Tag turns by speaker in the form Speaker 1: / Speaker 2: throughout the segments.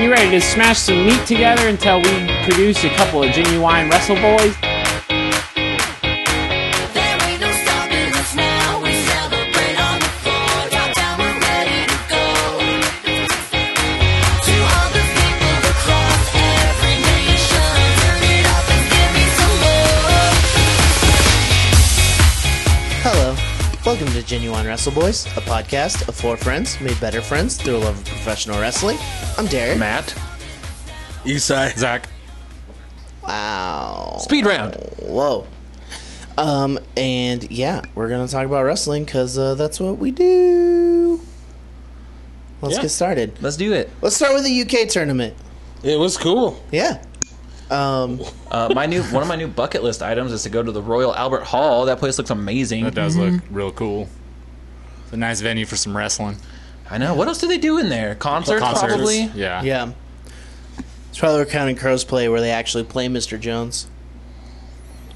Speaker 1: You ready to smash some meat together until we produce a couple of genuine wrestle boys?
Speaker 2: There ain't no stopping us now. We celebrate on the floor. Drop down, we're ready to go. To all the people across every nation, turn it up and give me some more.
Speaker 3: Hello. Welcome to Genuine Wrestle Boys, a podcast of four friends made better friends through a love of professional wrestling. I'm Derek.
Speaker 4: Matt.
Speaker 5: Eastside.
Speaker 4: Zach.
Speaker 3: Wow.
Speaker 4: Speed round.
Speaker 3: Whoa. Um, and yeah, we're going to talk about wrestling because uh, that's what we do. Let's
Speaker 4: Yeah.
Speaker 3: get started.
Speaker 4: Let's do it.
Speaker 3: Let's start with the UK tournament.
Speaker 5: It was cool.
Speaker 3: Yeah. Um,
Speaker 6: Uh, my new one of my new bucket list items is to go to the Royal Albert Hall. That place looks amazing.
Speaker 4: That does look real cool. It's a nice venue for some wrestling.
Speaker 6: I know. What else do they do in there? Concerts,
Speaker 4: Concerts.
Speaker 6: probably.
Speaker 4: Yeah.
Speaker 3: yeah. It's probably where Counting Crows play where they actually play Mr. Jones.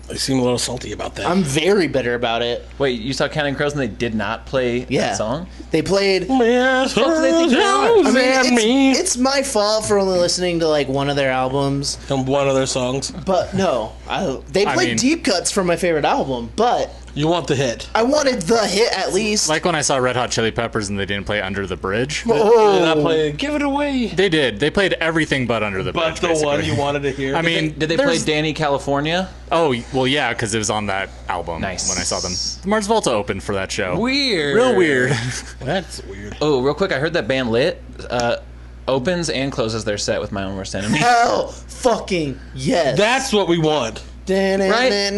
Speaker 5: They seem a little salty about that.
Speaker 3: I'm very bitter about it.
Speaker 6: Wait, you saw Counting Crows and they did not play
Speaker 3: Yeah.
Speaker 6: that song?
Speaker 3: They played
Speaker 6: do they think they are?
Speaker 5: Little Jones and
Speaker 3: it's,
Speaker 5: me.
Speaker 3: it's my fault for only listening to like one of their albums,
Speaker 5: And one of their songs.
Speaker 3: but no, I, they
Speaker 4: I
Speaker 3: played
Speaker 4: mean-
Speaker 3: deep cuts from my favorite album, but
Speaker 5: You want the hit.
Speaker 3: I wanted the hit at least.
Speaker 4: Like when I saw Red Hot Chili Peppers and they didn't play Under the Bridge.
Speaker 5: Did I
Speaker 3: oh,
Speaker 5: play Give It Away?
Speaker 4: They did. They played everything but Under the Bridge.
Speaker 5: But the one
Speaker 4: basically.
Speaker 5: you wanted to hear.
Speaker 4: I mean,
Speaker 6: Did they
Speaker 4: there's-
Speaker 6: play Danny California?
Speaker 4: Oh, well, yeah, because it was on that album.
Speaker 6: Nice.
Speaker 4: When I saw them, Mars Volta opened for that show.
Speaker 6: Weird.
Speaker 4: Real weird.
Speaker 5: that's weird.
Speaker 6: Oh, real quick, I heard that band Lit uh, opens and closes their set with My Own Worst Enemy.
Speaker 3: hell, fucking yes.
Speaker 5: That's what we want.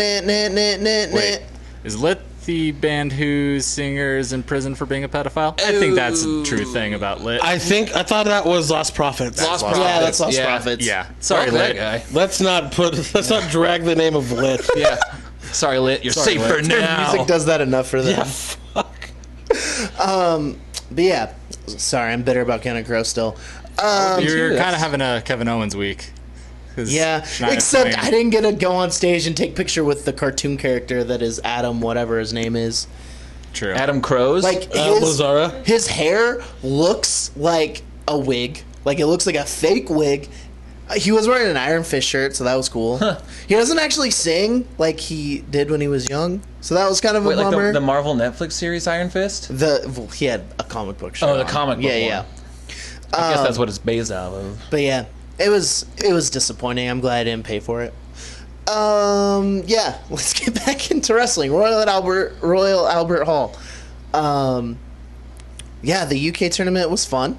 Speaker 4: Wait, is Lit the band whose singer is in prison for being a pedophile? I think that's a true thing about Lit.
Speaker 5: I think I thought that was Lost Prophets.
Speaker 6: Lost
Speaker 4: Lost
Speaker 3: Yeah, that's
Speaker 6: Prophets.
Speaker 3: Lost
Speaker 6: yeah.
Speaker 3: Profits.
Speaker 4: yeah.
Speaker 6: Sorry,
Speaker 4: Sorry,
Speaker 6: Lit. That
Speaker 4: Lit.
Speaker 6: guy.
Speaker 5: Let's not put. Let's not drag the name of Lit.
Speaker 6: Yeah. Sorry, Lit. You're
Speaker 4: Sorry,
Speaker 6: safe
Speaker 4: Lit.
Speaker 6: for now.
Speaker 4: Oh.
Speaker 3: Music does that enough for them.
Speaker 5: Fuck.
Speaker 3: Um, But yeah, sorry, I'm bitter about Counting Crows still. Um,
Speaker 4: You're
Speaker 6: too,
Speaker 4: kind of
Speaker 6: that's-
Speaker 4: having a Kevin Owens week. 'Cause
Speaker 3: Yeah,
Speaker 4: Shania
Speaker 3: except
Speaker 4: Twain-
Speaker 3: I didn't get to go on stage and take picture with the cartoon character that is Adam, whatever his name is.
Speaker 4: True.
Speaker 6: Adam Crows.
Speaker 3: Like
Speaker 5: Uh,
Speaker 3: his,
Speaker 5: Lazara?
Speaker 3: his hair looks like a wig. Like it looks like a fake wig. Uh, He was wearing an Iron Fist shirt, so that was cool. He doesn't actually sing like he did when he was young, so that was kind of
Speaker 6: Wait,
Speaker 3: a
Speaker 6: like
Speaker 3: bummer.
Speaker 6: the, the Marvel Netflix series Iron Fist?
Speaker 3: the, well, he had a comic book shirt.
Speaker 6: Oh, the
Speaker 3: on.
Speaker 6: comic book
Speaker 3: Yeah,
Speaker 6: one.
Speaker 3: yeah.
Speaker 6: I guess that's what it's based out of.
Speaker 3: But yeah, it was it was disappointing. I'm glad I didn't pay for it. Um, yeah, let's get back into wrestling. Royal Albert Royal Albert Hall. Um, yeah, the UK tournament was fun.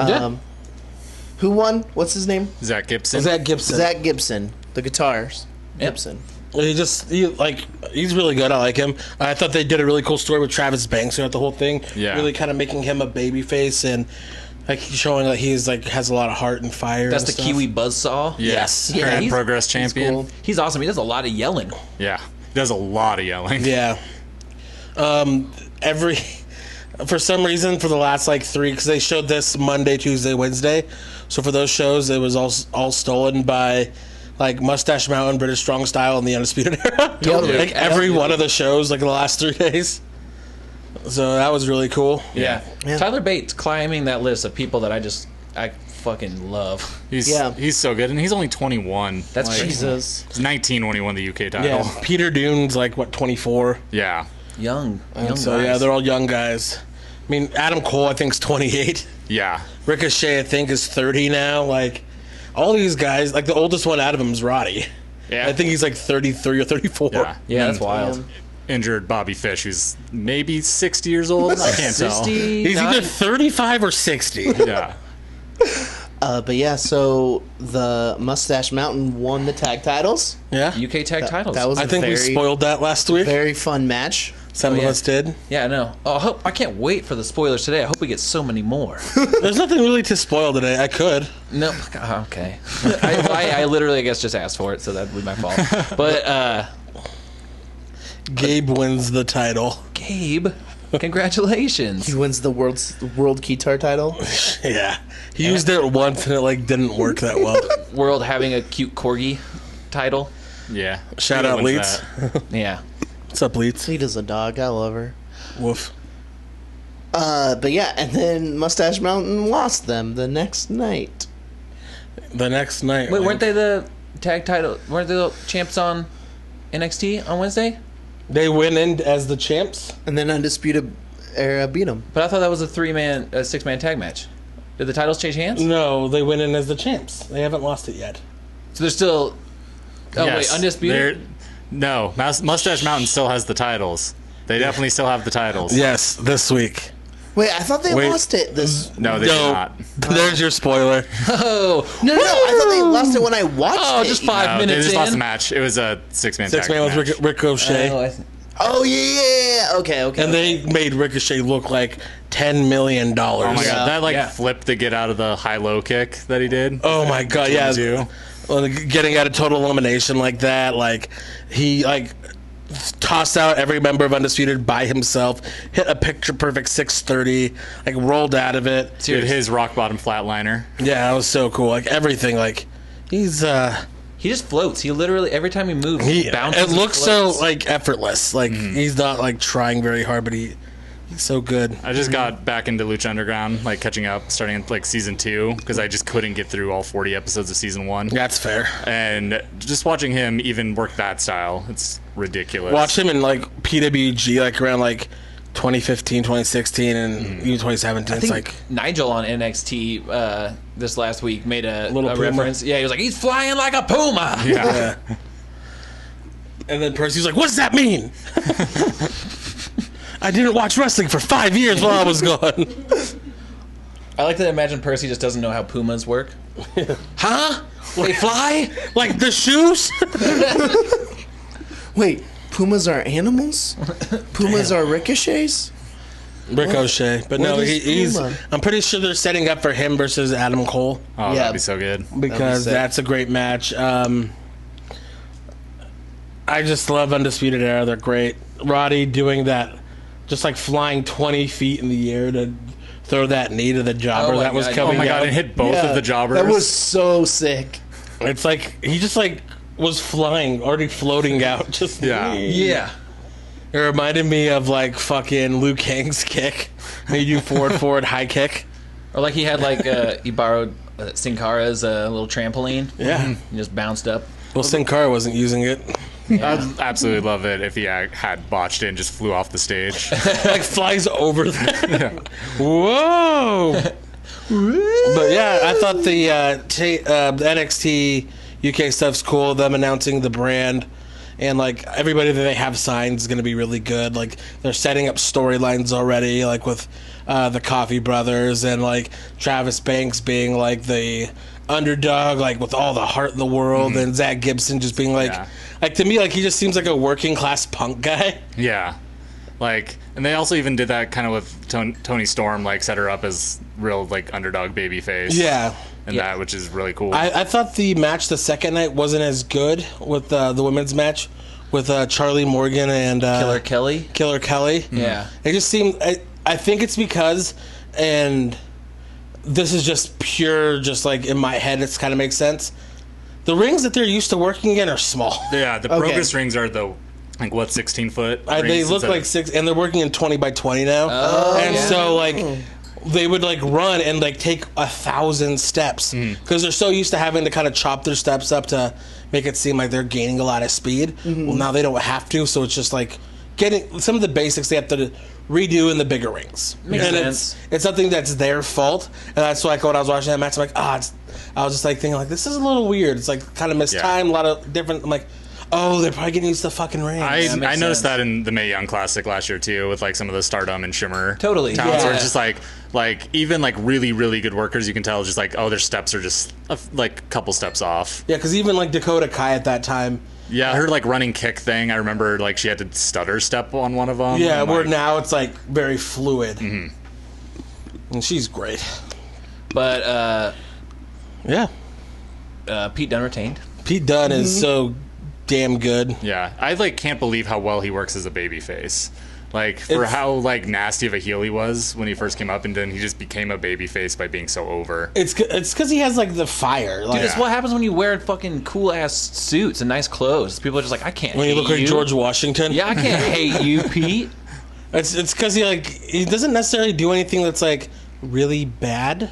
Speaker 3: Um,
Speaker 6: Yeah.
Speaker 3: Who won? What's his name?
Speaker 4: Zach Gibson.
Speaker 5: Zach Gibson.
Speaker 3: Zach Gibson, the guitars. Gibson.
Speaker 5: He just he, like he's really good. I like him. I thought they did a really cool story with Travis Banks throughout the whole thing.
Speaker 4: Yeah.
Speaker 5: really kind of making him a baby face and like showing that he's like has a lot of heart and fire.
Speaker 6: That's
Speaker 5: and
Speaker 6: the
Speaker 5: stuff.
Speaker 6: Kiwi Buzzsaw.
Speaker 4: Yes.
Speaker 6: Yeah,
Speaker 4: Current
Speaker 6: he's-
Speaker 4: progress
Speaker 6: he's
Speaker 4: champion.
Speaker 6: cool. He's awesome. He does a lot of yelling.
Speaker 4: Yeah. Does a lot of yelling.
Speaker 5: Yeah. Um. Every for some reason for the last like three because they showed this Monday, Tuesday, Wednesday. So for those shows, it was all all stolen by. Like Mustache Mountain, British Strong Style, and the Undisputed Era.
Speaker 3: Totally.
Speaker 5: Like every one of the shows, like the last three days. So that was really cool.
Speaker 6: Yeah.
Speaker 3: Yeah.
Speaker 6: Tyler Bates climbing that list of people that I just I fucking love.
Speaker 4: He's
Speaker 3: Yeah.
Speaker 4: he's so good, and he's only 21.
Speaker 6: That's crazy.
Speaker 3: Jesus.
Speaker 4: He's 19 when he won the UK title.
Speaker 5: Yeah,
Speaker 4: Yeah.
Speaker 5: Oh, Peter Dune's like what twenty four.
Speaker 6: Young, young
Speaker 5: So
Speaker 6: guys.
Speaker 5: yeah, they're all young guys. I mean, Adam Cole I think's twenty eight.
Speaker 4: Yeah.
Speaker 5: Ricochet I think is thirty now. Like all these guys, like the oldest one out of them is Roddy.
Speaker 4: Yeah.
Speaker 5: I think he's like thirty three or thirty four.
Speaker 4: Yeah.
Speaker 6: yeah, that's wild.
Speaker 3: Um,
Speaker 4: Injured Bobby Fish, who's maybe 60 years old. I can't tell.
Speaker 6: 60,
Speaker 5: He's
Speaker 6: not-
Speaker 5: either thirty five or sixty.
Speaker 4: Yeah.
Speaker 3: Uh, but yeah, so the Mustache Mountain won the tag titles.
Speaker 5: yeah.
Speaker 6: UK tag titles.
Speaker 3: That was
Speaker 5: I think
Speaker 3: a
Speaker 5: we
Speaker 3: very,
Speaker 5: spoiled that last week.
Speaker 3: very fun match.
Speaker 5: Some of
Speaker 6: yeah.
Speaker 5: us did.
Speaker 6: yeah, I know. Oh, I hope I can't wait for the spoilers today. I hope we get so many more.
Speaker 5: There's nothing really to spoil today. I could.
Speaker 6: No, oh, okay. I, I, I literally, I guess, just asked for it, so that'd be my fault. But uh,
Speaker 5: Gabe wins the title.
Speaker 6: Gabe, congratulations.
Speaker 3: He wins the world's world guitar title.
Speaker 5: Yeah. He used it once and it like didn't work that well.
Speaker 6: World having a cute corgi title.
Speaker 4: Yeah.
Speaker 5: Shout
Speaker 4: Who
Speaker 5: out
Speaker 4: wins
Speaker 5: Leeds.
Speaker 4: that?
Speaker 6: Yeah.
Speaker 5: What's up, Leeds?
Speaker 3: Sweet as a dog. I love her.
Speaker 5: Woof.
Speaker 3: Uh, but yeah, and then Mustache Mountain lost them the next night.
Speaker 5: the next night.
Speaker 6: Wait,
Speaker 5: like,
Speaker 6: weren't they the tag title? Weren't they the champs on NXT on Wednesday?
Speaker 5: They went in as the champs.
Speaker 3: And then Undisputed Era beat him.
Speaker 6: But I thought that was a three man, a six man tag match. Did the titles change hands?
Speaker 3: Mm.
Speaker 5: No, they went in as the champs. They haven't lost it yet.
Speaker 6: So they're still. Oh
Speaker 4: Yes,
Speaker 6: wait, undisputed.
Speaker 4: they're- No, Mus- Mustache Mountain still has the titles. They definitely still have the titles.
Speaker 5: Yes, this week.
Speaker 3: Wait, I thought they
Speaker 5: Wait.
Speaker 3: lost it. This
Speaker 4: No, they did not.
Speaker 5: There's your spoiler.
Speaker 6: Oh
Speaker 3: no, no, no, I thought they lost it when I watched
Speaker 6: Oh,
Speaker 3: it.
Speaker 6: just five
Speaker 4: No, Uh, they
Speaker 6: minutes
Speaker 4: just
Speaker 6: in.
Speaker 4: lost the match. It was a six-man
Speaker 5: Six
Speaker 4: tag
Speaker 5: man with
Speaker 4: match.
Speaker 5: Rico- Ricochet,
Speaker 6: Oh, I see.
Speaker 3: Oh yeah, yeah, yeah. Okay, okay.
Speaker 5: and they made Ricochet look like ten million dollars.
Speaker 4: Oh my god, that like
Speaker 6: Yeah.
Speaker 4: flip to get out of the high-low kick that he did.
Speaker 5: Oh my god! Yeah,
Speaker 4: do.
Speaker 5: Well, getting out of total elimination like that, like he like tossed out every member of Undisputed by himself, hit a picture perfect six thirty, like rolled out of it.
Speaker 4: Did his rock bottom flatliner.
Speaker 5: Yeah, that was so cool. Like everything, like he's uh
Speaker 6: He just floats. He literally every time he moves,
Speaker 5: he
Speaker 6: he bounces.
Speaker 5: it
Speaker 6: and
Speaker 5: looks so
Speaker 6: floats. Mm.
Speaker 5: like effortless. Like he's not like trying very hard, but he he's so good.
Speaker 4: I
Speaker 6: Mm-hmm.
Speaker 4: just got back into Lucha Underground, like catching up, starting in, like season two, because I just couldn't get through all 40 episodes of season one.
Speaker 5: That's fair.
Speaker 4: And just watching him even work that style, it's ridiculous.
Speaker 5: Watch him in like PWG, like around like 2015, 2016, and even
Speaker 6: Mm.
Speaker 5: 2017.
Speaker 6: I
Speaker 5: It's
Speaker 6: think
Speaker 5: like
Speaker 6: Nigel on NXT uh, this last week made a
Speaker 5: Little
Speaker 6: a
Speaker 5: puma.
Speaker 6: reference. Yeah, he was like, "He's flying like a puma."
Speaker 4: Yeah.
Speaker 5: And then Percy's like, "What does that mean?" I didn't watch wrestling for five years while I was gone.
Speaker 6: I like to imagine Percy just doesn't know how pumas work.
Speaker 5: huh?
Speaker 6: They fly.
Speaker 5: Like the shoes?
Speaker 3: Wait, pumas are animals? Pumas are ricochets?
Speaker 5: Ricochet, but no,
Speaker 3: What is
Speaker 5: he, he's.
Speaker 3: Puma?
Speaker 5: I'm pretty sure they're setting up for him versus Adam Cole
Speaker 4: Oh,
Speaker 3: Yeah.
Speaker 4: that'd be so good.
Speaker 5: because
Speaker 3: sick.
Speaker 5: that's a great match. Um, I just love Undisputed Era. They're great. Roddy doing that, just like flying 20 feet in the air to throw that knee to the jobber
Speaker 6: Oh my
Speaker 5: that was
Speaker 6: God.
Speaker 5: coming.
Speaker 4: Oh my
Speaker 5: down.
Speaker 4: god, it hit both
Speaker 3: Yeah,
Speaker 4: of the jobbers.
Speaker 3: That was so sick.
Speaker 5: It's like he just like was flying, already floating out. Just
Speaker 4: Yeah.
Speaker 6: Yeah.
Speaker 5: It reminded me of like fucking Liu Kang's kick. Made you forward, forward, high kick.
Speaker 6: Or like he had like uh, he borrowed uh, Sin Cara's uh, little trampoline.
Speaker 5: Yeah.
Speaker 6: And just bounced up.
Speaker 5: Well, Sin Cara wasn't using it.
Speaker 4: I'd absolutely love it if he ac- had botched it and just flew off the stage.
Speaker 5: like flies over. The- Whoa. but yeah, I thought the uh, t- uh, the NXT UK stuff's cool. Them announcing the brand and like everybody that they have signed is going to be really good. Like they're setting up storylines already, like with uh, the Coffee Brothers and like Travis Banks being like the underdog, like with all the heart in the world, and Zach Gibson just being like,
Speaker 4: Yeah.
Speaker 5: like to me, like he just seems like a working class punk guy.
Speaker 4: yeah. Like, and they also even did that kind of with Ton- Tony Storm, like, set her up as real, like, underdog baby face.
Speaker 5: Yeah.
Speaker 4: And
Speaker 6: Yeah.
Speaker 4: that, which is really cool.
Speaker 5: I, I thought the match the second night wasn't as good with uh, the women's match with uh, Charlie Morgan and uh,
Speaker 6: Killer Hmm. Kelly.
Speaker 5: Killer Kelly.
Speaker 6: Yeah.
Speaker 5: It just seemed. I, I think it's because, and this is just pure, just like in my head, it's kind of makes sense. The rings that they're used to working in are small.
Speaker 4: yeah, the progress rings are the, like, what, 16 foot?
Speaker 5: Uh, they
Speaker 4: rings
Speaker 5: look
Speaker 4: instead of-
Speaker 5: like six, and they're working in twenty by twenty now.
Speaker 6: Oh,
Speaker 5: and so like they would like run and like take a thousand steps
Speaker 4: Hmm.
Speaker 5: because they're so used to having to kind of chop their steps up to make it seem like they're gaining a lot of speed.
Speaker 6: Mm-hmm.
Speaker 5: Well, now they don't have to, so it's just like getting some of the basics they have to redo in the bigger rings.
Speaker 6: Makes
Speaker 5: and
Speaker 6: sense.
Speaker 5: It's, it's something that's their fault, and that's why like, when I was watching that match, I'm like, ah, it's, I was just like thinking like this is a little weird. It's like kind of missed
Speaker 4: Yeah.
Speaker 5: time, a lot of different. I'm like. Oh, they're probably getting used to the fucking rings.
Speaker 4: I,
Speaker 6: Yeah, it makes
Speaker 4: I noticed
Speaker 6: sense.
Speaker 4: that in the May Young Classic last year too, with like some of the Stardom and Shimmer
Speaker 6: Totally,
Speaker 4: towns where
Speaker 6: yeah.
Speaker 4: it's just like like even like really really good workers, you can tell just like oh their steps are just a f- like a couple steps off.
Speaker 5: Yeah, because even like Dakota Kai at that time.
Speaker 4: Yeah, her like running kick thing, I remember like she had to stutter step on one of them.
Speaker 5: Yeah,
Speaker 4: and,
Speaker 5: where
Speaker 4: like,
Speaker 5: now it's like very fluid. And she's great.
Speaker 6: But uh,
Speaker 5: Yeah.
Speaker 6: uh, Pete Dunne retained.
Speaker 5: Pete Dunn is so damn good.
Speaker 4: Yeah, I like can't believe how well he works as a babyface. Like for
Speaker 5: It's-
Speaker 4: how like nasty of a heel he was when he first came up, and then he just became a babyface by being so over.
Speaker 5: It's c- it's because he has like the fire. Like,
Speaker 6: That's what happens when you wear fucking cool ass suits and nice clothes. People are just like, I can't.
Speaker 5: when you
Speaker 6: hate
Speaker 5: look like George Washington.
Speaker 6: Yeah, I can't hate you, Pete.
Speaker 5: It's it's because he like he doesn't necessarily do anything that's like really bad.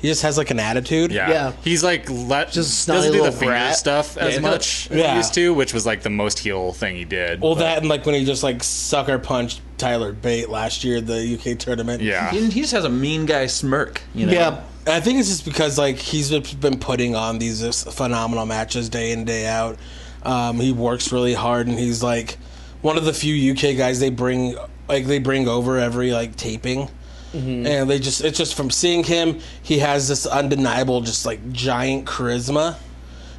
Speaker 5: He just has like an attitude.
Speaker 4: Yeah.
Speaker 3: Yeah.
Speaker 4: He's like let
Speaker 3: Just
Speaker 4: just
Speaker 3: snotty
Speaker 4: doesn't do the
Speaker 3: little
Speaker 4: finger
Speaker 3: brat.
Speaker 4: stuff as
Speaker 6: he
Speaker 4: much as
Speaker 5: Yeah.
Speaker 4: he used to, which was like the most heel thing he did.
Speaker 5: Well,
Speaker 4: but-
Speaker 5: that and like when he just like sucker punched Tyler Bate last year at the UK tournament.
Speaker 4: yeah.
Speaker 6: He, he just has a mean guy smirk. You know?
Speaker 3: Yeah.
Speaker 5: And I think it's just because like he's been putting on these just phenomenal matches day in day out. Um, he works really hard, and he's like one of the few UK guys they bring like they bring over every like taping. And they just it's just from seeing him, he has this undeniable just like giant charisma.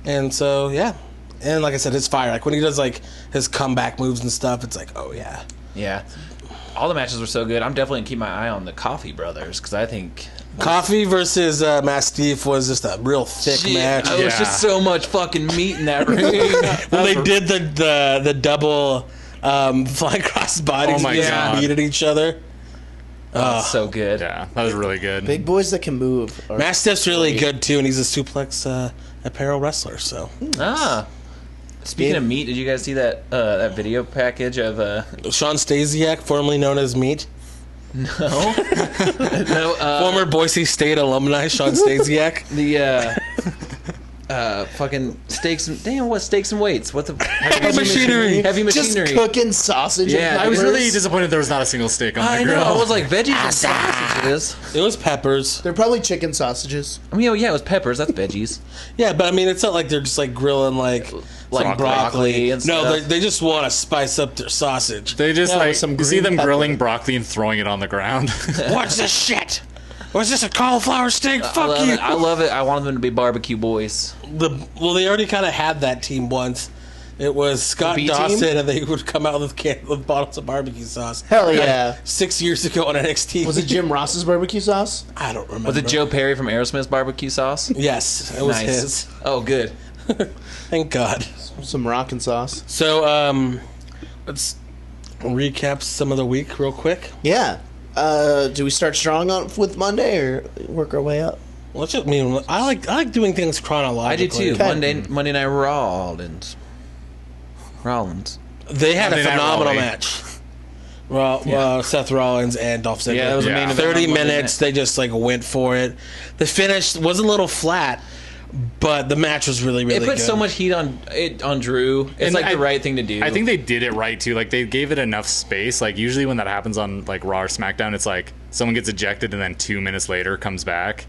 Speaker 5: And so yeah. And like I said, his fire like when he does like his comeback moves and stuff, it's like oh yeah.
Speaker 6: Yeah. All the matches were so good. I'm definitely gonna keep my eye on the Coffee Brothers because I think
Speaker 5: Coffee versus uh, Mastiff was just a real thick
Speaker 6: Shit,
Speaker 5: match.
Speaker 6: There was
Speaker 4: Yeah.
Speaker 6: just so much fucking meat in that ring.
Speaker 5: Well, they did the the, the double um, fly cross bodies.
Speaker 4: Oh my
Speaker 5: and just
Speaker 4: God.
Speaker 5: Beat at each other.
Speaker 6: so good.
Speaker 4: yeah. That was really good.
Speaker 3: Big boys that can move. Are,
Speaker 5: Mastiff's really good too, and he's a suplex uh, apparel wrestler. So
Speaker 6: Ah. Speaking of meat, did you guys see that uh, that video package of uh
Speaker 5: Sean Stasiak, formerly known as Meat,
Speaker 6: no no uh,
Speaker 5: former Boise State alumni Sean Stasiak.
Speaker 6: the uh, uh fucking steaks and damn what steaks and weights what the heavy
Speaker 5: machinery.
Speaker 6: heavy
Speaker 3: just
Speaker 6: machinery
Speaker 3: cooking sausage.
Speaker 6: Yeah,
Speaker 3: and
Speaker 4: I was
Speaker 3: peppers.
Speaker 4: really disappointed there was not a single steak on
Speaker 6: I
Speaker 4: that
Speaker 6: know
Speaker 4: grill.
Speaker 6: I was like veggies and sausage it is
Speaker 5: It was peppers.
Speaker 3: They're probably chicken sausages.
Speaker 6: I mean oh, yeah it was peppers that's veggies
Speaker 5: Yeah, but I mean, it's not like they're just like grilling like
Speaker 6: Like
Speaker 5: some broccoli.
Speaker 6: broccoli and
Speaker 5: no,
Speaker 6: stuff.
Speaker 5: they, they just want to spice up their sausage.
Speaker 4: they just
Speaker 3: Yeah, with
Speaker 4: like
Speaker 3: some
Speaker 4: you see
Speaker 3: green
Speaker 4: them
Speaker 3: pepper.
Speaker 4: grilling broccoli and throwing it on the ground.
Speaker 5: What's this shit? Was this a cauliflower steak?
Speaker 6: I
Speaker 5: Fuck
Speaker 6: love
Speaker 5: you!
Speaker 6: it I love it I wanted them to be barbecue boys
Speaker 5: the well, they already kind of had that team once. It was Scott
Speaker 3: B team?
Speaker 5: Dawson, and they would come out with, can- with bottles of barbecue sauce.
Speaker 3: Hell yeah.
Speaker 5: Six years ago on NXT,
Speaker 3: Was it Jim Ross's barbecue sauce?
Speaker 5: I don't remember.
Speaker 6: was it Joe Perry from Aerosmith's barbecue sauce
Speaker 5: Yes, it was his.
Speaker 6: oh good
Speaker 5: Thank God.
Speaker 3: Some rockin' sauce.
Speaker 5: So, um, let's recap some of the week real quick.
Speaker 3: Yeah. Uh, do we start strong on, with Monday or work our way up?
Speaker 5: Let's just, I mean, I like I like doing things
Speaker 6: I
Speaker 5: chronologically.
Speaker 6: did too.
Speaker 3: Okay.
Speaker 6: Monday Monday Night Raw and Rollins.
Speaker 5: They had
Speaker 4: Monday
Speaker 5: a
Speaker 4: Night Raw,
Speaker 5: phenomenal
Speaker 4: eh?
Speaker 5: match. Well, well, Seth Rollins and Dolph Ziggler.
Speaker 6: Yeah, that was
Speaker 4: a main
Speaker 6: event
Speaker 5: Thirty
Speaker 6: on Monday
Speaker 5: minutes. They just like went for it. The finish was a little flat, but the match was really really.
Speaker 6: It put
Speaker 5: good.
Speaker 6: so much heat on it on Drew. It's
Speaker 4: And
Speaker 6: like
Speaker 4: I-
Speaker 6: the right thing to do.
Speaker 4: I think they did it right too. Like they gave it enough space. Like usually when that happens on like Raw or SmackDown, it's like someone gets ejected and then two minutes later comes back.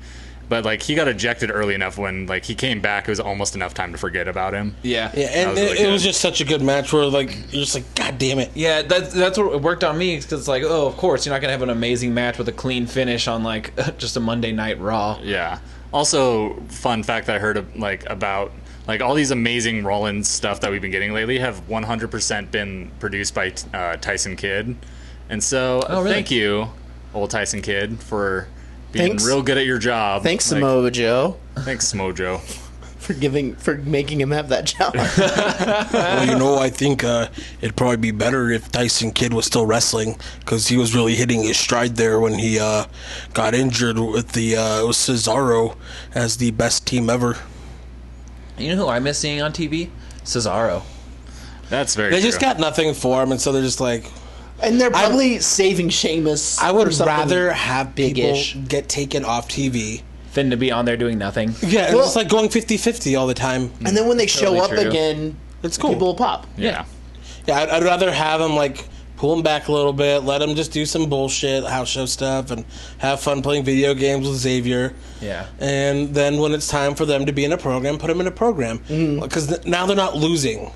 Speaker 4: But like he got ejected early enough when like he came back, it was almost enough time to forget about him.
Speaker 6: yeah.
Speaker 5: Yeah,
Speaker 6: yeah.
Speaker 5: and
Speaker 4: That was
Speaker 5: it,
Speaker 4: really
Speaker 5: it was
Speaker 4: good.
Speaker 5: just such a good match where like you're just like, God damn it.
Speaker 6: that's that's what it worked on me because it's like, oh, of course you're not gonna have an amazing match with a clean finish on like just a Monday Night Raw.
Speaker 4: Yeah. Also, fun fact that I heard of, like about like all these amazing Rollins stuff that we've been getting lately have 100% been produced by uh, Tyson Kidd, and so uh,
Speaker 6: Oh, really?
Speaker 4: thank you, old Tyson Kidd, for being
Speaker 3: Thanks.
Speaker 4: real good at your job.
Speaker 3: Thanks,
Speaker 4: Like,
Speaker 3: Samoa Joe,
Speaker 4: Thanks, Mojo.
Speaker 3: for giving for making him have that job.
Speaker 5: Well, you know, I think uh, it'd probably be better if Tyson Kidd was still wrestling because he was really hitting his stride there when he uh, got injured with the uh, it was Cesaro as the best team ever.
Speaker 6: You know who I miss seeing on TV? Cesaro.
Speaker 4: That's very.
Speaker 5: They just
Speaker 4: true.
Speaker 5: got nothing for him, and so they're just like,
Speaker 3: and they're probably saving Sheamus.
Speaker 5: I
Speaker 3: for
Speaker 5: would
Speaker 3: something
Speaker 5: rather have people
Speaker 3: big-ish.
Speaker 5: get taken off TV.
Speaker 6: Than to be on there doing nothing.
Speaker 5: Yeah, it's
Speaker 3: Well-
Speaker 5: just like going 50-50 all the time.
Speaker 3: And then when they show
Speaker 6: Totally
Speaker 3: up
Speaker 6: true.
Speaker 3: again,
Speaker 5: It's cool.
Speaker 3: People will pop.
Speaker 4: yeah.
Speaker 5: Yeah, I'd, I'd rather have him like pull him back a little bit, let him just do some bullshit house show stuff, and have fun playing video games with Xavier.
Speaker 6: Yeah.
Speaker 5: And then when it's time for them to be in a program, put them in a program because th- now they're not losing.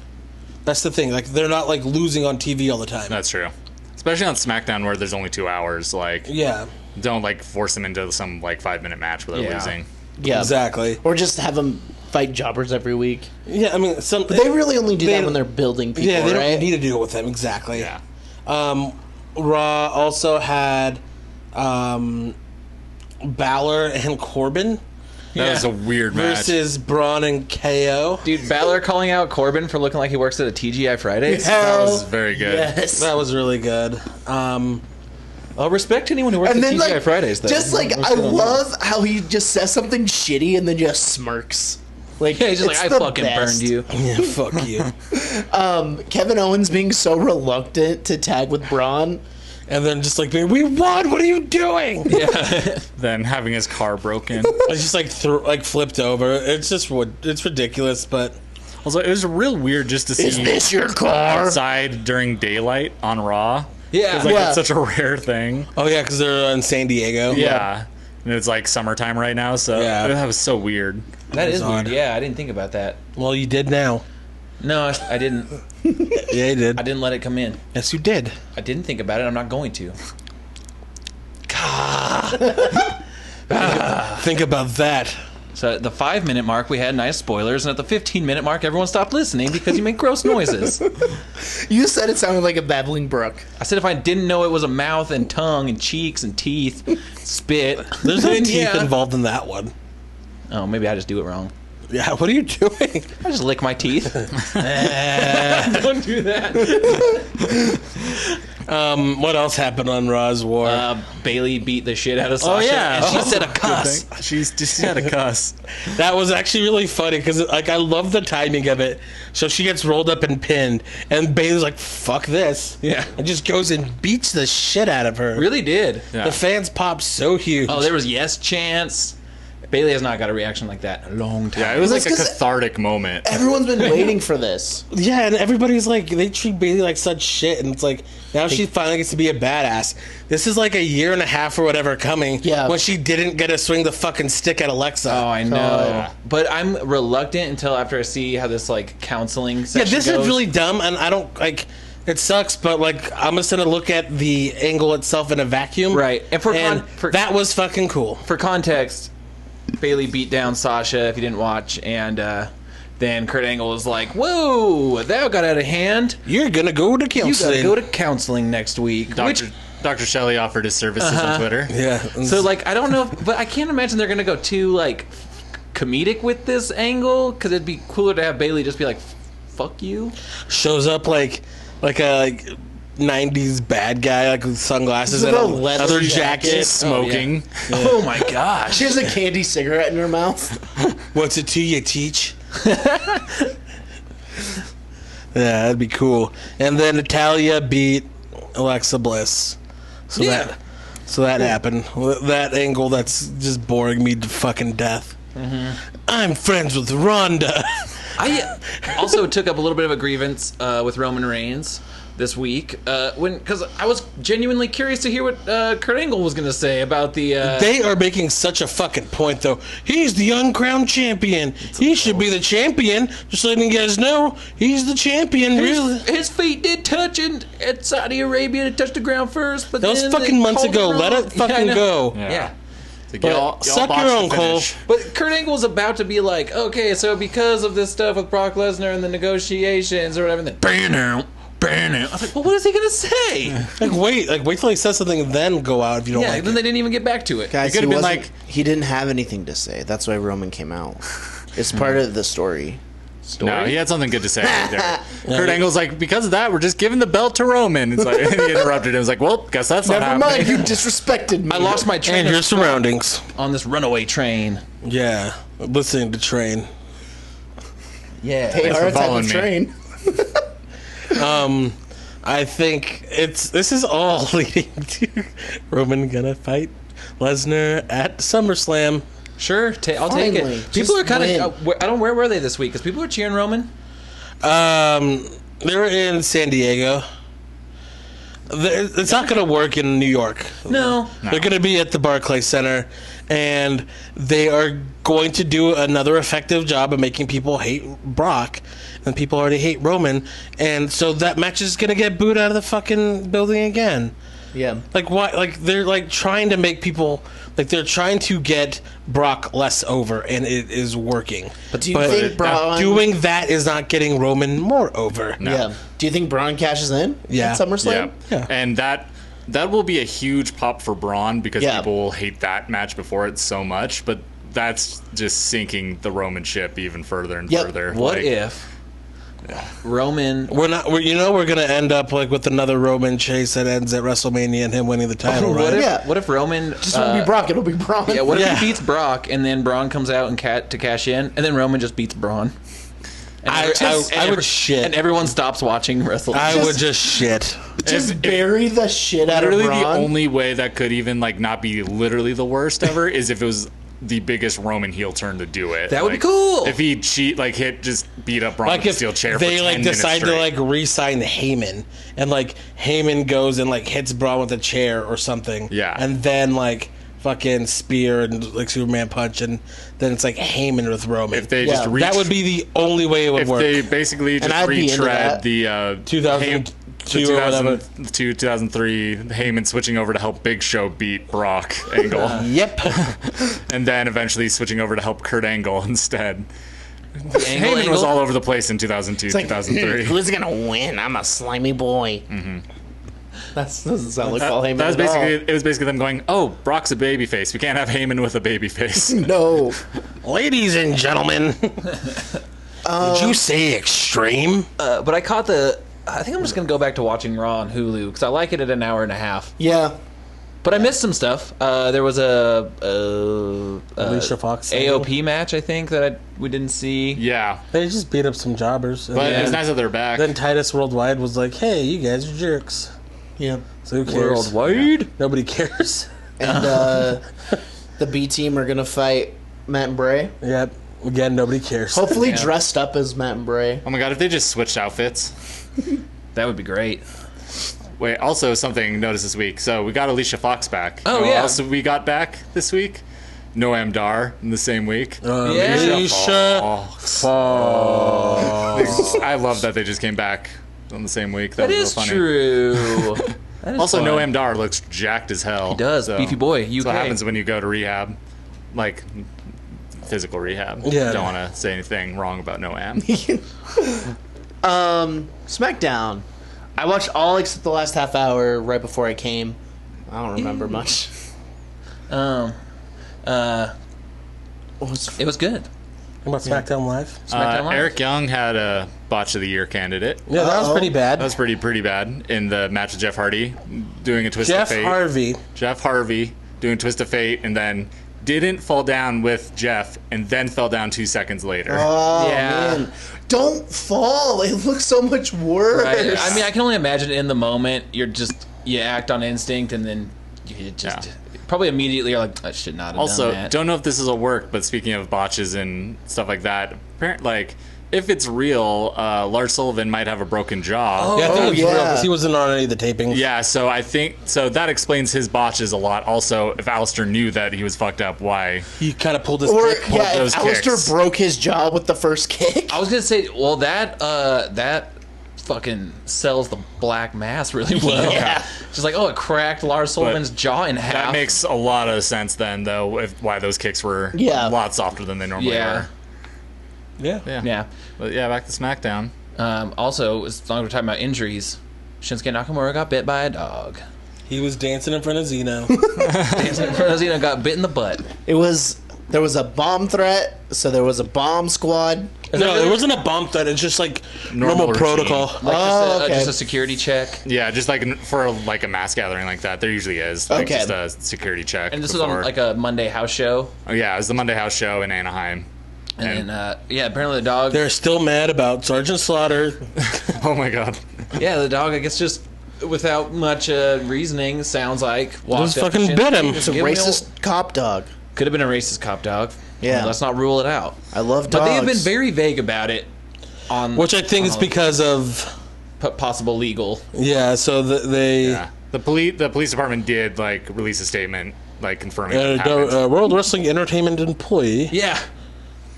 Speaker 5: That's the thing. Like they're not like losing on TV all the time.
Speaker 4: That's true. Especially on SmackDown where there's only two hours. Like,
Speaker 5: yeah,
Speaker 4: don't like force them into some like five minute match where they're
Speaker 6: Yeah.
Speaker 4: losing.
Speaker 3: Yeah,
Speaker 5: exactly.
Speaker 3: Or just have them fight jobbers every week.
Speaker 5: Yeah, I mean, some
Speaker 3: They really only do
Speaker 5: They-
Speaker 3: that when they're building people,
Speaker 5: yeah they
Speaker 3: right?
Speaker 5: don't need to deal with them exactly.
Speaker 4: Yeah.
Speaker 5: Um, Raw also had um, Balor and Corbin.
Speaker 4: That
Speaker 6: Yeah.
Speaker 4: was a weird match.
Speaker 5: versus Braun and KO.
Speaker 6: Dude, Balor calling out Corbin for looking like he works at a TGI Fridays.
Speaker 4: that was very good.
Speaker 3: Yes.
Speaker 5: That was really good. Um,
Speaker 6: I'll respect anyone who works
Speaker 3: and
Speaker 6: at
Speaker 3: then
Speaker 6: TGI
Speaker 3: like
Speaker 6: Fridays. Though.
Speaker 3: just like I love how he just says something shitty and then just smirks. Like
Speaker 6: yeah, he's just
Speaker 3: it's
Speaker 6: like I
Speaker 3: the
Speaker 6: fucking
Speaker 3: best.
Speaker 6: burned you.
Speaker 5: yeah, fuck you.
Speaker 3: Kevin Owens being so reluctant to tag with Braun.
Speaker 5: and then just like being, "We won! What are you doing?" Yeah.
Speaker 4: Then having his car broken.
Speaker 5: It's just like thr like flipped over. It's just rid- it's ridiculous, but
Speaker 4: also, it was real weird just to see
Speaker 3: Is this your car?
Speaker 4: outside during daylight on Raw.
Speaker 6: Yeah.
Speaker 4: It's like
Speaker 3: Yeah.
Speaker 4: it's such a rare thing.
Speaker 5: oh yeah, because they're in San Diego.
Speaker 4: Yeah. And it's like summertime right now, so
Speaker 5: Yeah.
Speaker 4: that was so weird.
Speaker 6: that is
Speaker 5: Bizarre.
Speaker 6: weird. Yeah, I didn't think about that.
Speaker 5: Well, you did now.
Speaker 6: No, I- I didn't.
Speaker 5: Yeah, you did.
Speaker 6: I didn't let it come in.
Speaker 5: Yes, you did.
Speaker 6: I didn't think about it. I'm not going to.
Speaker 5: Think about that.
Speaker 6: So at the five minute mark, we had nice spoilers, and at the 15 minute mark, everyone stopped listening because you make gross noises.
Speaker 3: You said it sounded like a babbling brook.
Speaker 6: I said if I didn't know it was a mouth and tongue and cheeks and teeth, spit.
Speaker 5: There's no
Speaker 6: then
Speaker 5: teeth
Speaker 6: yeah.
Speaker 5: involved in that one.
Speaker 6: Oh, maybe I just do it wrong.
Speaker 5: Yeah, what are you doing?
Speaker 6: I just lick my teeth. Don't do that.
Speaker 5: Um, what else happened on Raw's War?
Speaker 6: Uh, Bailey beat the shit out of Sasha,
Speaker 4: Oh, yeah.
Speaker 6: and she
Speaker 4: Oh,
Speaker 6: said a cuss.
Speaker 4: She's just had a cuss.
Speaker 5: that was actually really funny because like I love the timing of it. So she gets rolled up and pinned, and Bailey's like, "Fuck this!"
Speaker 6: Yeah.
Speaker 5: and just goes and beats the shit out of her.
Speaker 6: Really did.
Speaker 4: Yeah.
Speaker 5: The fans popped so huge.
Speaker 6: Oh, there was yes chance. Bailey has not got a reaction like that in a long time.
Speaker 4: Yeah, it was
Speaker 3: That's
Speaker 4: like a
Speaker 3: 'cause-
Speaker 4: cathartic moment.
Speaker 3: Everyone's been waiting for this.
Speaker 5: Yeah, and everybody's like, they treat Bailey like such shit, and it's like now she finally gets to be a badass. This is like a year and a half or whatever coming.
Speaker 3: Yeah.
Speaker 5: when she didn't get to swing the fucking stick at Alexa.
Speaker 6: Oh, I know.
Speaker 3: yeah.
Speaker 6: But I'm reluctant until after I see how this like counseling
Speaker 5: yeah,
Speaker 6: section
Speaker 5: this
Speaker 6: goes.
Speaker 5: is really dumb, and I don't like. It sucks, but like I'm just gonna look at the angle itself in a vacuum.
Speaker 6: Right, and
Speaker 5: and
Speaker 6: for con- for-
Speaker 5: that was fucking cool.
Speaker 6: for context. Bailey beat down Sasha if you didn't watch, and uh, then Kurt Angle was like, "Whoa, that got out of hand.
Speaker 5: You're gonna go to
Speaker 6: You gotta
Speaker 5: counseling.
Speaker 6: go to counseling next week." Which,
Speaker 4: Dr. Dr. Shelley offered his services on Twitter.
Speaker 5: yeah. Oh,
Speaker 6: so like, I don't know, if, but I can't imagine they're gonna go too like comedic with this angle because it'd be cooler to have Bailey just be like, "Fuck you."
Speaker 5: shows up like like a like, 90s bad guy like with sunglasses
Speaker 3: With
Speaker 5: and
Speaker 3: a
Speaker 5: a
Speaker 3: leather
Speaker 5: leather
Speaker 3: jacket.
Speaker 5: jacket.
Speaker 4: Smoking.
Speaker 6: Oh my gosh.
Speaker 3: She has a candy cigarette in her mouth.
Speaker 5: What's it to you teach? yeah, that'd be cool. And then Natalia beat Alexa Bliss. So
Speaker 6: Yeah.
Speaker 5: that so that happened. Well, That angle that's just boring me to fucking death. Mm-hmm. I'm friends with Rhonda.
Speaker 6: I also took up a little bit of a grievance uh, with Roman Reigns this week uh, when because I was genuinely curious to hear what uh, Kurt Angle was going to say about the. Uh,
Speaker 5: They are making such a fucking point, though. He's the uncrowned champion. He should be the champion. Just letting you guys know, he's the champion. Really,
Speaker 6: his, his feet did touch in at Saudi Arabia. It touched the ground first, but
Speaker 5: that was
Speaker 6: then they
Speaker 5: fucking months
Speaker 6: called
Speaker 5: ago.
Speaker 6: wrong.
Speaker 5: Let it
Speaker 6: Yeah, I
Speaker 5: fucking
Speaker 6: know.
Speaker 5: go.
Speaker 6: Yeah.
Speaker 4: Like,
Speaker 5: But
Speaker 4: y'all- y'all
Speaker 5: suck
Speaker 4: botched
Speaker 5: your
Speaker 4: the
Speaker 5: own, Cole.
Speaker 4: finish.
Speaker 6: But Kurt Angle's about to be like, okay, so because of this stuff with Brock Lesnar and the negotiations or whatever, and then ban out, ban out. I was like, well, what is he gonna say?
Speaker 5: Like wait, like wait till he says something, and then go out if you don't
Speaker 6: yeah,
Speaker 5: like
Speaker 6: then
Speaker 5: it.
Speaker 6: they didn't even get back to it.
Speaker 3: Guys,
Speaker 4: It could've
Speaker 3: he
Speaker 4: been
Speaker 3: wasn't-
Speaker 4: like-
Speaker 3: he didn't have anything to say. That's why Roman came out. It's part of the story.
Speaker 4: No, he had something good to say. right there. Kurt Angle's like, because of that, we're just giving the belt to Roman. It's like, he interrupted him. He's like, well, guess that's not
Speaker 3: Never
Speaker 4: happening.
Speaker 3: mind, you disrespected me.
Speaker 6: I lost my train
Speaker 5: and
Speaker 6: of
Speaker 5: your surroundings.
Speaker 6: on this runaway train.
Speaker 5: Yeah, listening to train.
Speaker 6: Yeah.
Speaker 3: They
Speaker 4: Thanks
Speaker 3: are
Speaker 4: for
Speaker 3: a type
Speaker 4: following
Speaker 3: of
Speaker 4: me.
Speaker 3: train.
Speaker 5: Um, I think it's this is all leading to Roman gonna fight Lesnar at SummerSlam.
Speaker 6: Sure, ta- I'll take
Speaker 3: Finally,
Speaker 6: it. People
Speaker 3: just
Speaker 6: are kind
Speaker 3: win.
Speaker 6: of. I don't. Where were they this week? Because people are cheering Roman.
Speaker 5: Um, they're in San Diego. They're- It's not going to work in New York.
Speaker 6: No.
Speaker 5: They're going to be at the Barclay Center, and they are going to do another effective job of making people hate Brock, and people already hate Roman, and so that match is going to get booed out of the fucking building again.
Speaker 3: Yeah.
Speaker 5: Like why? Like they're like trying to make people like they're trying to get Brock less over, and it is working.
Speaker 3: But do you think Braun
Speaker 5: doing that is not getting Roman more over?
Speaker 3: Yeah. Do you think Braun cashes in?
Speaker 5: Yeah.
Speaker 3: At SummerSlam?
Speaker 4: Yeah.
Speaker 5: Yeah.
Speaker 4: And that that will be a huge pop for Braun because
Speaker 3: Yeah.
Speaker 4: people will hate that match before it so much, but that's just sinking the Roman ship even further and
Speaker 3: Yep.
Speaker 4: further.
Speaker 6: What
Speaker 4: Like,
Speaker 6: if Roman?
Speaker 5: We're not. We're, you know, we're gonna end up like with another Roman chase that ends at WrestleMania and him winning the
Speaker 3: Oh,
Speaker 5: title,
Speaker 6: What
Speaker 5: right?
Speaker 6: if?
Speaker 3: Yeah.
Speaker 6: What if Roman?
Speaker 3: Just won't be
Speaker 6: uh,
Speaker 3: Brock. It'll be Braun.
Speaker 6: Yeah. What if
Speaker 5: Yeah.
Speaker 6: he beats Brock and then Braun comes out and cat to cash in, and then Roman just beats Braun? And
Speaker 5: I-
Speaker 6: every-
Speaker 5: I-
Speaker 6: and
Speaker 5: I would
Speaker 6: every-
Speaker 5: shit.
Speaker 6: And everyone stops watching wrestling.
Speaker 5: I would just shit.
Speaker 3: Just bury the shit out of
Speaker 4: literally
Speaker 3: Braun.
Speaker 4: the only way that could even like not be literally the worst ever is if it was the biggest Roman heel turn to do it.
Speaker 6: That would be
Speaker 4: Like,
Speaker 6: cool.
Speaker 4: If he cheat like hit just beat up Braun
Speaker 5: Like
Speaker 4: with a
Speaker 5: if
Speaker 4: steel chair.
Speaker 5: they
Speaker 4: for
Speaker 5: like
Speaker 4: 10 minutes
Speaker 5: decide to
Speaker 4: straight.
Speaker 5: like re-sign Heyman, and like Heyman goes and like hits Braun with a chair or something.
Speaker 4: Yeah.
Speaker 5: and then like fucking spear and like Superman punch, and then it's like Heyman with Roman.
Speaker 4: if they just
Speaker 3: Yeah,
Speaker 4: reach,
Speaker 5: that would be the only way it would
Speaker 4: if
Speaker 5: work.
Speaker 4: they basically just
Speaker 3: I'd be into
Speaker 4: retread
Speaker 3: that.
Speaker 4: the uh,
Speaker 5: 2002
Speaker 4: Hey-
Speaker 5: or whatever.
Speaker 4: 2002, 2003 Heyman switching over to help Big Show beat Brock Angle,
Speaker 5: yep.
Speaker 4: and then eventually switching over to help Kurt Angle instead.
Speaker 6: Angle,
Speaker 4: Heyman was
Speaker 6: angle.
Speaker 4: all over the place in 2002,
Speaker 3: It's like,
Speaker 4: 2003.
Speaker 3: Who's gonna win? I'm a slimy boy. That's doesn't sound like Paul Heyman.
Speaker 4: Mm-hmm. That was
Speaker 3: at all.
Speaker 4: basically it. Was basically them going, "Oh, Brock's a baby face. We can't have Heyman with a baby face."
Speaker 3: no.
Speaker 5: Ladies and gentlemen, would
Speaker 3: Um,
Speaker 5: you say extreme?
Speaker 6: Uh, but I caught the. I think I'm just gonna go back to watching Raw on Hulu because I like it at an hour and a half.
Speaker 3: Yeah.
Speaker 6: But I missed some stuff. Uh, there was a, a, a
Speaker 5: Alicia Fox
Speaker 6: AOP match, I think that I, we didn't see.
Speaker 4: yeah,
Speaker 5: They just beat up some jobbers. and
Speaker 4: but
Speaker 5: then-
Speaker 4: it's nice that they're back.
Speaker 5: Then Titus Worldwide was like, "Hey, you guys are jerks."
Speaker 3: Yeah.
Speaker 5: So who cares?
Speaker 6: Worldwide.
Speaker 5: Nobody cares.
Speaker 3: And uh, the B team are gonna fight Matt and Bray.
Speaker 5: yep. Again, nobody cares.
Speaker 3: Hopefully dressed up as Matt and Bray.
Speaker 4: oh my god, if they just switched outfits.
Speaker 6: That would be great.
Speaker 4: Wait, also something noticed this week. So we got Alicia Fox back.
Speaker 6: Oh,
Speaker 4: You know what
Speaker 6: yeah.
Speaker 4: else we got back this week. Noam Dar in the same week.
Speaker 5: Um,
Speaker 6: Yeah.
Speaker 5: Alicia
Speaker 4: Fox.
Speaker 5: Fox.
Speaker 4: I love that they just came back on the same week. That,
Speaker 6: That
Speaker 4: was real
Speaker 6: is
Speaker 4: funny.
Speaker 6: true. That is
Speaker 4: Also,
Speaker 6: fun.
Speaker 4: Noam Dar looks jacked as hell. He
Speaker 6: does. Beefy boy,
Speaker 4: That's what
Speaker 6: UK.
Speaker 4: happens when you go to rehab, like physical rehab.
Speaker 5: Yeah.
Speaker 4: Don't want to say anything wrong about Noam.
Speaker 3: Um, SmackDown. I watched all except the last half hour right before I came. I don't remember much.
Speaker 6: Um, uh,
Speaker 3: What was-
Speaker 6: it was good.
Speaker 5: What about SmackDown Live?
Speaker 6: SmackDown
Speaker 4: uh,
Speaker 6: Live.
Speaker 4: Eric Young had a botch of the year candidate.
Speaker 5: Yeah, that was
Speaker 3: Uh-oh.
Speaker 5: pretty bad.
Speaker 4: That was pretty pretty bad in the match with Jeff Hardy, doing a twist
Speaker 5: Jeff
Speaker 4: of fate.
Speaker 5: Harvey.
Speaker 4: Jeff Harvey doing twist of fate, and then didn't fall down with Jeff, and then fell down two seconds later.
Speaker 3: Oh
Speaker 6: Yeah.
Speaker 3: man! Don't fall. It looks so much worse.
Speaker 6: I, I mean, I can only imagine in the moment you're just you act on instinct and then you just
Speaker 4: Yeah.
Speaker 6: probably immediately are like I should not have
Speaker 4: Also,
Speaker 6: done that.
Speaker 4: don't know if this is a work, but speaking of botches and stuff like that, apparent like if it's real, uh, Lars Sullivan might have a broken
Speaker 3: Oh.
Speaker 4: jaw.
Speaker 5: Oh, Yeah, I think it was
Speaker 3: yeah.
Speaker 5: real 'cause he wasn't on any of the tapings.
Speaker 4: Yeah, so I think so that explains his botches a lot. Also, if Alistair knew that he was fucked up, why?
Speaker 5: He kind of pulled his
Speaker 3: or
Speaker 5: kick.
Speaker 3: yeah,
Speaker 4: those
Speaker 3: if Alistair
Speaker 4: kicks.
Speaker 3: broke his jaw with the first kick.
Speaker 6: I was gonna say, well, that uh, that fucking sells the black mass really well.
Speaker 3: Yeah.
Speaker 6: Just like, oh, it cracked Lars Sullivan's jaw in half.
Speaker 4: That makes a lot of sense then, though, if, why those kicks were
Speaker 3: Yeah.
Speaker 4: a lot softer than they normally
Speaker 6: yeah,
Speaker 4: are.
Speaker 5: Yeah.
Speaker 4: Yeah.
Speaker 6: yeah.
Speaker 4: But yeah, back to SmackDown.
Speaker 6: Um, also, as long as we're talking about injuries, Shinsuke Nakamura got bit by a dog.
Speaker 5: He was dancing in front of Zeno.
Speaker 6: Fernandino got bit in the butt.
Speaker 3: It was there was a bomb threat, so there was a bomb squad.
Speaker 5: no, there wasn't a bump that it's just like
Speaker 4: Normal
Speaker 5: normal,
Speaker 4: routine.
Speaker 5: protocol.
Speaker 3: Oh,
Speaker 6: Like just, a, uh,
Speaker 3: okay.
Speaker 6: just a security check.
Speaker 4: Yeah, just like n- for like a mass gathering like that, there usually is like
Speaker 3: Okay.
Speaker 4: just a security check.
Speaker 6: And this was
Speaker 4: before.
Speaker 6: on like a Monday house show.
Speaker 4: Oh, yeah, it was the Monday House show in Anaheim.
Speaker 6: And,
Speaker 4: And-
Speaker 6: then, uh, yeah, apparently the dog.
Speaker 5: They're still mad about Sergeant Slaughter.
Speaker 4: Oh my god.
Speaker 6: Yeah, the dog, I guess, just without much uh, reasoning, sounds like.
Speaker 5: Just fucking bit him.
Speaker 3: It's a racist cop dog.
Speaker 6: Could have been a racist cop dog.
Speaker 3: Yeah.
Speaker 6: Well, let's not rule it out.
Speaker 3: I love
Speaker 6: But
Speaker 3: dogs.
Speaker 6: they have been very vague about it on
Speaker 5: Which I think is
Speaker 6: Oh.
Speaker 5: because of
Speaker 6: p- possible legal.
Speaker 5: yeah. So the, they
Speaker 4: Yeah. The police the police department did like release a statement like confirming
Speaker 5: uh,
Speaker 4: it happened.
Speaker 5: the, uh, World Wrestling Entertainment employee
Speaker 6: Yeah.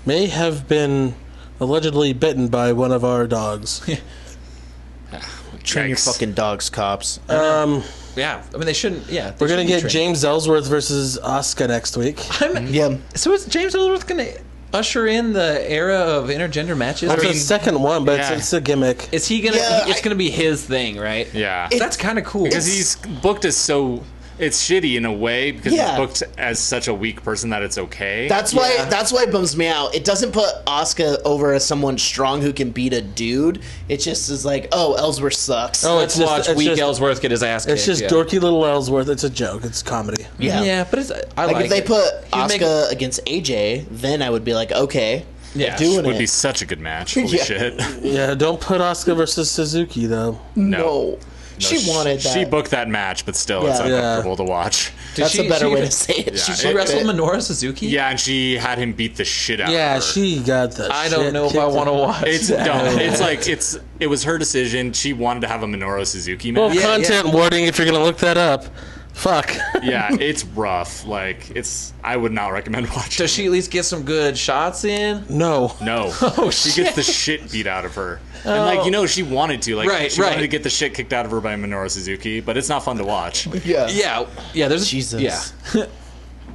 Speaker 5: may have been allegedly bitten by one of our dogs.
Speaker 4: uh,
Speaker 3: train your
Speaker 4: Yikes.
Speaker 3: fucking dogs, cops.
Speaker 5: Um,
Speaker 6: Yeah. I mean, they shouldn't. Yeah. they
Speaker 5: we're gonna
Speaker 6: shouldn't be
Speaker 5: get
Speaker 6: trained.
Speaker 5: James Ellsworth versus Asuka next week.
Speaker 6: I'm-
Speaker 3: yeah,
Speaker 6: So is James Ellsworth going to usher in the era of intergender matches?
Speaker 5: It's
Speaker 6: Or
Speaker 5: the second one, but
Speaker 4: yeah.
Speaker 5: it's, it's a gimmick.
Speaker 6: is he going to.
Speaker 3: Yeah,
Speaker 6: it's
Speaker 3: I-
Speaker 6: going to be his thing, right?
Speaker 4: yeah.
Speaker 6: That's kind of cool.
Speaker 4: Because he's booked as so it's shitty in a way because
Speaker 3: Yeah.
Speaker 4: he's booked as such a weak person that it's okay.
Speaker 3: that's why
Speaker 5: Yeah.
Speaker 3: that's why it bums me out. It doesn't put Oscar over as someone strong who can beat a dude. It just is like, oh, Ellsworth sucks.
Speaker 5: Oh,
Speaker 6: Let's
Speaker 5: it's just-
Speaker 6: watch
Speaker 5: it's
Speaker 6: Weak
Speaker 5: just-
Speaker 6: Ellsworth get his ass kicked.
Speaker 5: It's just
Speaker 6: yeah.
Speaker 5: dorky little Ellsworth. It's a joke. It's comedy.
Speaker 3: yeah.
Speaker 6: Yeah, but it's I like,
Speaker 3: Like, if they
Speaker 6: it.
Speaker 3: put
Speaker 6: He'd
Speaker 3: Oscar
Speaker 6: make-
Speaker 3: against AJ, then I would be like, okay.
Speaker 6: Yeah.
Speaker 3: doing
Speaker 4: Would
Speaker 3: it.
Speaker 4: be such a good match. Holy
Speaker 3: Yeah.
Speaker 4: shit.
Speaker 5: Yeah, don't put Oscar versus Suzuki though.
Speaker 3: no,
Speaker 4: No.
Speaker 3: she wanted that.
Speaker 4: She booked that match, but still, it's
Speaker 3: Yeah. Yeah.
Speaker 4: uncomfortable to watch.
Speaker 6: Did
Speaker 3: That's a better way
Speaker 6: even-
Speaker 3: to say it.
Speaker 4: Yeah,
Speaker 3: she
Speaker 6: She
Speaker 4: it-
Speaker 3: booked
Speaker 6: wrestled
Speaker 3: it.
Speaker 6: Minoru Suzuki.
Speaker 4: Yeah, and she had him beat the shit out.
Speaker 5: Yeah,
Speaker 4: of her.
Speaker 5: she got that.
Speaker 6: I don't know if I want to watch.
Speaker 4: It's
Speaker 6: that.
Speaker 4: dumb. It's like it's it was her decision. She wanted to have a Minoru Suzuki match.
Speaker 5: to. Content warning if you're gonna look that up. Fuck.
Speaker 4: yeah, it's rough. Like it's I would not recommend watching.
Speaker 6: Does she at least get some good shots in?
Speaker 5: no.
Speaker 4: No. Oh, she gets the shit beat out of her. And like you know, she wanted to like
Speaker 6: Right,
Speaker 4: she
Speaker 6: right.
Speaker 4: wanted to get the shit kicked out of her by Minoru Suzuki, but it's not fun to watch.
Speaker 3: Yeah.
Speaker 6: Yeah, yeah. There's
Speaker 3: Jesus.
Speaker 6: Yeah.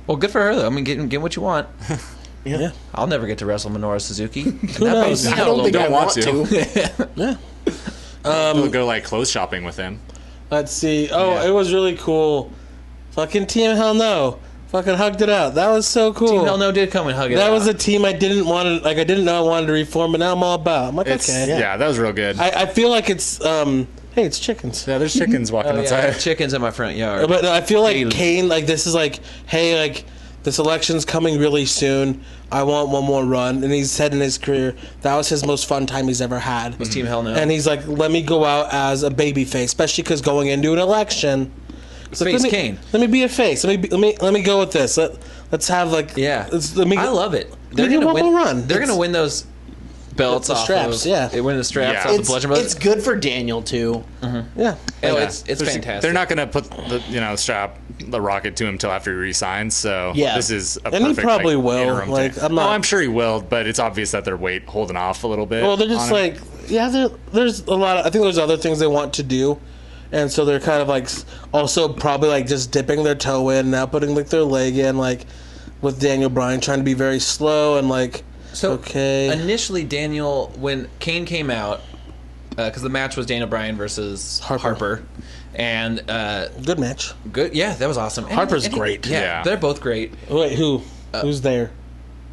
Speaker 6: well, good for her though. I mean, get get what you want.
Speaker 3: Yeah.
Speaker 6: I'll never get to wrestle Minoru Suzuki.
Speaker 5: Who knows?
Speaker 3: I don't think
Speaker 4: Don't
Speaker 3: I
Speaker 4: want
Speaker 3: want
Speaker 4: to.
Speaker 3: to.
Speaker 5: Yeah.
Speaker 4: We'll go like clothes shopping with him.
Speaker 5: Let's see. Oh,
Speaker 4: Yeah.
Speaker 5: it was really cool. Fucking team hell no. Fucking hugged it out. That was so cool.
Speaker 6: Hell no, did come and hug it.
Speaker 5: That
Speaker 6: out.
Speaker 5: was a team I didn't want to like. I didn't know I wanted to reform, but now I'm all about. I'm like,
Speaker 4: It's
Speaker 5: okay.
Speaker 4: yeah. that was real good.
Speaker 5: I, I feel like it's um. Hey, it's chickens.
Speaker 4: yeah, there's chickens walking
Speaker 6: Oh, yeah, I
Speaker 4: outside.
Speaker 6: have chickens in my front yard.
Speaker 5: But I feel like
Speaker 6: Really?
Speaker 5: Kane, like this is like, hey, like this election's coming really soon. I want one more run, and he said in his career that was his most fun time he's ever had. Was
Speaker 6: Team Hell No.
Speaker 5: And he's like, let me go out as a baby face, especially because going into an election. So
Speaker 6: Face
Speaker 5: let me,
Speaker 6: Kane.
Speaker 5: Let me be a face. Let me be, let me let me go with this. Let, let's have like
Speaker 6: yeah,
Speaker 5: Let's, let me,
Speaker 6: I love it. They're
Speaker 5: Maybe
Speaker 6: gonna
Speaker 5: one
Speaker 6: win.
Speaker 5: more run.
Speaker 6: They're gonna
Speaker 5: It's-
Speaker 6: win those belts
Speaker 5: The
Speaker 6: off
Speaker 5: straps,
Speaker 6: Of,
Speaker 5: yeah.
Speaker 6: they win the straps
Speaker 4: Yeah.
Speaker 6: off
Speaker 4: It's-
Speaker 6: the Bludgeon Brothers.
Speaker 3: It's good for Daniel too.
Speaker 5: Yeah.
Speaker 6: oh,
Speaker 4: Yeah.
Speaker 6: it's it's
Speaker 4: Especially-
Speaker 6: fantastic.
Speaker 4: They're not going to put the you know strap the rocket to him till after he resigns. So
Speaker 3: Yeah.
Speaker 4: this is a
Speaker 5: And he
Speaker 4: perfect,
Speaker 5: probably
Speaker 4: like,
Speaker 5: will,
Speaker 4: interim
Speaker 5: like,
Speaker 4: thing.
Speaker 5: I'm not-
Speaker 4: Oh, I'm sure he will, but it's obvious that they're wait holding off a little bit.
Speaker 5: Well, they're
Speaker 4: on
Speaker 5: just
Speaker 4: him.
Speaker 5: like, yeah, there, there's a lot of, I think there's other things they want to do. And so they're kind of like s- also probably like just dipping their toe in, now putting like their leg in, like with Daniel Bryan trying to be very slow and like,
Speaker 6: So
Speaker 5: okay.
Speaker 6: Initially, Daniel, when Kane came out, because the match was Daniel Bryan versus Harper, and uh,
Speaker 5: Good match.
Speaker 6: good, yeah, that was awesome. And-
Speaker 5: Harper's
Speaker 6: and he-
Speaker 5: great.
Speaker 6: Yeah,
Speaker 4: Yeah.
Speaker 6: they're both great.
Speaker 5: Wait, who? Who's there?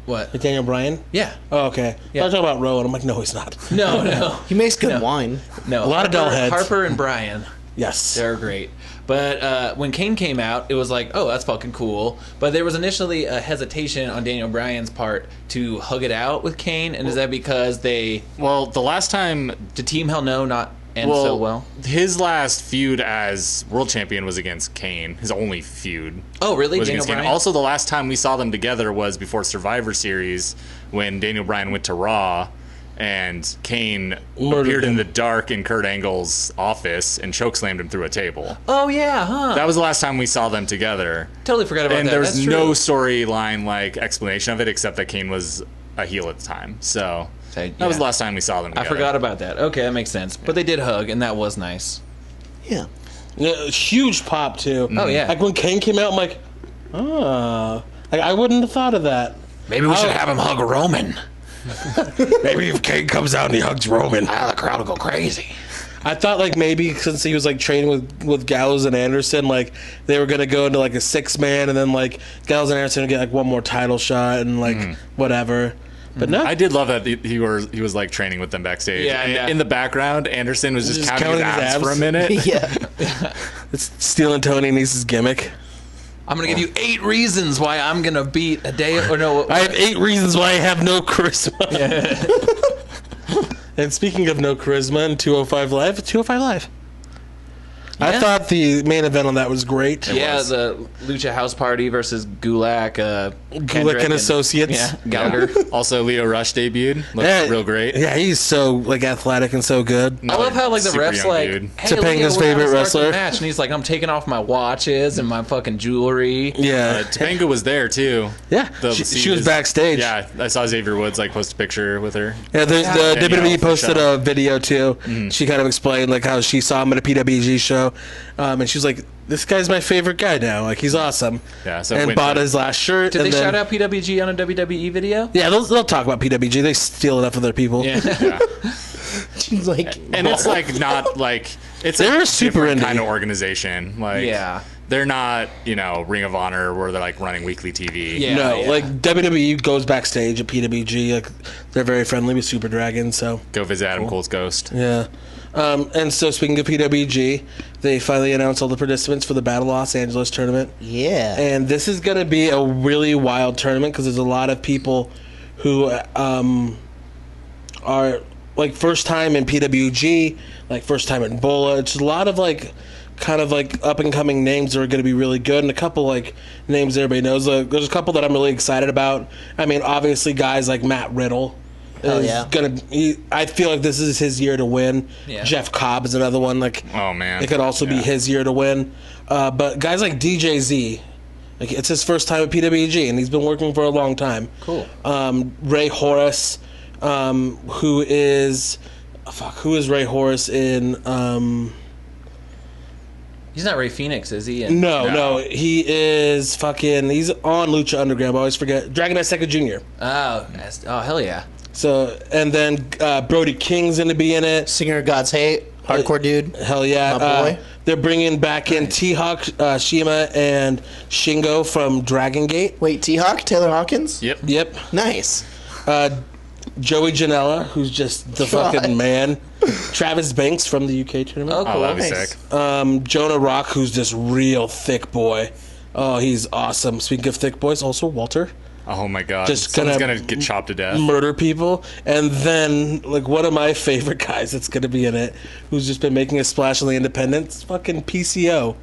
Speaker 6: What?
Speaker 5: Daniel Bryan?
Speaker 6: Yeah.
Speaker 5: Oh, okay.
Speaker 6: Yeah.
Speaker 5: I was talking about Rowan. I'm like, no, he's not.
Speaker 6: No, no,
Speaker 3: He makes good wine.
Speaker 6: no. A
Speaker 5: lot of dull heads.
Speaker 6: Harper and Bryan.
Speaker 5: Yes.
Speaker 6: They're great. But uh, when Kane came out, it was like, oh, that's fucking cool. But there was initially a hesitation on Daniel Bryan's part to hug it out with Kane. And is that because they
Speaker 4: well, the last time
Speaker 6: did Team Hell No not end
Speaker 4: well,
Speaker 6: so well?
Speaker 4: his last feud as world champion was against Kane. His only feud.
Speaker 6: Oh, really?
Speaker 4: was
Speaker 6: Daniel
Speaker 4: against Kane.
Speaker 6: Bryan.
Speaker 4: Also, the last time we saw them together was before Survivor Series when Daniel Bryan went to Raw and Kane
Speaker 5: Murdered
Speaker 4: appeared in
Speaker 5: him.
Speaker 4: the dark in Kurt Angle's office and chokeslammed him through a table.
Speaker 6: oh yeah, huh?
Speaker 4: That was the last time we saw them together.
Speaker 6: totally forgot about
Speaker 4: And
Speaker 6: that.
Speaker 4: there's
Speaker 6: That's
Speaker 4: no
Speaker 6: true.
Speaker 4: storyline like explanation of it except that Kane was a heel at the time. So
Speaker 6: So,
Speaker 4: that was
Speaker 6: yeah.
Speaker 4: the last time we saw them
Speaker 6: I
Speaker 4: together.
Speaker 6: forgot about that. Okay, that makes sense. But they did hug, and that was nice.
Speaker 3: Yeah.
Speaker 5: Yeah, huge pop, too.
Speaker 6: Oh yeah.
Speaker 5: Like when Kane came out, I'm like, oh. Like I wouldn't have thought of that.
Speaker 6: Maybe we
Speaker 5: should
Speaker 6: have him hug Roman.
Speaker 5: Maybe if Kane comes out and he hugs Roman.
Speaker 6: Ah, the crowd will go crazy.
Speaker 5: I thought like maybe since he was like training with with Gallows and Anderson, like they were gonna go into like a six man, and then like Gallows and Anderson would get like one more title shot and like
Speaker 6: Hmm.
Speaker 5: whatever. But no,
Speaker 4: I did love that he, he was he was like training with them backstage.
Speaker 6: Yeah,
Speaker 4: And
Speaker 6: yeah.
Speaker 4: In the background, Anderson was just,
Speaker 5: Just
Speaker 4: counting, his
Speaker 5: counting his
Speaker 4: abs, for a
Speaker 5: abs.
Speaker 4: minute.
Speaker 3: Yeah.
Speaker 5: it's stealing Tony Nese's gimmick.
Speaker 6: I'm gonna give you eight reasons why I'm gonna beat a day or no.
Speaker 5: I have eight reasons why I have no charisma. and speaking of no charisma and 205 Live, 205 Live. I
Speaker 6: Yeah.
Speaker 5: thought the main event on that was great.
Speaker 6: yeah, the Lucha House Party versus Gulak. Uh, Kendrick
Speaker 5: and Associates.
Speaker 6: Yeah, Gallagher.
Speaker 4: also, Leo Rush debuted. Looked
Speaker 5: Yeah,
Speaker 4: real great.
Speaker 5: Yeah, he's so like athletic and so good.
Speaker 6: I love how like the
Speaker 4: Super
Speaker 6: refs
Speaker 4: young
Speaker 6: like
Speaker 4: dude.
Speaker 6: hey, look
Speaker 5: Topanga's
Speaker 6: at where I
Speaker 5: favorite
Speaker 6: was at the
Speaker 5: wrestler.
Speaker 6: match, and he's like, I'm taking off my watches and my fucking jewelry.
Speaker 5: Yeah.
Speaker 4: Uh, Topanga was there too.
Speaker 5: Yeah,
Speaker 4: The-
Speaker 5: she, she was backstage.
Speaker 4: Yeah, I saw Xavier Woods like post a picture with her.
Speaker 5: Yeah, the, the
Speaker 4: Yeah,
Speaker 5: WWE
Speaker 4: yeah, for
Speaker 5: posted
Speaker 4: sure.
Speaker 5: a video too.
Speaker 4: Mm-hmm.
Speaker 5: She kind of explained like how she saw him at a PWG show, um, and she was like, "This guy's my favorite guy now. Like he's awesome."
Speaker 4: Yeah, so
Speaker 5: and
Speaker 4: win-
Speaker 5: bought his last shirt.
Speaker 6: Did
Speaker 5: and
Speaker 6: they
Speaker 5: then-
Speaker 6: shout out PWG on a WWE video?
Speaker 5: Yeah, they'll, they'll talk about PWG. They steal enough of their people.
Speaker 4: Yeah.
Speaker 3: She's like
Speaker 4: and it's like not like it's
Speaker 5: They're a super
Speaker 4: different
Speaker 5: indie.
Speaker 4: kind of organization. Like
Speaker 6: Yeah.
Speaker 4: they're not you know Ring of Honor where they're like running weekly TV.
Speaker 6: Yeah.
Speaker 5: no, like WWE goes backstage at PWG. Like they're very friendly with Super Dragon. So
Speaker 4: Go visit Adam Cole's ghost.
Speaker 5: yeah. Um, and so speaking of PWG, they finally announced all the participants for the Battle of Los Angeles tournament.
Speaker 3: Yeah.
Speaker 5: And this is going to be a really wild tournament because there's a lot of people who um, are like first time in PWG, like first time in Bola. It's a lot of like kind of like up and coming names that are going to be really good, and a couple like names everybody knows. Uh, there's a couple that I'm really excited about. I mean, obviously guys like Matt Riddle.
Speaker 3: Hell
Speaker 5: is
Speaker 3: yeah.
Speaker 5: gonna. He, I feel like this is his year to win.
Speaker 6: Yeah.
Speaker 5: Jeff Cobb is another one. Like,
Speaker 4: Oh, man.
Speaker 5: it could also be
Speaker 4: Yeah.
Speaker 5: his year to win. Uh, but guys like DJZ, like it's his first time at PWG, and he's been working for a long time.
Speaker 6: Cool.
Speaker 5: Um, Ray Horace, um, who is fuck, who is Ray Horace in? Um,
Speaker 6: He's not Ray Phoenix, is he? And-
Speaker 5: no, no,
Speaker 4: No.
Speaker 5: he is fucking. He's on Lucha Underground. I always forget. Dragon Knight Second Jr.
Speaker 6: Oh, that's- oh, hell yeah.
Speaker 5: So and then uh, Brody King's gonna be in it.
Speaker 3: Singer of God's Hate, hardcore dude.
Speaker 5: Hell yeah!
Speaker 3: My
Speaker 5: Uh,
Speaker 3: boy.
Speaker 5: they're bringing back in T Hawk, uh, Shima, and Shingo from Dragon Gate.
Speaker 3: Wait, T Hawk, Taylor Hawkins.
Speaker 4: Yep.
Speaker 5: Yep.
Speaker 3: Nice.
Speaker 5: Uh, Joey Janela, who's just the
Speaker 3: God.
Speaker 5: fucking man. Travis Banks from the UK
Speaker 6: Oh,
Speaker 5: tournament.
Speaker 6: cool.
Speaker 4: Oh, that'd be
Speaker 3: Nice.
Speaker 4: sick.
Speaker 5: Um, Jonah Rock, who's this real thick boy. Oh, he's awesome. Speaking of thick boys, also Walter.
Speaker 4: Oh my god.
Speaker 5: Just
Speaker 4: Someone's
Speaker 5: gonna-
Speaker 4: gonna get chopped to death.
Speaker 5: Murder people. And then, like, one of my favorite guys that's going to be in it, who's just been making a splash on the independents, fucking PCO.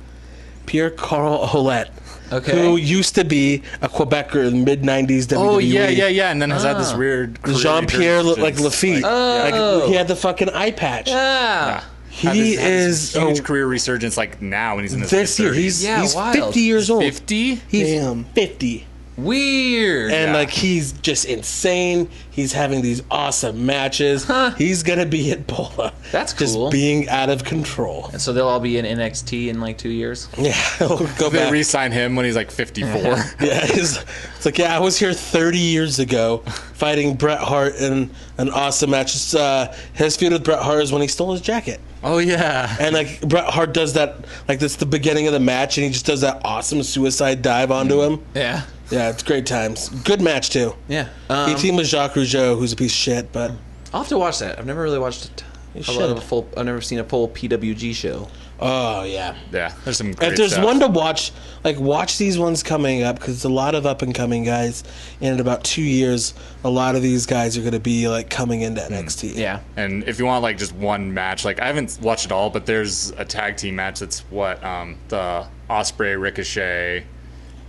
Speaker 5: Pierre Carl Olette.
Speaker 6: Okay.
Speaker 5: Who used to be a Quebecer in mid 90s WWE.
Speaker 4: Oh yeah, yeah, yeah, and then has had this
Speaker 6: Ah.
Speaker 4: weird career
Speaker 5: Jean Pierre looked like
Speaker 4: resurgence,
Speaker 5: Lafitte. Like,
Speaker 6: Oh.
Speaker 5: he had the fucking eye patch.
Speaker 6: Yeah.
Speaker 4: had
Speaker 5: He
Speaker 4: this- had this
Speaker 5: is
Speaker 4: huge
Speaker 5: oh,
Speaker 4: career resurgence like now when he's in his
Speaker 5: this year.
Speaker 4: 30s.
Speaker 5: He's
Speaker 6: Yeah,
Speaker 5: he's
Speaker 6: wild.
Speaker 5: fifty years old.
Speaker 4: 50?
Speaker 5: He's
Speaker 3: Damn.
Speaker 5: fifty,
Speaker 6: Weird.
Speaker 5: and
Speaker 4: Yeah.
Speaker 5: like he's just insane. He's having these awesome matches. He's gonna be at Bola.
Speaker 6: That's
Speaker 5: just
Speaker 6: cool.
Speaker 5: being out of control.
Speaker 6: so they'll all be in NXT in like two years.
Speaker 5: Yeah, he'll go
Speaker 4: They
Speaker 5: back.
Speaker 4: re-sign him when he's like 54.
Speaker 5: yeah, he's- it's like yeah, I was here thirty years ago fighting Bret Hart in an awesome match. It's, uh, his feud with Bret Hart is when he stole his jacket.
Speaker 4: oh yeah.
Speaker 5: And like Bret Hart does that, like that's the beginning of the match, and he just does that awesome suicide dive onto him.
Speaker 6: Yeah.
Speaker 5: Yeah, it's great times. Good match too.
Speaker 6: Yeah.
Speaker 5: He
Speaker 6: Um,
Speaker 5: teamed with Jacques Rougeau, who's a piece of shit, but
Speaker 6: I'll have to watch that. I've never really watched a, a lot
Speaker 5: should.
Speaker 6: of a full. I've never seen a full PWG show.
Speaker 5: oh yeah.
Speaker 4: Yeah. There's some great
Speaker 5: If there's
Speaker 4: stuff.
Speaker 5: one to watch, like watch these ones coming up because it's a lot of up and coming guys, and in about two years, a lot of these guys are going to be like coming into NXT.
Speaker 6: Yeah.
Speaker 4: And if you want like just one match, like I haven't watched it all, but there's a tag team match that's what um the Osprey Ricochet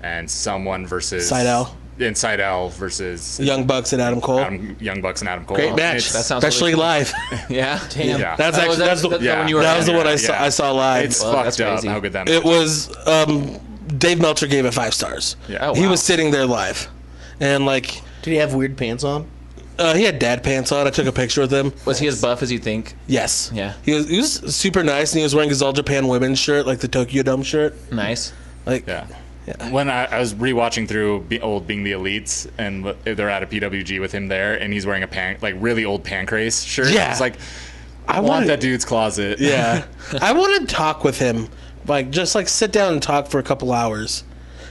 Speaker 4: and someone versus
Speaker 5: Seidel.
Speaker 4: Inside L versus
Speaker 5: Young Bucks and Adam Cole,
Speaker 4: Adam, Young Bucks and Adam Cole.
Speaker 5: great match,
Speaker 4: It's-
Speaker 6: That sounds
Speaker 5: especially
Speaker 6: really cool.
Speaker 5: live.
Speaker 6: Yeah. Damn.
Speaker 4: Yeah.
Speaker 5: That's
Speaker 6: Oh,
Speaker 5: actually
Speaker 6: was that-
Speaker 5: that's the
Speaker 6: that- that
Speaker 4: yeah.
Speaker 6: one you were
Speaker 5: that
Speaker 6: at?
Speaker 5: was the one I saw.
Speaker 4: Yeah.
Speaker 5: I saw live.
Speaker 4: It's
Speaker 6: Well, that's
Speaker 4: fucked up
Speaker 6: crazy.
Speaker 4: how good that match
Speaker 5: It was um, Dave Meltzer gave it five stars.
Speaker 4: Yeah.
Speaker 6: Oh,
Speaker 5: He
Speaker 6: wow.
Speaker 5: was sitting there live, and like
Speaker 3: Did he have weird pants on?
Speaker 5: uh, he had dad pants on. I took a picture with him.
Speaker 6: Was he as buff as you think?
Speaker 5: Yes.
Speaker 6: Yeah.
Speaker 5: He was, he was super nice, and he was wearing his All Japan Women's shirt, like the Tokyo Dome shirt.
Speaker 6: Nice.
Speaker 5: Like
Speaker 4: Yeah. When I, I was rewatching through be, old being the elites, and l- they're at a PWG with him there, and he's wearing a pan like really old pancrase shirt.
Speaker 5: Yeah.
Speaker 4: it's like I
Speaker 5: wanted-
Speaker 4: want that dude's closet.
Speaker 5: yeah, I want to talk with him. Like just like sit down and talk for a couple hours.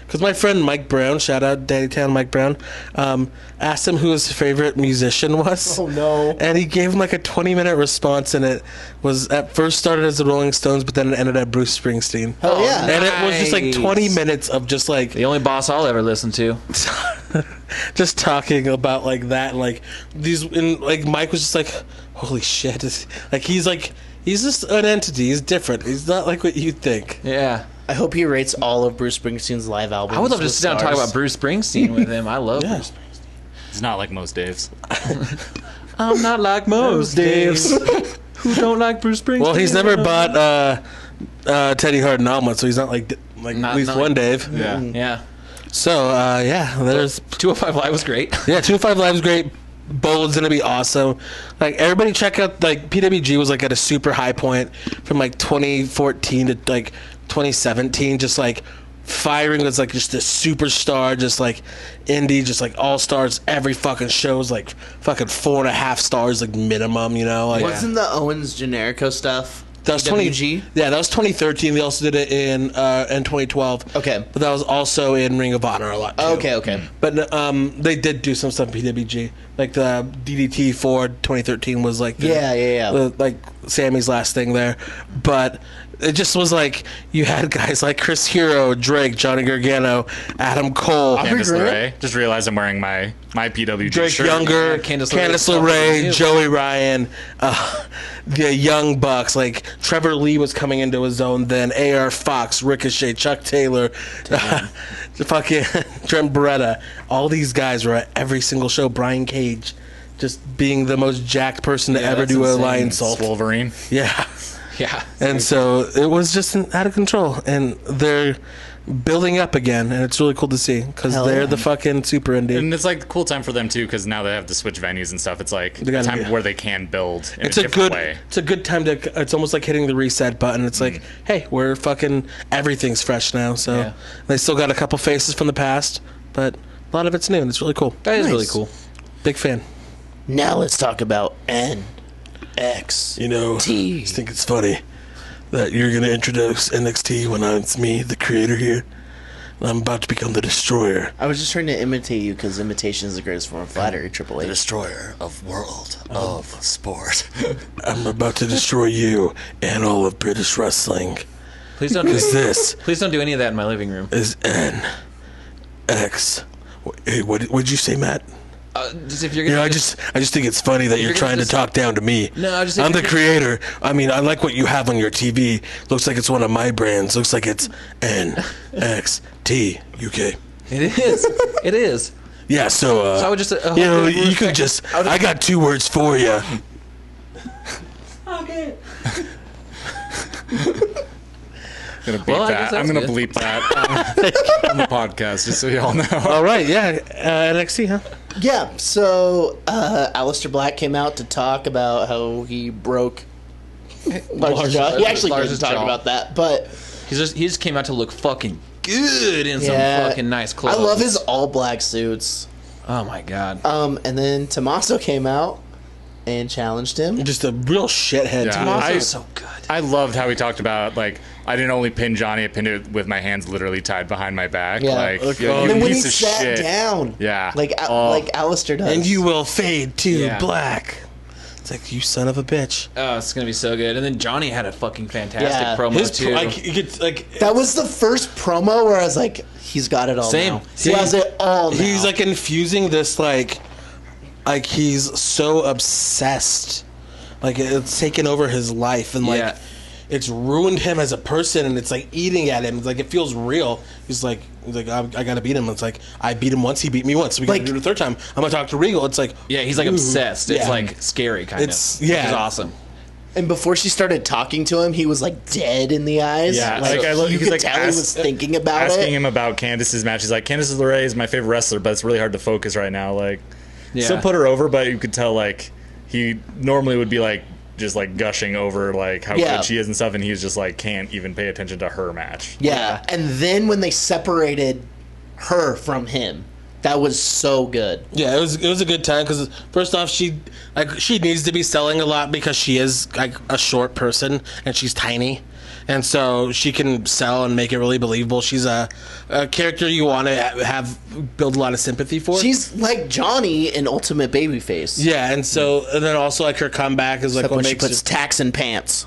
Speaker 5: Because my friend Mike Brown, shout out Daddy Town Mike Brown, um, asked him who his favorite musician was.
Speaker 3: Oh, no.
Speaker 5: And he gave him like a 20 minute response, and it was at first started as the Rolling Stones, but then it ended at Bruce Springsteen.
Speaker 3: Oh yeah.
Speaker 5: And it was just like
Speaker 6: Nice.
Speaker 5: 20 minutes of just like
Speaker 6: The only boss I'll ever listen to.
Speaker 5: just talking about like that and like these and like Mike was just like holy shit This- like he's like he's just an entity he's different he's not like what you think
Speaker 6: Yeah.
Speaker 3: I hope he rates all of Bruce Springsteen's live albums.
Speaker 6: I would love to
Speaker 3: with
Speaker 6: sit down and talk
Speaker 3: stars.
Speaker 6: about Bruce Springsteen with him. I love
Speaker 5: Yeah.
Speaker 6: Bruce.
Speaker 4: It's not like most Daves.
Speaker 6: I'm not like most
Speaker 5: Daves.
Speaker 6: who don't like Bruce Springsteen.
Speaker 5: well he's never bought uh uh Teddy Hardin omelet so he's not like d- like
Speaker 6: Not-
Speaker 5: at least
Speaker 6: not-
Speaker 5: one Dave
Speaker 4: Yeah,
Speaker 6: Yeah.
Speaker 5: so uh yeah there's
Speaker 6: 205 Live was great.
Speaker 5: yeah two five lives great Bold's gonna be awesome. Like everybody, check out like PWG was like at a super high point from like 2014 to like 2017. Just like firing was like just a superstar, just like indie, just like all stars. Every fucking show is like fucking four and a half stars, like minimum. You know, like
Speaker 3: Wasn't the Owens Generico stuff?
Speaker 5: that was 20.
Speaker 3: WG?
Speaker 5: Yeah, that was 2013. They also did it in uh in 2012.
Speaker 3: Okay.
Speaker 5: but that was also in Ring of Honor a lot. Too.
Speaker 3: Okay, okay.
Speaker 6: Mm.
Speaker 5: But um, they did do some stuff in PWG. Like the DDT for 2013 was like the,
Speaker 3: Yeah, yeah, yeah.
Speaker 5: the- like Sammy's last thing there. But it just was like you had guys like Chris Hero, Drake, Johnny Gargano, Adam Cole,
Speaker 4: Candice
Speaker 3: regret-
Speaker 4: LeRae. Just realize I'm wearing my my PWG
Speaker 5: Drake
Speaker 4: shirt.
Speaker 5: Younger,
Speaker 6: Yeah, Candice
Speaker 5: Candice,
Speaker 6: LeRae.
Speaker 5: LeRae,
Speaker 6: Yeah.
Speaker 5: Joey Ryan, uh, the Young Bucks. Like Trevor Lee was coming into his own then. AR Fox, Ricochet, Chuck Taylor, uh, fucking Trent Beretta. All these guys were at every single show. Brian Cage just being the most jacked person to ever
Speaker 6: that's
Speaker 5: do a
Speaker 6: insane.
Speaker 5: lion salt.
Speaker 4: Wolverine.
Speaker 5: Yeah.
Speaker 6: Yeah.
Speaker 5: And so it was just an- out of control. And they're building up again. And it's really cool to see because
Speaker 3: Hell
Speaker 5: they're
Speaker 3: yeah.
Speaker 5: the fucking super indie.
Speaker 4: And it's like a cool time for them too, because now they have to switch venues and stuff. It's like a
Speaker 5: gotta
Speaker 4: time
Speaker 5: be-
Speaker 4: where they can build. In
Speaker 5: it's
Speaker 4: a,
Speaker 5: a
Speaker 4: different
Speaker 5: good
Speaker 4: way.
Speaker 5: it's a good time to it's almost like hitting the reset button it's like hey we're fucking everything's fresh now so
Speaker 6: Yeah.
Speaker 5: they still got a couple faces from the past but a lot of it's new and it's really cool
Speaker 6: That is really
Speaker 3: Nice.
Speaker 6: cool.
Speaker 5: big fan
Speaker 3: Now let's talk about N X.
Speaker 5: you know i just think it's funny that you're going to introduce nxt when it's me the creator here and i'm about to become the destroyer
Speaker 3: I was just trying to imitate you because imitation is the greatest form of flattery. Triple H.
Speaker 4: Destroyer of world of sport.
Speaker 5: i'm about to destroy you and all of british wrestling
Speaker 6: Please don't do
Speaker 5: this
Speaker 6: Please don't do any of that in my living room.
Speaker 5: is N X. Hey, what would you say, Matt?
Speaker 6: Uh, just if you're
Speaker 5: You
Speaker 6: gonna
Speaker 5: know, I
Speaker 6: do-
Speaker 5: just I just think it's funny that you're,
Speaker 6: gonna
Speaker 5: trying
Speaker 6: just-
Speaker 5: to talk down to me.
Speaker 6: No, I just-
Speaker 5: I'm the creator. I mean, I like what you have on your TV. Looks like it's one of my brands. Looks like it's N X T UK.
Speaker 6: it is. It is.
Speaker 5: Yeah, so, uh,
Speaker 6: So I would just, uh,
Speaker 5: you know,
Speaker 6: hope you
Speaker 5: you
Speaker 6: respect-
Speaker 5: could just.
Speaker 6: I
Speaker 5: I,
Speaker 6: would-
Speaker 5: got two words for you.
Speaker 4: gonna bleep
Speaker 6: Well, I guess
Speaker 4: that. I'm
Speaker 6: that's
Speaker 4: gonna
Speaker 6: good.
Speaker 4: bleep that on, on the podcast, just so y'all know.
Speaker 5: All right, yeah, uh, NXT, huh?
Speaker 3: Yeah, so uh, Alistair Black came out to talk about how he broke Lars'
Speaker 6: Lars-
Speaker 3: jaw. He actually
Speaker 6: Lars'
Speaker 3: couldn't talk
Speaker 6: jaw.
Speaker 3: about that, but
Speaker 6: He's just he just came out to look fucking good in
Speaker 3: yeah,
Speaker 6: some fucking nice clothes.
Speaker 3: I love his all black suits.
Speaker 6: Oh my god.
Speaker 3: Um, and then Tommaso came out and challenged him.
Speaker 5: Just a real shithead.
Speaker 4: Yeah,
Speaker 6: I,
Speaker 4: I,
Speaker 6: so good.
Speaker 4: I loved how he talked about like I didn't only pin Johnny, I pinned it with my hands literally tied behind my back.
Speaker 3: Yeah.
Speaker 4: Like oh,
Speaker 3: Look,
Speaker 4: you
Speaker 3: and then when he
Speaker 4: piece of
Speaker 3: sat
Speaker 4: shit.
Speaker 3: down,
Speaker 4: Yeah.
Speaker 3: like Al-
Speaker 4: Oh.
Speaker 3: like Alistair does,
Speaker 5: And you will fade to
Speaker 6: Yeah.
Speaker 5: black. It's like you son of a bitch.
Speaker 6: Oh, it's gonna be so good. And then Johnny had a fucking fantastic
Speaker 3: Yeah.
Speaker 6: promo
Speaker 5: His
Speaker 6: too.
Speaker 5: pro- like you could like
Speaker 3: that was the first promo where I was like, he's got it all.
Speaker 6: Same.
Speaker 3: now.
Speaker 6: Same.
Speaker 3: He has it all. Now.
Speaker 5: he's like infusing this like like he's so obsessed like it's taken over his life and like
Speaker 6: Yeah.
Speaker 5: it's ruined him as a person and it's like eating at him it's like it feels real he's like he's like I, I gotta beat him it's like i beat him once he beat me once we gotta
Speaker 3: Like-
Speaker 5: do it a third time i'm gonna talk to regal it's like
Speaker 6: yeah, he's like
Speaker 5: ooh,
Speaker 6: obsessed. It's
Speaker 5: yeah.
Speaker 6: like scary kind
Speaker 5: It's-
Speaker 6: of.
Speaker 5: yeah.
Speaker 6: It's awesome.
Speaker 3: and before she started talking to him, he was like dead in the eyes.
Speaker 4: Yeah,
Speaker 3: like,
Speaker 4: like, I love-
Speaker 3: you
Speaker 4: he's,
Speaker 3: could
Speaker 4: like,
Speaker 3: tell
Speaker 4: ask-
Speaker 3: he was thinking about
Speaker 4: asking
Speaker 3: it.
Speaker 4: him about Candice's match. He's like, Candice LeRae is my favorite wrestler, but it's really hard to focus right now. Like,
Speaker 6: Yeah.
Speaker 4: still put her over, but you could tell like he normally would be like just like gushing over like how
Speaker 3: Yeah.
Speaker 4: good she is and stuff, and he was just like can't even pay attention to her match.
Speaker 3: Yeah. And then when they separated her from him, that was so good.
Speaker 5: Yeah, it was it was a good time because first off, she like she needs to be selling a lot because she is like a short person and she's tiny, and so she can sell and make it really believable. She's a, a character you want to have build a lot of sympathy for.
Speaker 3: She's like Johnny in Ultimate Babyface.
Speaker 5: yeah, and so and then also like her comeback is like
Speaker 3: Except
Speaker 5: what
Speaker 3: when she
Speaker 5: makes
Speaker 3: puts tacks in pants.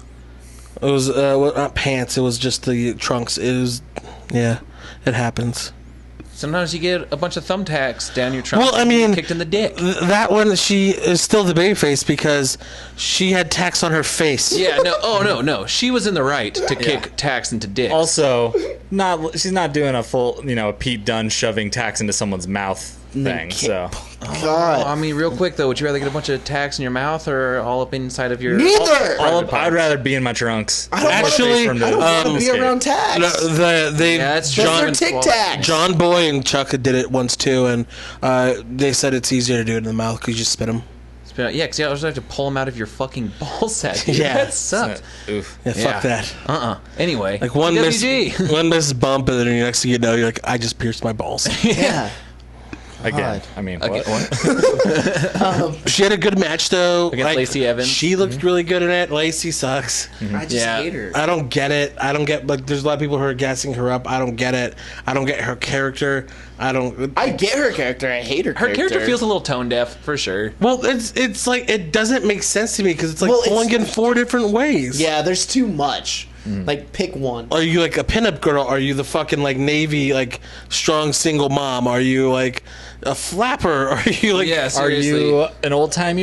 Speaker 5: it, it was uh, well, not pants. It was just the trunks. It was yeah, it happens.
Speaker 6: Sometimes you get a bunch of thumbtacks down your trunk.
Speaker 5: Well, I
Speaker 6: and you get
Speaker 5: mean,
Speaker 6: kicked in the dick.
Speaker 5: Th- that one she is still the babyface because she had tacks on her face.
Speaker 6: yeah, no, oh no, no. She was in the right to kick tax into dick.
Speaker 4: Also, not she's not doing a full you know a Pete Dunne shoving tax into someone's mouth
Speaker 3: then
Speaker 4: thing.
Speaker 3: kick-
Speaker 4: So
Speaker 3: God.
Speaker 6: I mean, real quick though, would you rather get a bunch of tacks in your mouth or all up inside of your?
Speaker 3: Neither.
Speaker 4: All up- I'd rather be in my trunks.
Speaker 3: I don't
Speaker 5: Actually,
Speaker 3: wanna, I don't
Speaker 5: um,
Speaker 4: Oh,
Speaker 3: want to be around tacks.
Speaker 5: No, the, they
Speaker 6: Yeah, that's true.
Speaker 5: John
Speaker 3: Those are Tic Tacs.
Speaker 5: John Boy and Chuck did it once too, and uh, they said it's easier to do it in the mouth because you just spit them.
Speaker 6: It's been- Yeah, because you also have to pull them out of your fucking ball sack. dude.
Speaker 5: Yeah.
Speaker 6: that sucks.
Speaker 4: Uh, Oof.
Speaker 5: Yeah,
Speaker 6: Yeah.
Speaker 5: fuck that.
Speaker 6: Uh uh Anyway,
Speaker 5: Like one miss,
Speaker 6: PWG.
Speaker 5: one miss bump, and then next thing you know, you're like, I just pierced my balls.
Speaker 3: yeah.
Speaker 4: Again,
Speaker 3: God.
Speaker 4: I mean,
Speaker 6: Okay,
Speaker 4: what?
Speaker 6: what?
Speaker 5: she had a good match though
Speaker 6: Against Lacey Evans. Mm-hmm.
Speaker 5: She looked really good in it. Lacey sucks.
Speaker 3: I just
Speaker 6: Yeah.
Speaker 3: hate her.
Speaker 5: I don't get it. I don't get like. There's a lot of people who are gassing her up. I don't get it. I don't get her character. I don't.
Speaker 3: I get her character. I hate her
Speaker 6: Her
Speaker 3: character.
Speaker 6: character feels a little tone deaf for sure.
Speaker 5: well, it's it's like it doesn't make sense to me because it's like
Speaker 3: Well, it's-
Speaker 5: pulling in four different ways.
Speaker 3: Yeah, there's too much. Like pick one.
Speaker 5: Are you like a pinup girl? Are you the fucking like navy like strong single mom? Are you like a flapper? Are you like
Speaker 6: Yeah,
Speaker 4: Are
Speaker 6: seriously.
Speaker 4: you an old timey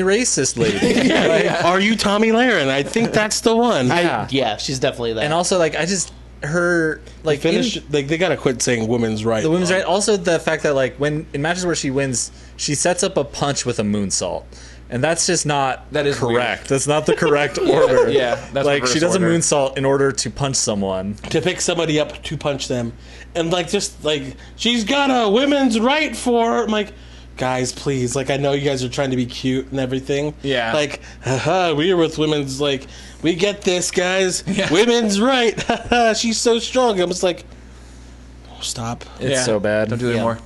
Speaker 4: racist lady?
Speaker 5: like, are you Tommy Laren? I think that's the one.
Speaker 3: I, yeah.
Speaker 4: Yeah.
Speaker 3: she's definitely that.
Speaker 4: and also, like, I just her like
Speaker 5: Finish.
Speaker 4: in-
Speaker 5: like they gotta quit saying women's right.
Speaker 4: the women's right. Also, the fact that like when in matches where she wins, she sets up a punch with a moonsault. And that's just not
Speaker 6: That is
Speaker 4: correct.
Speaker 6: weird.
Speaker 4: That's not the correct order.
Speaker 6: Yeah, that's
Speaker 4: like she
Speaker 6: reverse
Speaker 4: does a
Speaker 6: order.
Speaker 4: moonsault in order to punch someone.
Speaker 5: to pick somebody up to punch them, and like just like she's got a women's right for. her. I'm like, guys, please. Like I know you guys are trying to be cute and everything.
Speaker 6: Yeah.
Speaker 5: Like, haha, we are with women's like we get this, guys.
Speaker 6: Yeah.
Speaker 5: Women's right. Haha, she's so strong. I'm just like, oh, stop.
Speaker 4: It's
Speaker 6: Yeah.
Speaker 4: so bad.
Speaker 6: Don't do it anymore.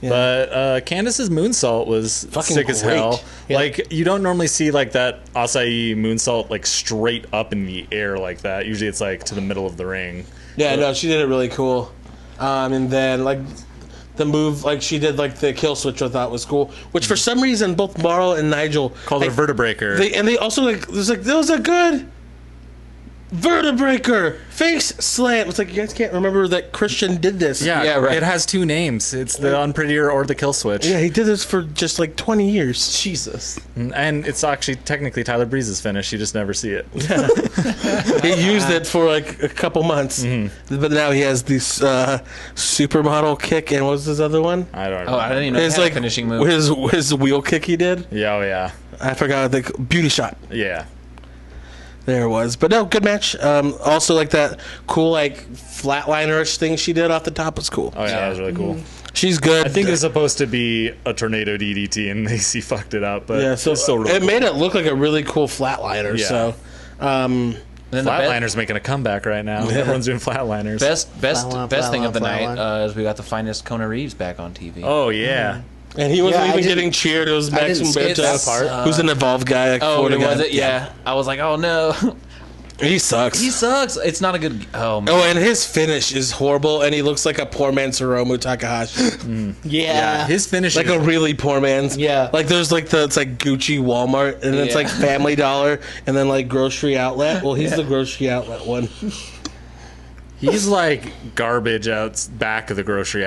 Speaker 4: But uh, Candace's moonsault was
Speaker 5: Fucking
Speaker 4: sick as
Speaker 5: great.
Speaker 4: hell.
Speaker 3: Yeah.
Speaker 4: Like you don't normally see like that acai moonsault like straight up in the air like that. Usually it's like to the middle of the ring.
Speaker 5: Yeah, no, she did it really cool. Um, and then like the move, like she did like the kill switch, I thought was cool. Which for some reason, both Marl and Nigel
Speaker 4: Called it a
Speaker 5: like,
Speaker 4: vertebraker.
Speaker 5: They and they also like there's like that was a good vertebraker face slam. It's like you guys can't remember that Christian did this.
Speaker 4: yeah,
Speaker 6: Yeah, right.
Speaker 4: It has two names. It's the unprettier or the kill switch.
Speaker 5: yeah, he did this for just like 20 years.
Speaker 3: Jesus.
Speaker 4: And it's actually technically Tyler Breeze's finish. You just never see it.
Speaker 5: He used it for like a couple months,
Speaker 4: Mm-hmm.
Speaker 5: but now he has this uh, supermodel kick and what was his other one?
Speaker 4: I don't know.
Speaker 6: Oh, I didn't even know.
Speaker 5: His
Speaker 6: It's like
Speaker 5: like
Speaker 6: finishing move.
Speaker 5: His his wheel kick he did.
Speaker 4: yeah, oh, yeah,
Speaker 5: I forgot the beauty shot.
Speaker 4: yeah.
Speaker 5: There it was, but no, good match. Um, also, like that cool like flatliner-ish thing she did off the top was cool.
Speaker 4: Oh yeah, that was really cool.
Speaker 5: She's good.
Speaker 4: I think it's supposed to be a tornado DDT, and they see fucked it up. But
Speaker 5: Yeah, so uh,
Speaker 4: it's still really
Speaker 5: it
Speaker 4: cool.
Speaker 5: made it look like a really cool flatliner.
Speaker 4: Yeah.
Speaker 5: So, um,
Speaker 6: Then the best-
Speaker 4: Flatliner's making a comeback right now. Everyone's doing flatliners.
Speaker 6: Best, best,
Speaker 3: Flatline,
Speaker 6: best thing of the
Speaker 3: flatline,
Speaker 6: night uh, is we got the finest Kona Reeves back on TV.
Speaker 4: oh yeah.
Speaker 5: and he wasn't
Speaker 3: Yeah, I
Speaker 5: even
Speaker 3: didn't-
Speaker 5: getting cheered. It was Max
Speaker 3: didn't skip
Speaker 5: Umberto,
Speaker 3: that part.
Speaker 5: who's an evolved guy. Like
Speaker 6: oh,
Speaker 5: Florida
Speaker 6: it was
Speaker 5: guy.
Speaker 6: it? Yeah. I was like, oh no,
Speaker 5: he sucks.
Speaker 6: he sucks. It's not a good. Oh, man.
Speaker 5: Oh, and his finish is horrible, and he looks like a poor man's Hiromu Takahashi,
Speaker 3: Yeah.
Speaker 6: Oh,
Speaker 4: Yeah, his finish
Speaker 5: like
Speaker 4: is-
Speaker 5: a really poor man's.
Speaker 3: Yeah.
Speaker 5: like there's like the it's like Gucci, Walmart, and it's
Speaker 6: Yeah.
Speaker 5: like Family Dollar, and then like grocery outlet. Well, he's the grocery outlet one.
Speaker 4: he's like garbage out back of the grocery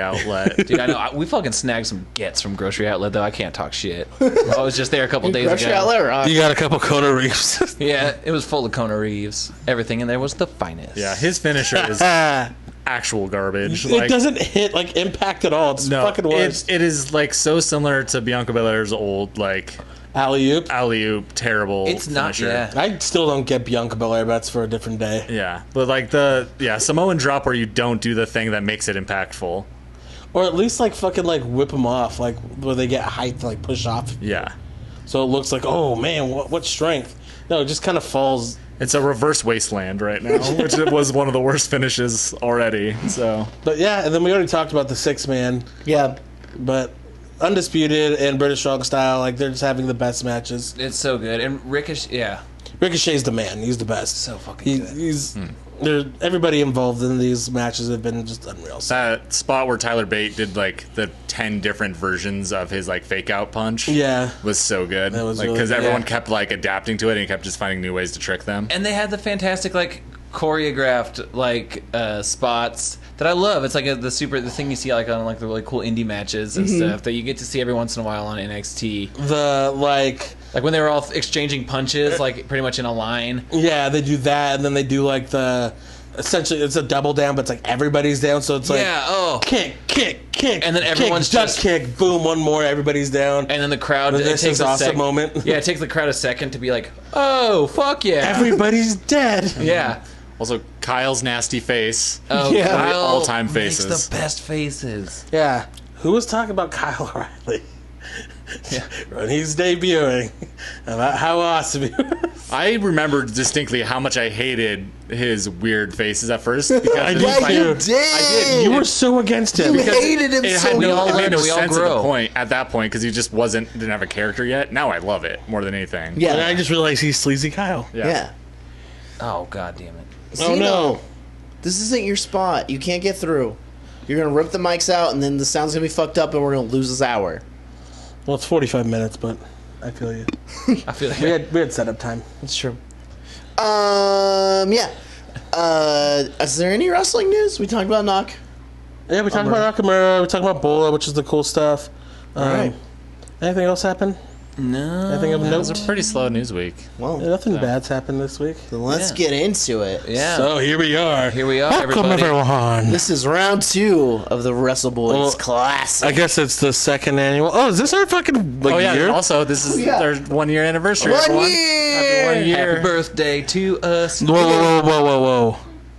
Speaker 4: outlet.
Speaker 6: dude, I know. I, we fucking snagged some gets from grocery outlet though. I can't talk shit. I was just there a couple days
Speaker 3: Rush
Speaker 6: ago.
Speaker 3: Hour, uh,
Speaker 5: You got a couple Kona Reefs.
Speaker 6: Yeah, it was full of Kona Reeves. Everything in there was the finest.
Speaker 4: yeah, his finisher is
Speaker 5: Ah,
Speaker 4: actual garbage.
Speaker 5: it doesn't hit like impact at all. It's
Speaker 4: No,
Speaker 5: fucking worse.
Speaker 4: it, it is like so similar to Bianca Belair's old like
Speaker 5: Alley oop.
Speaker 4: alley oop terrible.
Speaker 6: it's not.
Speaker 4: finisher.
Speaker 6: Yeah,
Speaker 5: I still don't get Bianca Belair, but that's for a different day.
Speaker 4: Yeah, but like the yeah Samoan drop where you don't do the thing that makes it impactful.
Speaker 5: Or at least like fucking like whip them off, like where they get hyped, like push off,
Speaker 4: Yeah,
Speaker 5: so it looks like oh man, what, what strength? No, it just kind of falls.
Speaker 4: it's a reverse wasteland right now, which it was one of the worst finishes already. So
Speaker 5: But yeah, and then we already talked about the six man,
Speaker 3: yeah.
Speaker 5: but undisputed and British Strong Style, like they're just having the best matches.
Speaker 6: it's so good. And Ricochet. Yeah,
Speaker 5: Ricochet's the man; he's the best.
Speaker 6: So fucking
Speaker 5: He-
Speaker 6: good.
Speaker 5: He's they're, everybody involved in these matches have been just unreal. So,
Speaker 4: that spot where Tyler Bate did like the ten different versions of his like fake out punch.
Speaker 5: yeah,
Speaker 4: was so good.
Speaker 5: That was
Speaker 4: Because
Speaker 5: really-
Speaker 4: everyone
Speaker 6: yeah.
Speaker 4: kept like adapting to it and he kept just finding new ways to trick them.
Speaker 6: and they had the fantastic like choreographed like uh spots that I love. It's like a, the super the thing you see like on like the really cool indie matches
Speaker 5: Mm-hmm.
Speaker 6: and stuff that you get to see every once in a while on NXT.
Speaker 5: the Uh, like
Speaker 6: Like when they were all exchanging punches, like pretty much in a line.
Speaker 5: Yeah, they do that, and then they do like the essentially it's a double down, but it's like everybody's down, so it's like
Speaker 6: yeah. Oh.
Speaker 5: kick, kick, kick,
Speaker 6: And then
Speaker 5: kick,
Speaker 6: everyone's
Speaker 5: duck
Speaker 6: just-
Speaker 5: kick, boom, one more, everybody's down.
Speaker 6: And then the crowd.
Speaker 5: This
Speaker 6: it takes
Speaker 5: is
Speaker 6: a
Speaker 5: awesome
Speaker 6: sec-
Speaker 5: moment.
Speaker 6: Yeah, it takes the crowd a second to be like, oh fuck yeah.
Speaker 5: everybody's dead.
Speaker 6: yeah.
Speaker 4: Also, Kyle's nasty face.
Speaker 6: Oh,
Speaker 5: Yeah.
Speaker 6: Kyle
Speaker 4: All-time
Speaker 6: makes
Speaker 4: faces.
Speaker 6: the best faces.
Speaker 5: Yeah, who was talking about Kyle O'Reilly?
Speaker 6: Yeah.
Speaker 5: when he's debuting, about how awesome he was.
Speaker 4: I remember distinctly how much I hated his weird faces at first. Because it
Speaker 5: did
Speaker 4: was like-
Speaker 5: too.
Speaker 3: Dang.
Speaker 5: You were so against him.
Speaker 3: You hated him
Speaker 4: it
Speaker 3: so
Speaker 4: had
Speaker 6: We
Speaker 4: no,
Speaker 6: all
Speaker 4: it made
Speaker 6: learn,
Speaker 4: no
Speaker 6: we all
Speaker 4: sense at, the
Speaker 6: grow.
Speaker 4: point, at that point because he just wasn't didn't have a character yet. Now I love it more than anything.
Speaker 5: and
Speaker 3: Yeah.
Speaker 5: I just realized he's sleazy Kyle.
Speaker 4: yeah.
Speaker 3: Yeah.
Speaker 6: Oh god damn it.
Speaker 5: Oh
Speaker 3: Cena,
Speaker 5: no.
Speaker 3: This isn't your spot. You can't get through. You're gonna rip the mics out, and then the sound's gonna be fucked up, and we're gonna lose this hour.
Speaker 5: Well, it's forty-five minutes, but I feel you.
Speaker 6: I feel like
Speaker 5: We had we had setup time.
Speaker 3: That's true. Um, yeah. Uh, is there any wrestling news? We talked about Knock.
Speaker 5: Yeah, we talked about Nakamura. We talked about Bola, which is the cool stuff. Um,
Speaker 3: right.
Speaker 5: Anything else happen?
Speaker 6: No.
Speaker 5: Anything of
Speaker 4: It
Speaker 5: note?
Speaker 4: was a pretty slow news week.
Speaker 3: Well,
Speaker 5: Yeah, nothing bad's happened this week.
Speaker 3: let's
Speaker 6: Yeah.
Speaker 3: get into it.
Speaker 6: Yeah.
Speaker 5: So here we are.
Speaker 6: Here we are,
Speaker 5: Welcome
Speaker 6: everybody.
Speaker 5: everyone.
Speaker 3: This is round two of the Wrestle Boys
Speaker 5: Well,
Speaker 3: Classic.
Speaker 5: I guess it's the second annual. Oh, is this our fucking like,
Speaker 4: Oh yeah.
Speaker 5: year?
Speaker 4: Also, this is
Speaker 3: yeah.
Speaker 4: their one year anniversary.
Speaker 3: One
Speaker 4: everyone.
Speaker 3: year!
Speaker 4: Happy one year.
Speaker 6: Happy birthday to us.
Speaker 5: Whoa, whoa, whoa, whoa, whoa, whoa!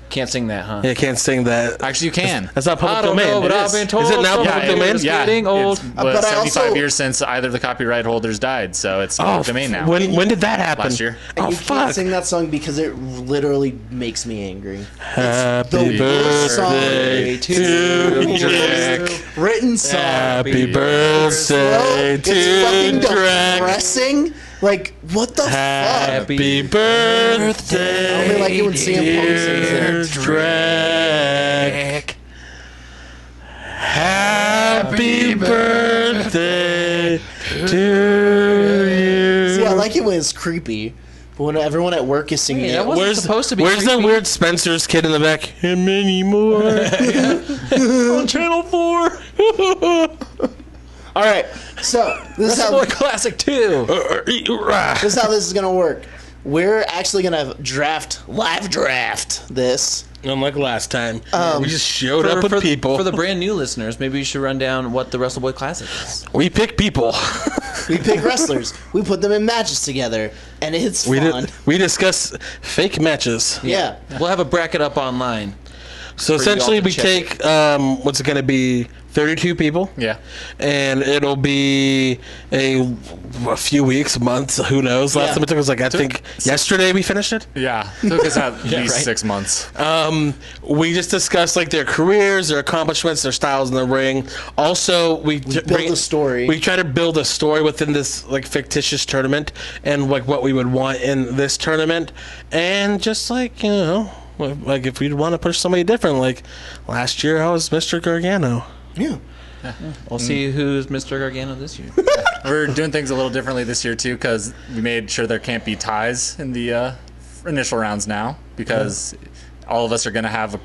Speaker 6: Can't sing that, huh?
Speaker 5: Yeah, I can't sing that.
Speaker 4: Actually, you can.
Speaker 5: That's not public
Speaker 6: I don't
Speaker 5: domain.
Speaker 6: know, but
Speaker 5: It
Speaker 6: I've
Speaker 5: is.
Speaker 6: been told
Speaker 5: Is it now
Speaker 6: so.
Speaker 5: public
Speaker 6: Yeah, it
Speaker 5: domain?
Speaker 6: is. getting old.
Speaker 4: It's,
Speaker 3: Uh,
Speaker 4: was
Speaker 3: but I
Speaker 4: 75
Speaker 3: also-
Speaker 4: years since either of the copyright holders died, so it's
Speaker 5: Oh,
Speaker 4: public domain now.
Speaker 5: when when did that happen?
Speaker 4: Last year.
Speaker 5: Oh
Speaker 3: you can't
Speaker 5: fuck!
Speaker 3: sing that song because it literally makes me angry.
Speaker 5: Happy
Speaker 3: the worst song
Speaker 5: birthday
Speaker 3: to
Speaker 5: to Jack.
Speaker 3: Written song.
Speaker 5: Happy
Speaker 3: Well,
Speaker 5: birthday to
Speaker 3: it's fucking
Speaker 5: Jack.
Speaker 3: depressing. Like, what the fuck?
Speaker 5: Happy birthday.
Speaker 3: I only like it when CM Punk sings it.
Speaker 5: Dear Drake, happy birthday to
Speaker 3: See,
Speaker 5: you.
Speaker 3: I like it when it's creepy, but when everyone at work is singing
Speaker 6: that
Speaker 3: it,
Speaker 6: wasn't supposed to be
Speaker 5: Where's that
Speaker 6: creepy.
Speaker 5: weird Spencer's kid in the back? Him anymore on Channel Four.
Speaker 3: all right. So this is how
Speaker 6: More classic too.
Speaker 3: this is how this is gonna work. We're actually gonna draft live draft this.
Speaker 5: Unlike last time, we just showed
Speaker 6: For,
Speaker 5: up with
Speaker 6: for-
Speaker 5: people.
Speaker 6: for the brand new listeners, maybe you should run down what the Wrestle Boy Classic is.
Speaker 5: we pick people.
Speaker 3: We pick wrestlers. we put them in matches together, and it's
Speaker 5: we
Speaker 3: fun.
Speaker 5: did, we discuss fake matches.
Speaker 3: yeah.
Speaker 6: We'll have a bracket up online.
Speaker 5: So
Speaker 6: for y'all
Speaker 5: essentially,
Speaker 6: to
Speaker 5: we
Speaker 6: check.
Speaker 5: take um, what's going to be 32 people.
Speaker 4: Yeah.
Speaker 5: And it'll be a, a few weeks, months, who knows. Last
Speaker 3: Yeah.
Speaker 5: time we took it was like, I think yesterday we finished it.
Speaker 4: Yeah, took us at least
Speaker 6: right.
Speaker 4: six months.
Speaker 5: Um, we just discussed like their careers, their accomplishments, their styles in the ring. Also, we, t-
Speaker 3: build a story.
Speaker 5: We try to build a story within this like fictitious tournament and like what we would want in this tournament, and just like you know, like if we'd want to push somebody different. Like last year, I was Mr. Gargano.
Speaker 3: Yeah.
Speaker 6: We'll see
Speaker 5: Mm.
Speaker 6: who's Mr. Gargano this year.
Speaker 4: We're doing things a little differently this year too, because we made sure there can't be ties in the uh, initial rounds now, because all of us are going to have a,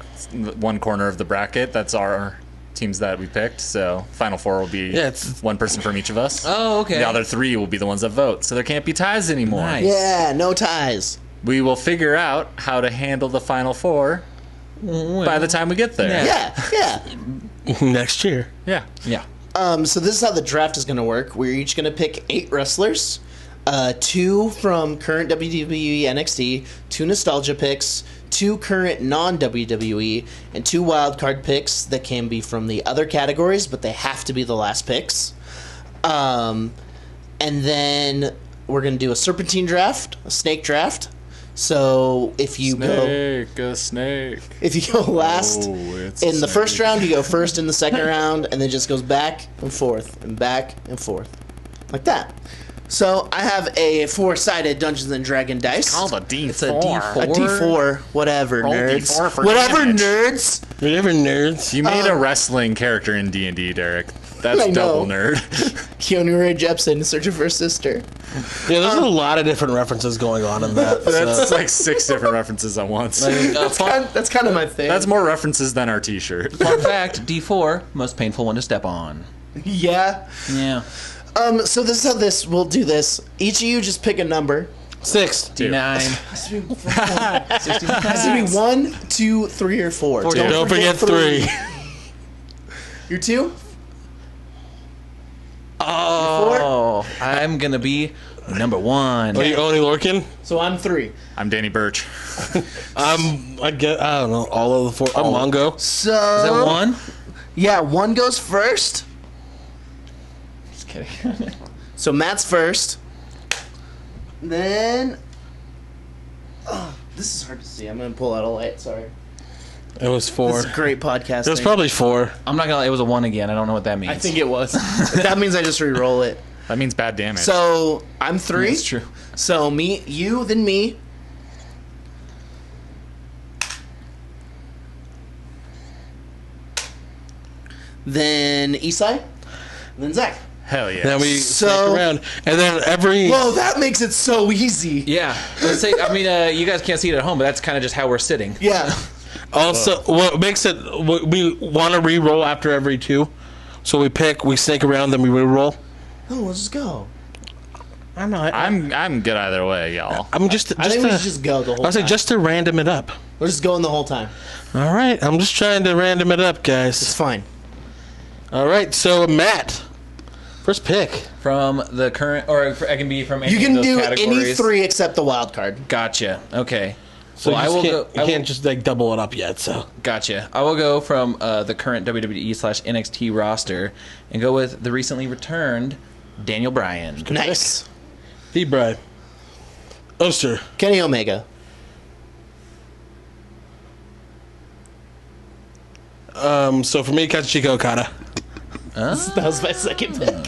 Speaker 4: one corner of the bracket. That's our teams that we picked. So final four will be
Speaker 5: Yeah, it's-
Speaker 4: one person from each of us.
Speaker 6: Oh, okay.
Speaker 4: The other three will be the ones that vote. So there can't be ties anymore.
Speaker 6: Nice.
Speaker 3: Yeah. No ties.
Speaker 4: We will figure out how to handle the final four by the time we get there.
Speaker 6: Yeah.
Speaker 3: Yeah. Yeah.
Speaker 5: Next year,
Speaker 4: Yeah.
Speaker 6: yeah.
Speaker 3: Um, so this is how the draft is going to work. We're each going to pick eight wrestlers, uh, two from current E WWE NXT, two nostalgia picks, two current non WWE, and two wildcard picks that can be from the other categories, but they have to be the last picks. Um, and then we're going to do a serpentine draft, a snake draft. So if you go
Speaker 4: Snake, a snake.
Speaker 3: if you go last
Speaker 4: Oh, it's
Speaker 3: in the
Speaker 4: snake.
Speaker 3: first round, you go first in the second round, and then just goes back and forth and back and forth, like that. So I have a four-sided Dungeons and Dragon dice,
Speaker 4: Called a D4.
Speaker 6: It's a D4.
Speaker 3: a D4, whatever
Speaker 4: Roll
Speaker 3: nerds,
Speaker 4: D4 for
Speaker 3: whatever
Speaker 4: damage.
Speaker 3: nerds.
Speaker 5: whatever nerds.
Speaker 4: You made a wrestling character in D and D, Derek. That's
Speaker 3: Uh, I
Speaker 4: double
Speaker 3: know.
Speaker 4: nerd.
Speaker 3: Keanu Reeves Jepsen in search of her sister.
Speaker 5: Yeah, there's a lot of different references going on in that. so.
Speaker 3: uh,
Speaker 4: That's like six different references at once.
Speaker 6: Uh, fun,
Speaker 3: That's kind of my thing.
Speaker 4: That's more references than our T-shirt.
Speaker 6: fun fact: D4, most painful one to step on.
Speaker 3: yeah.
Speaker 6: Yeah.
Speaker 3: Um. So this is how this we'll do this. Each of you just pick a number.
Speaker 5: Six.
Speaker 6: D9.
Speaker 3: It has to be one, two, three, or four.
Speaker 6: Four.
Speaker 5: Don't, forget, three.
Speaker 3: You're two.
Speaker 6: Oh, I'm gonna be number one.
Speaker 5: Are you Oni Lorkin?
Speaker 3: So I'm three.
Speaker 4: I'm Danny Birch.
Speaker 5: I'm. I guess, I don't know. All of the four. I'm Mongo.
Speaker 3: So
Speaker 6: Is that one?
Speaker 3: Yeah, one goes first.
Speaker 6: Just kidding.
Speaker 3: So Matt's first. Then. Oh, this is hard to see. I'm going to pull out a light. Sorry.
Speaker 5: It was four.
Speaker 3: This is great podcast.
Speaker 5: It was probably four.
Speaker 6: I'm not gonna. It was a one again. I don't know what that means.
Speaker 3: I think it was. that means I just re-roll it.
Speaker 4: That means bad damage.
Speaker 3: So I'm three.
Speaker 6: That's true.
Speaker 3: So me, you, then me. Then Isai. Then Zach.
Speaker 4: Hell yeah.
Speaker 5: Then we
Speaker 3: So-
Speaker 5: sneak around, and then every
Speaker 3: Whoa, that makes it so easy.
Speaker 6: Yeah, let's say. I mean, uh, you guys can't see it at home, but that's kind of just how we're sitting.
Speaker 3: Yeah.
Speaker 5: also what makes it what we want to re-roll after every two, so we pick, we sneak around, then we re-roll.
Speaker 3: No, Oh, let's just go.
Speaker 5: I'm not. I,
Speaker 4: I'm I'm good either way, y'all.
Speaker 5: am just. just
Speaker 3: I think we
Speaker 5: to-
Speaker 3: should just go the whole
Speaker 5: I was
Speaker 3: time.
Speaker 5: like just to random it up.
Speaker 3: We're just going the whole time.
Speaker 5: All right, I'm just trying to random it up,
Speaker 3: It's
Speaker 5: guys.
Speaker 3: fine.
Speaker 5: All right, so Matt, first pick.
Speaker 6: From the current, or I can be from any
Speaker 3: You
Speaker 6: of
Speaker 3: can
Speaker 6: those
Speaker 3: do
Speaker 6: categories.
Speaker 3: any three except the wild card.
Speaker 6: Gotcha. Okay.
Speaker 5: So
Speaker 6: well,
Speaker 5: you
Speaker 6: I
Speaker 5: just
Speaker 6: will
Speaker 5: can't,
Speaker 6: go.
Speaker 5: You
Speaker 6: I will-
Speaker 5: can't just like double it up yet. So
Speaker 6: Gotcha. I will go from uh, the current WWE slash NXT roster and go with the recently returned Daniel Bryan.
Speaker 3: Nice.
Speaker 5: D. Bry, Oster,
Speaker 3: Kenny Omega.
Speaker 5: Um, so for me, Katsuchika Okada.
Speaker 3: That was my second pick.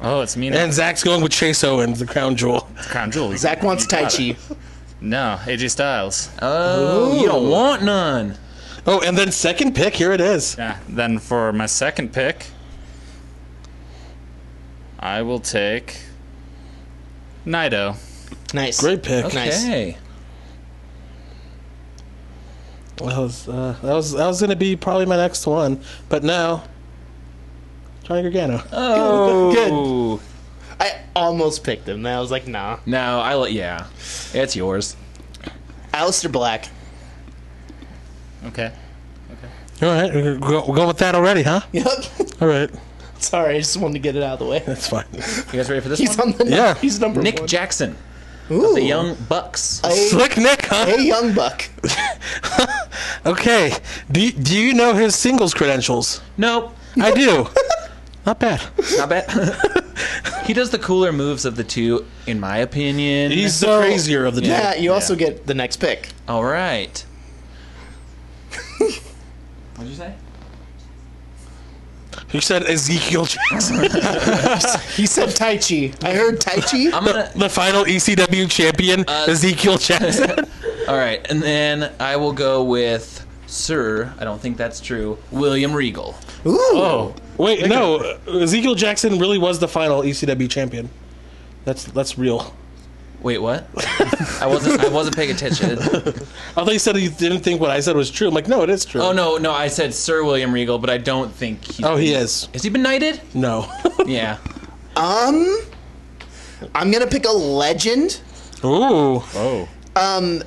Speaker 4: Oh, it's me now.
Speaker 5: And Zach's going with Chase Owens, the crown jewel.
Speaker 4: Crown Jewel.
Speaker 3: Zach wants
Speaker 4: You
Speaker 3: Tai
Speaker 4: got
Speaker 3: Chi.
Speaker 4: it. No, AJ Styles.
Speaker 6: Oh, you don't want none.
Speaker 5: Oh, and then second pick, here it is.
Speaker 4: Yeah. Then for my second pick, I will take Nido.
Speaker 3: Nice.
Speaker 5: Great pick.
Speaker 3: Nice.
Speaker 6: Okay.
Speaker 5: That was uh, that was that was gonna be probably my next one, but now Johnny Gargano.
Speaker 6: Oh.
Speaker 3: I almost picked him. Then I was like, nah.
Speaker 6: No, I let. Yeah, it's yours.
Speaker 3: Alistair Black.
Speaker 4: Okay.
Speaker 5: All right, we're go- we're going with that already, huh?
Speaker 3: Yep.
Speaker 5: All right,
Speaker 3: Sorry, I just wanted to get it out of the way.
Speaker 5: that's fine.
Speaker 6: You guys ready for this
Speaker 3: He's
Speaker 6: one?
Speaker 3: on the
Speaker 5: Yeah.
Speaker 3: He's number
Speaker 6: Nick
Speaker 3: one.
Speaker 6: Jackson,
Speaker 3: Ooh.
Speaker 6: the Young Bucks.
Speaker 3: Hey,
Speaker 5: Slick Nick, huh?
Speaker 3: hey, young buck.
Speaker 5: Okay. Do you, do you know his singles credentials?
Speaker 6: Nope,
Speaker 5: I do. Not bad.
Speaker 6: not bad. he does the cooler moves of the two, in my opinion.
Speaker 5: He's
Speaker 3: So-
Speaker 5: the crazier of the two.
Speaker 3: Yeah, you also get the next pick.
Speaker 6: all right. What'd you say?
Speaker 5: You said Ezekiel Jackson,
Speaker 3: He said Tai Chi. I heard Tai Chi.
Speaker 6: I'm gonna.
Speaker 5: the final ECW champion, Ezekiel Jackson.
Speaker 6: All right, and then I will go with Sir. I don't think that's true. William Regal.
Speaker 3: Ooh.
Speaker 5: Wait, no. uh, Ezekiel Jackson really was the final ECW champion. That's that's real.
Speaker 6: Wait, what? I wasn't. I wasn't paying attention.
Speaker 5: I thought you said you didn't think what I said was true. I'm like, no, it is true.
Speaker 6: Oh no, no. I said Sir William Regal, but I don't think. He's
Speaker 5: Oh, he is.
Speaker 6: Has he been knighted?
Speaker 5: No.
Speaker 6: Yeah.
Speaker 3: Um, I'm gonna pick a legend.
Speaker 5: Ooh.
Speaker 4: Oh.
Speaker 3: Um,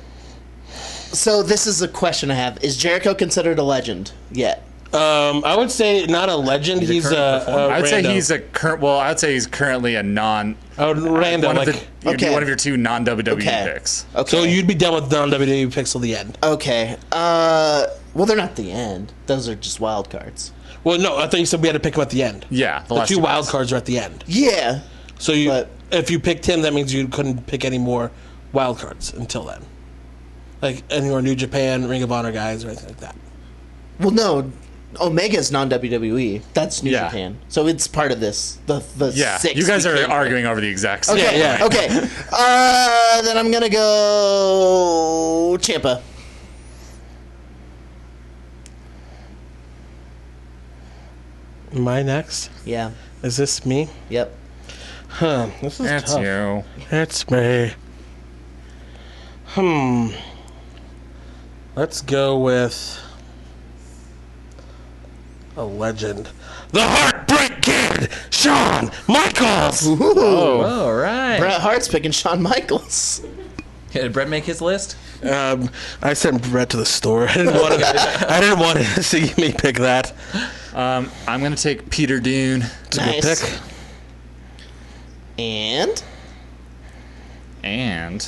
Speaker 3: So this is a question I have: Is Jericho considered a legend yet?
Speaker 5: Um, I would say not a legend. He's, a,
Speaker 6: current
Speaker 5: a,
Speaker 4: I would say
Speaker 5: rando.
Speaker 4: he's uh, a current. Well, I'd say he's currently a non.
Speaker 5: a random.
Speaker 4: one
Speaker 5: Like,
Speaker 4: of the you'd be
Speaker 3: Okay.
Speaker 4: one of your two non WWE
Speaker 3: Okay. Oh.
Speaker 4: picks.
Speaker 3: Okay.
Speaker 5: So you'd be done with non WWE picks till the end.
Speaker 3: okay? Uh, well, they're not the end. Those are just wild cards.
Speaker 5: Well, no, I thought you said we had to pick him at the end.
Speaker 4: Yeah, the
Speaker 5: the
Speaker 4: last
Speaker 5: two
Speaker 4: two
Speaker 5: wild cards are at the end.
Speaker 3: Yeah.
Speaker 5: So you,
Speaker 3: But-
Speaker 5: if you picked him, that means you couldn't pick any more wild cards until then, like any more New Japan, Ring of Honor guys, or anything like that.
Speaker 3: Well, no. Omega's non WWE. That's New
Speaker 4: Yeah.
Speaker 3: Japan. So it's part of this. The the
Speaker 4: Yeah,
Speaker 3: six.
Speaker 4: you guys are
Speaker 3: became-
Speaker 4: arguing over the exact same.
Speaker 3: Okay.
Speaker 5: Yeah, yeah.
Speaker 3: Okay. Uh, then I'm gonna go Champa.
Speaker 5: My next
Speaker 3: Yeah.
Speaker 5: is this me?
Speaker 3: Yep.
Speaker 5: Huh? This is
Speaker 4: That's
Speaker 5: tough.
Speaker 4: you.
Speaker 5: It's me. Hmm. Let's go with a legend, the Heartbreak Kid, Shawn Michaels. Oh.
Speaker 6: All right.
Speaker 3: Bret Hart's picking Shawn Michaels.
Speaker 6: Did Brett make his list?
Speaker 5: Um, I sent Brett to the store. I didn't want him, I didn't want him to see me pick that.
Speaker 4: Um, I'm gonna take Peter Dune
Speaker 5: It's a good
Speaker 3: Nice.
Speaker 5: pick. And
Speaker 4: and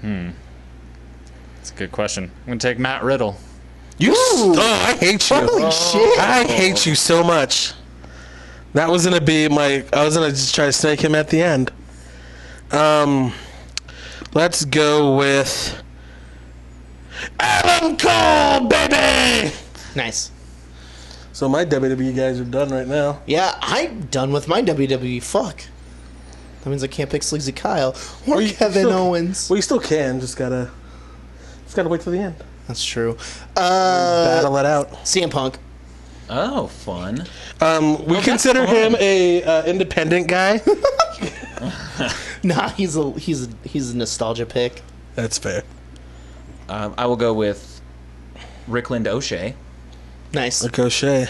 Speaker 4: hmm, it's a good question. I'm gonna take Matt Riddle.
Speaker 5: You. s- Oh, I hate you.
Speaker 3: holy shit!
Speaker 5: I hate you so much. That was gonna be my. I was gonna just try to snake him at the end. Um, let's go with Adam Cole, baby.
Speaker 3: Nice.
Speaker 5: So my WWE guys are done right now.
Speaker 3: Yeah, I'm done with my WWE. Fuck. That means I can't pick Sleazy Kyle or
Speaker 5: Well, you-
Speaker 3: Kevin
Speaker 5: look,
Speaker 3: Owens.
Speaker 5: Well, you still can. Just gotta. Just gotta wait till the end.
Speaker 3: That's true. Uh,
Speaker 5: Battle it out.
Speaker 3: CM Punk.
Speaker 6: Oh, fun.
Speaker 5: Um, we consider him a uh, independent guy.
Speaker 3: Nah, he's a he's a, he's a nostalgia pick.
Speaker 5: That's fair.
Speaker 6: Um, I will go with Rickland O'Shea.
Speaker 3: Nice.
Speaker 5: Like O'Shea.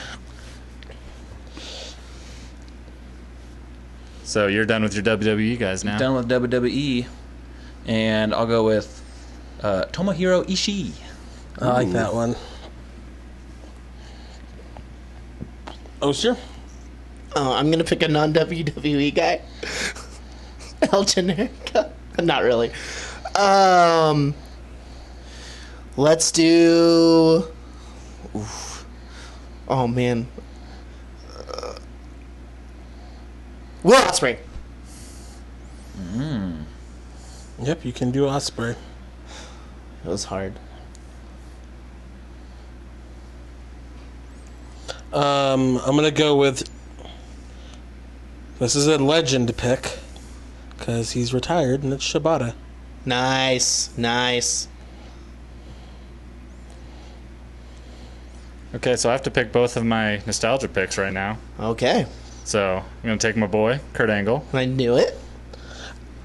Speaker 4: So you're done with your WWE guys now.
Speaker 6: Done with WWE, and I'll go with uh, Tomohiro Ishii.
Speaker 5: I like that one. Oster?
Speaker 3: Oh, I'm gonna pick a non WWE guy. El Generico. Not really. Um, let's do. Oof. Oh man. Uh, Will Ospreay.
Speaker 5: Yep, you can do Osprey.
Speaker 3: It was hard.
Speaker 5: Um, I'm gonna go with. This is a legend pick, because he's retired and it's Shibata.
Speaker 3: Nice, nice.
Speaker 4: Okay, so I have to pick both of my nostalgia picks right now.
Speaker 3: Okay,
Speaker 4: So I'm gonna take my boy Kurt Angle. Oh,
Speaker 3: I knew it.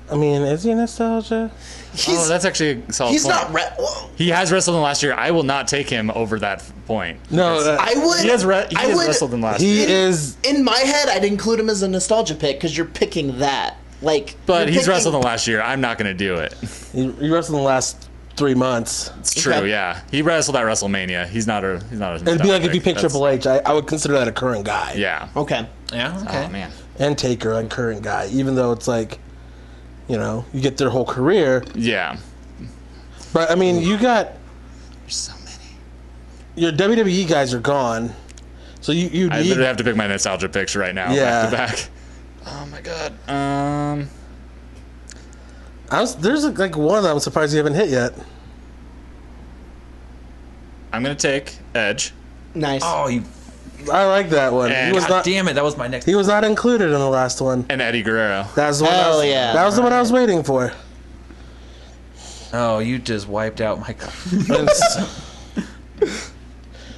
Speaker 5: I mean, is he nostalgia?
Speaker 3: He's
Speaker 4: oh, that's actually a solid
Speaker 3: he's
Speaker 4: point.
Speaker 3: not. Re- Whoa.
Speaker 4: he has wrestled in the last year. I will not take him over that f- point.
Speaker 5: No, uh,
Speaker 3: I would.
Speaker 4: He has, re- he
Speaker 3: I
Speaker 4: has
Speaker 3: would-
Speaker 4: wrestled in last
Speaker 5: he
Speaker 4: year.
Speaker 5: is.
Speaker 3: in my head, I'd include him as a nostalgia pick because you're picking that. Like,
Speaker 4: But
Speaker 3: you're
Speaker 4: he's
Speaker 3: picking-
Speaker 4: wrestled in the last year. I'm not gonna do it.
Speaker 5: He, he wrestled in the last three months.
Speaker 4: It's true.
Speaker 3: Okay.
Speaker 4: Yeah, he wrestled at WrestleMania. He's not a. He's not a.
Speaker 5: It'd be
Speaker 4: nostalgia
Speaker 5: like if you
Speaker 4: pick.
Speaker 5: picked
Speaker 4: That's-
Speaker 5: Triple H. I, I would consider that a current guy.
Speaker 4: Yeah.
Speaker 3: Okay,
Speaker 6: Yeah. Okay.
Speaker 4: Oh man.
Speaker 5: And Taker, a current guy, even though it's like, you know, you get their whole career.
Speaker 4: Yeah.
Speaker 5: But I mean, you got
Speaker 4: There's so many.
Speaker 5: your WWE guys are gone, so you you
Speaker 4: I
Speaker 5: need
Speaker 4: literally have to pick my nostalgia picks right now.
Speaker 5: Yeah.
Speaker 4: Back to back. Oh my god. Um.
Speaker 5: I was, there's like one that I'm surprised you haven't hit yet.
Speaker 4: I'm gonna take Edge.
Speaker 3: nice.
Speaker 6: Oh, you
Speaker 5: I like that one.
Speaker 4: And
Speaker 5: he was
Speaker 4: God
Speaker 5: not
Speaker 6: damn it! That was my next.
Speaker 5: he was not included in the last one.
Speaker 4: and Eddie Guerrero.
Speaker 5: That was the one. I
Speaker 3: Hell
Speaker 5: was-
Speaker 3: yeah.
Speaker 5: That was the one I was waiting for.
Speaker 6: Oh, you just wiped out my.
Speaker 5: And so,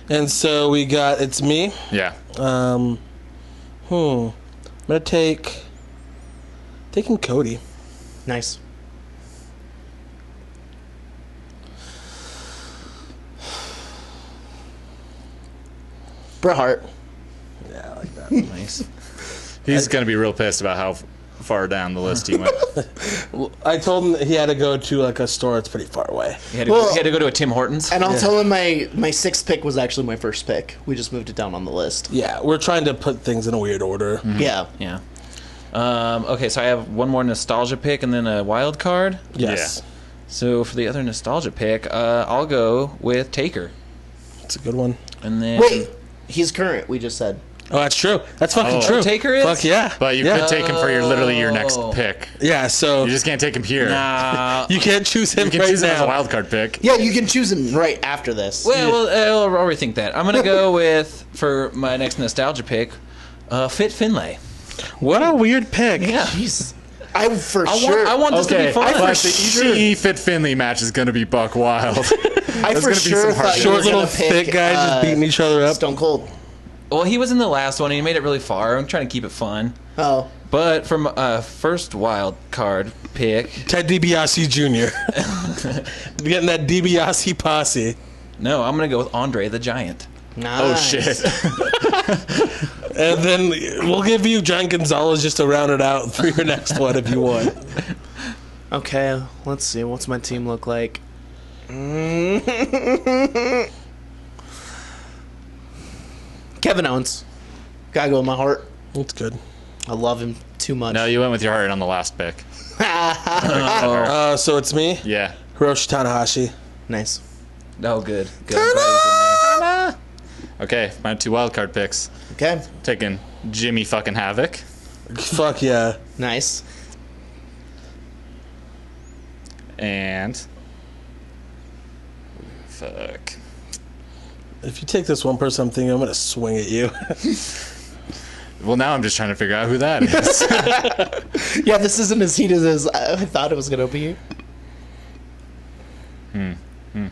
Speaker 5: and so we got it's me.
Speaker 4: Yeah.
Speaker 5: Um, hmm. I'm gonna take taking Cody.
Speaker 3: Nice. Bret Hart.
Speaker 5: Yeah, I like that.
Speaker 6: nice.
Speaker 4: He's gonna be real pissed about how f- far down the list he went.
Speaker 5: I told him that he had to go to like a store that's pretty far away.
Speaker 6: He had, to
Speaker 3: Well-
Speaker 6: go, he had to go to a Tim Hortons.
Speaker 3: And I'll tell him my, my sixth pick was actually my first pick. We just moved it down on the list.
Speaker 5: Yeah, we're trying to put things in a weird order.
Speaker 4: Mm-hmm. Mm.
Speaker 3: Yeah.
Speaker 6: Yeah. Um, okay, so I have one more nostalgia pick and then a wild card.
Speaker 5: Yes,
Speaker 6: So for the other nostalgia pick, uh, I'll go with Taker,
Speaker 5: it's a good one.
Speaker 6: and then
Speaker 3: Wait, he's current, we just said.
Speaker 5: Oh, that's true. That's
Speaker 4: Oh.
Speaker 5: fucking true.
Speaker 6: Taker is?
Speaker 5: Fuck yeah.
Speaker 4: But you
Speaker 5: yeah.
Speaker 4: could take him for your literally your next
Speaker 6: Oh.
Speaker 4: pick.
Speaker 5: Yeah, so
Speaker 4: You just can't take him here.
Speaker 6: Nah.
Speaker 5: you can't choose him
Speaker 4: You can
Speaker 5: right
Speaker 4: choose him as
Speaker 5: now.
Speaker 4: a wild card pick.
Speaker 3: Yeah, you can choose him right after this.
Speaker 6: well, well, I'll, I'll rethink that. I'm gonna go with for my next nostalgia pick, uh, Fit Finlay.
Speaker 5: What a weird pick.
Speaker 3: Jeez. I for
Speaker 6: I
Speaker 3: sure.
Speaker 6: want, I want this to
Speaker 4: Okay,
Speaker 6: be fun.
Speaker 4: but the
Speaker 3: sure-
Speaker 4: ECE Fit Finley match is going to be buck wild.
Speaker 3: I for
Speaker 4: gonna
Speaker 3: sure
Speaker 4: be some hard
Speaker 3: thought you
Speaker 5: Short
Speaker 3: were
Speaker 5: little
Speaker 3: gonna pick,
Speaker 5: thick guys
Speaker 3: uh,
Speaker 5: just beating each other up.
Speaker 3: Stone Cold.
Speaker 6: Well, he was in the last one and he made it really far. I'm trying to keep it fun.
Speaker 3: Oh,
Speaker 6: But from uh, first wild card pick,
Speaker 5: Ted DiBiase Jr. Getting that DiBiase posse.
Speaker 6: no, I'm gonna go with Andre the Giant.
Speaker 4: oh
Speaker 3: nice.
Speaker 4: shit!
Speaker 5: And then we'll give you John Gonzalez just to round it out for your next one if you want.
Speaker 3: Okay, let's see. What's my team look like? Kevin Owens. Gotta go with my heart.
Speaker 5: That's good.
Speaker 3: I love him too much.
Speaker 4: no, you went with your heart on the last pick.
Speaker 5: Uh, so it's me,
Speaker 4: Yeah,
Speaker 5: Hiroshi Tanahashi.
Speaker 3: nice.
Speaker 6: Oh, good. good. I'm glad he's in there.
Speaker 4: Okay, my two wild card picks.
Speaker 3: Okay,
Speaker 4: Taking Jimmy fucking Havoc,
Speaker 5: Fuck yeah.
Speaker 3: nice.
Speaker 4: and fuck.
Speaker 5: If you take this one person, I'm thinking I'm gonna swing at you.
Speaker 4: Well, now I'm just trying to figure out who that is.
Speaker 3: Yeah, this isn't as heated as I I thought it was gonna be.
Speaker 4: Uh,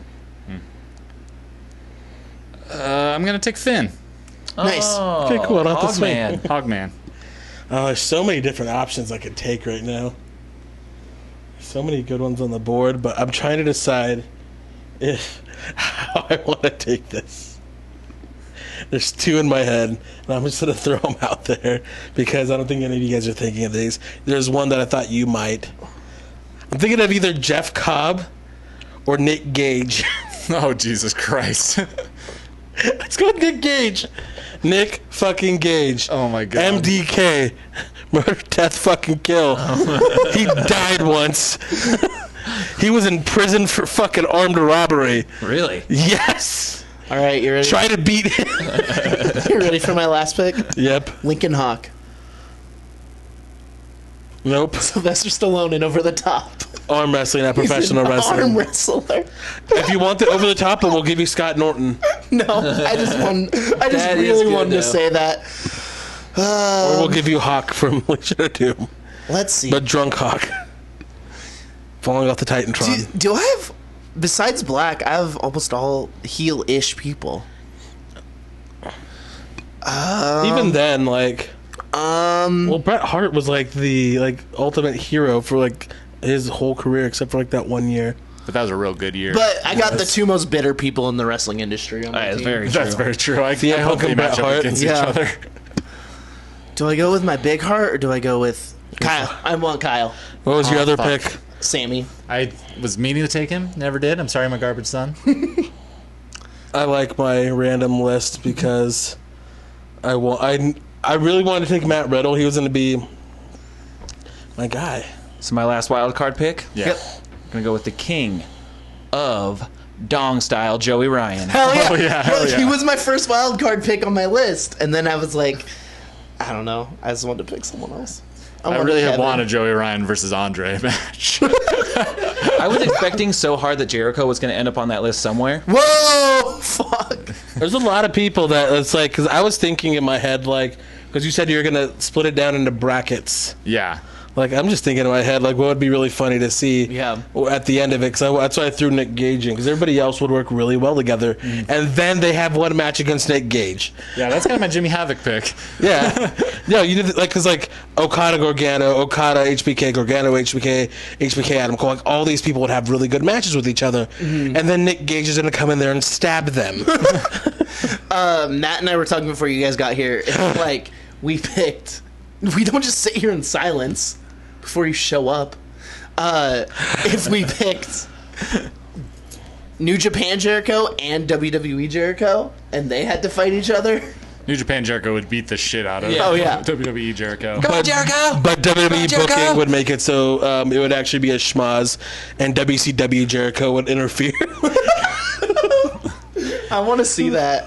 Speaker 4: I'm gonna take Finn.
Speaker 5: Oh.
Speaker 3: Nice.
Speaker 5: Okay, cool. I don't have to swing.
Speaker 6: Oh, Hogman.
Speaker 4: Hogman.
Speaker 5: Oh, there's so many different options I could take right now. So many good ones on the board, but I'm trying to decide if how I want to take this. There's two in my head, and I'm just gonna throw them out there because I don't think any of you guys are thinking of these. There's one that I thought you might. I'm thinking of either Jeff Cobb or Nick Gage.
Speaker 4: Oh Jesus Christ.
Speaker 5: Let's go with Nick Gage. Nick fucking Gage.
Speaker 4: Oh my God.
Speaker 5: MDK. Murder, death, fucking kill. he died once. he was in prison for fucking armed robbery.
Speaker 6: Really?
Speaker 5: Yes.
Speaker 3: All right, you ready?
Speaker 5: Try to beat him.
Speaker 3: you ready for my last pick?
Speaker 5: yep.
Speaker 3: Lincoln Hawk.
Speaker 5: Nope.
Speaker 3: Sylvester Stallone in Over the Top.
Speaker 5: Arm wrestling, not
Speaker 3: He's an
Speaker 5: professional
Speaker 3: Arm
Speaker 5: wrestling.
Speaker 3: wrestler.
Speaker 5: If you want the over the top one, we'll give you Scott Norton.
Speaker 3: No, I just want. I just
Speaker 6: That is
Speaker 3: really
Speaker 6: good,
Speaker 3: wanted
Speaker 6: though.
Speaker 3: to say that.
Speaker 5: Or
Speaker 3: Uh,
Speaker 5: we'll give you Hawk from Legion of Doom.
Speaker 3: let's see.
Speaker 5: But drunk Hawk. Falling off the Titantron.
Speaker 3: do, do I have? Besides Black, I have almost all heel-ish people.
Speaker 5: Even then, like.
Speaker 3: Um,
Speaker 5: Well, Bret Hart was like the like ultimate hero for like his whole career, except for like that one year.
Speaker 4: But that was a real good year.
Speaker 3: but I got the two most bitter people in the wrestling industry. On my
Speaker 6: That's
Speaker 3: team.
Speaker 6: very
Speaker 4: that's very true. I, I hope
Speaker 5: Hulk
Speaker 4: they
Speaker 5: and
Speaker 4: match
Speaker 5: Bret
Speaker 4: up
Speaker 5: Hart.
Speaker 4: against
Speaker 3: Yeah.
Speaker 4: each other.
Speaker 3: Do I go with my big heart or do I go with Kyle? I want Kyle.
Speaker 5: What was
Speaker 3: Ah,
Speaker 5: your other
Speaker 4: fuck.
Speaker 5: pick?
Speaker 3: Sammy.
Speaker 4: I was meaning to take him, never did. I'm sorry, my garbage son.
Speaker 5: I like my random list because I want I I really wanted to take Matt Riddle. He was going to be my guy.
Speaker 6: So my last wild card pick.
Speaker 4: Yeah.
Speaker 6: I'm gonna go with the king of dong style, Joey Ryan.
Speaker 3: Hell yeah!
Speaker 4: Oh, yeah, hell
Speaker 3: Like, He
Speaker 4: yeah.
Speaker 3: was my first wild card pick on my list, and then I was like, I don't know. I just wanted to pick someone else.
Speaker 4: I
Speaker 3: wanted
Speaker 4: really have
Speaker 3: Kevin.
Speaker 4: wanted Joey Ryan versus Andre match.
Speaker 6: I was expecting so hard that Jericho was gonna end up on that list somewhere.
Speaker 3: Whoa! Fuck.
Speaker 5: There's a lot of people that it's like because I was thinking in my head like because you said you were going to split it down into brackets.
Speaker 4: yeah.
Speaker 5: Like I'm just thinking in my head, like what would be really funny to see
Speaker 6: Yeah.
Speaker 5: at the end of it. Because that's why I threw Nick Gage in, because everybody else would work really well together. And then they have one match against Nick Gage.
Speaker 4: Yeah, that's kind of my Jimmy Havoc pick.
Speaker 5: Yeah, no, you did like because like Okada Gorgano, Okada HBK, Gorgano HBK, HBK Adam Cole. Like all these people would have really good matches with each other. And then Nick Gage is going to come in there and stab them.
Speaker 3: Um, Matt and I were talking before you guys got here. It's like we picked. We don't just sit here in silence before you show up. Uh, if we picked New Japan Jericho and WWE Jericho, and they had to fight each other.
Speaker 4: New Japan Jericho would beat the shit out of
Speaker 3: Oh, yeah.
Speaker 4: WWE Jericho.
Speaker 5: but, Jericho. But WWE booking would make it so um, it would actually be a schmoz, and WCW Jericho would interfere.
Speaker 3: I want to see that.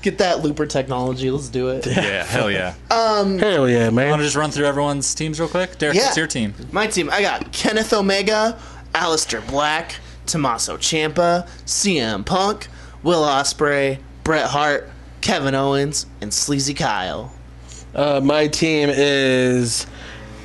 Speaker 3: Get that looper technology. Let's do it.
Speaker 4: Yeah, hell yeah.
Speaker 5: Uh, Hell yeah, man!
Speaker 4: Want to just run through everyone's teams real quick? Derek,
Speaker 3: Yeah.
Speaker 4: what's your team?
Speaker 3: My team, I got Kenneth Omega, Alistair Black, Tommaso Ciampa, CM Punk, Will Ospreay, Bret Hart, Kevin Owens, and Sleazy Kyle.
Speaker 5: Uh, my team is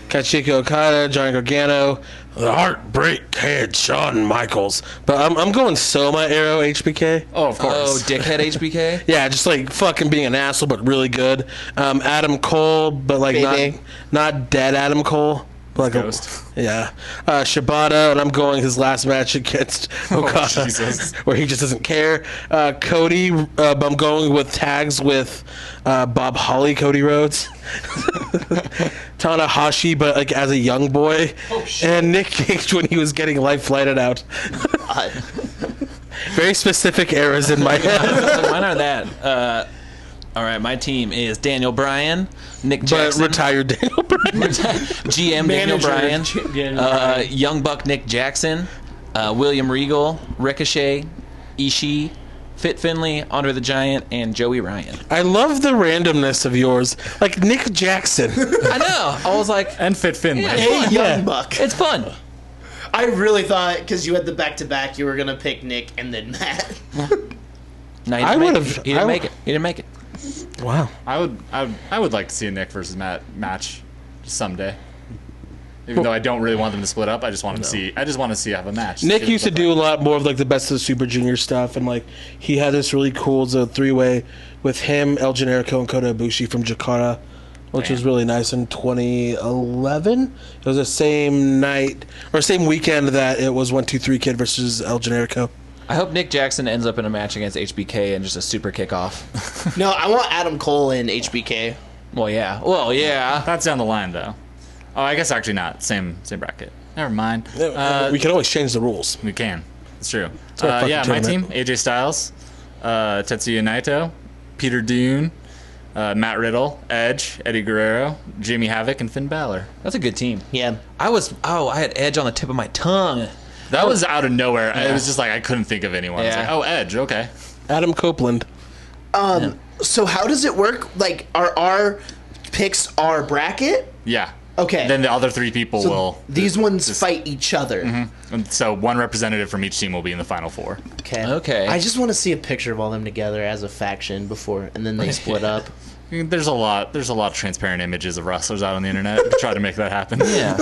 Speaker 5: Kachiko Okada, Johnny Gargano, the Heartbreak Kid, Shawn Michaels. But I'm, I'm going Soma Arrow HBK.
Speaker 4: Oh, of
Speaker 6: Oh,
Speaker 4: course.
Speaker 6: dickhead HBK.
Speaker 5: Yeah, just like fucking being an asshole, but really good. Um, Adam Cole, but like
Speaker 3: Baby.
Speaker 5: not not dead Adam Cole. but Like a-
Speaker 4: Ghost.
Speaker 5: yeah, uh, Shibata, and I'm going his last match against Okada,
Speaker 4: Oh, Jesus.
Speaker 5: where he just doesn't care. Uh, Cody, uh, but I'm going with tags with uh, Bob Holly, Cody Rhodes, Tanahashi, but like as a young boy, and Nick Cage when he was getting life flighted out.
Speaker 3: God.
Speaker 5: Very specific errors in my head.
Speaker 6: Like, mine are that. Uh, all right, my team is Daniel Bryan, Nick
Speaker 5: But
Speaker 6: Jackson,
Speaker 5: retired Daniel Bryan.
Speaker 6: GM Daniel
Speaker 3: Manager
Speaker 6: Bryan,
Speaker 3: Daniel
Speaker 6: uh, Young Buck Nick Jackson, uh, William Regal, Ricochet, Ishii, Fit Finley, Andre the Giant, and Joey Ryan.
Speaker 5: I love the randomness of yours. Like Nick Jackson.
Speaker 6: I know. I was like,
Speaker 4: and Fit Finley.
Speaker 3: Hey,
Speaker 5: Yeah.
Speaker 3: Young Buck.
Speaker 6: it's fun.
Speaker 3: I really thought because you had the back to back, you were gonna pick Nick and then Matt.
Speaker 6: No, he
Speaker 5: I
Speaker 6: didn't make
Speaker 5: would've-
Speaker 6: it. He didn't
Speaker 5: I w-
Speaker 6: make it. He didn't make it.
Speaker 5: Wow.
Speaker 4: I would, I would, I would like to see a Nick versus Matt match someday. Even though I don't really want them to split up, I just want them to see. I just want to see have a match.
Speaker 5: Nick
Speaker 4: See
Speaker 5: used to
Speaker 4: what the
Speaker 5: do a lot more of like the best of the Super Junior stuff, and like he had this really cool it's a three way with him, El Generico, and Kota Ibushi from Jakarta, which was really nice in 2011. It was the same night or same weekend that it was One Two Three Kid versus El Generico.
Speaker 6: I hope Nick Jackson ends up in a match against HBK and just a super kickoff.
Speaker 3: No, I want Adam Cole and HBK.
Speaker 6: well, yeah. Well, yeah.
Speaker 4: That's down the line, though. Oh, I guess actually not. Same same bracket. Never mind. Uh,
Speaker 5: we can always change the rules.
Speaker 4: we can. It's true.
Speaker 5: our
Speaker 4: Uh,
Speaker 5: fucking
Speaker 4: yeah, my team:
Speaker 5: tournament.
Speaker 4: AJ Styles, uh, Tetsuya Naito, Peter Dune, uh, Matt Riddle, Edge, Eddie Guerrero, Jimmy Havoc, and Finn Balor.
Speaker 6: That's a good team.
Speaker 3: Yeah.
Speaker 6: I was. Oh, I had Edge on the tip of my tongue.
Speaker 4: That was out of nowhere. It
Speaker 6: Yeah.
Speaker 4: was just like I couldn't think of anyone. It's
Speaker 6: Yeah.
Speaker 4: like, oh, Edge. Okay.
Speaker 5: Adam Copeland.
Speaker 3: Um, So how does it work? Like, are our picks our bracket?
Speaker 4: Yeah.
Speaker 3: Okay.
Speaker 4: Then the other three people will.
Speaker 3: These ones fight each other.
Speaker 4: and So one representative from each team will be in the final four.
Speaker 3: Okay.
Speaker 6: Okay.
Speaker 3: I just want to see a picture of all them together as a faction before, and then they split up.
Speaker 4: I mean, There's a lot. There's a lot of transparent images of wrestlers out on the internet to try to make that happen.
Speaker 6: Yeah.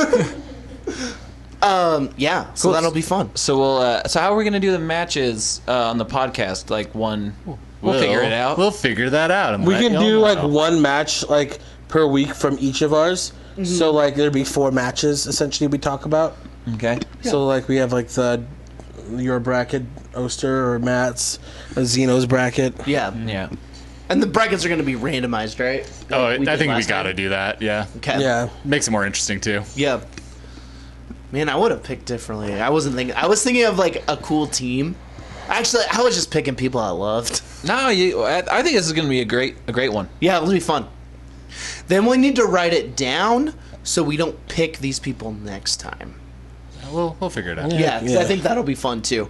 Speaker 3: Yeah. So
Speaker 6: Cool.
Speaker 3: that'll be fun.
Speaker 6: so we'll. Uh, so how are we gonna do the matches uh, on the podcast? Like one. We'll, figure it out.
Speaker 4: We'll figure that out. and
Speaker 5: We
Speaker 4: let
Speaker 5: can
Speaker 4: y'all
Speaker 5: do
Speaker 4: know.
Speaker 5: like one match like per week from each of ours. So like there'd be four matches essentially we talk about.
Speaker 6: okay.
Speaker 5: So like we have like the your bracket, Oster or Matt's, uh, Zeno's bracket.
Speaker 3: Yeah.
Speaker 6: Yeah.
Speaker 3: And the brackets are going to be randomized, right?
Speaker 4: Oh,
Speaker 3: Like
Speaker 4: I
Speaker 3: did
Speaker 4: think we
Speaker 3: last
Speaker 4: got to
Speaker 3: time?
Speaker 4: do that. Yeah.
Speaker 3: Okay.
Speaker 5: Yeah,
Speaker 4: Makes it more interesting too.
Speaker 3: Yeah. Man, I would have picked differently. I wasn't thinking. I was thinking of like a cool team. Actually, I was just picking people I loved.
Speaker 6: No, you. I, I think this is gonna be a great, a great one.
Speaker 3: Yeah, it'll be fun. Then we need to write it down so we don't pick these people next time.
Speaker 4: We'll we'll figure it out.
Speaker 3: Yeah, 'cause
Speaker 5: Yeah.
Speaker 3: I think that'll be fun too.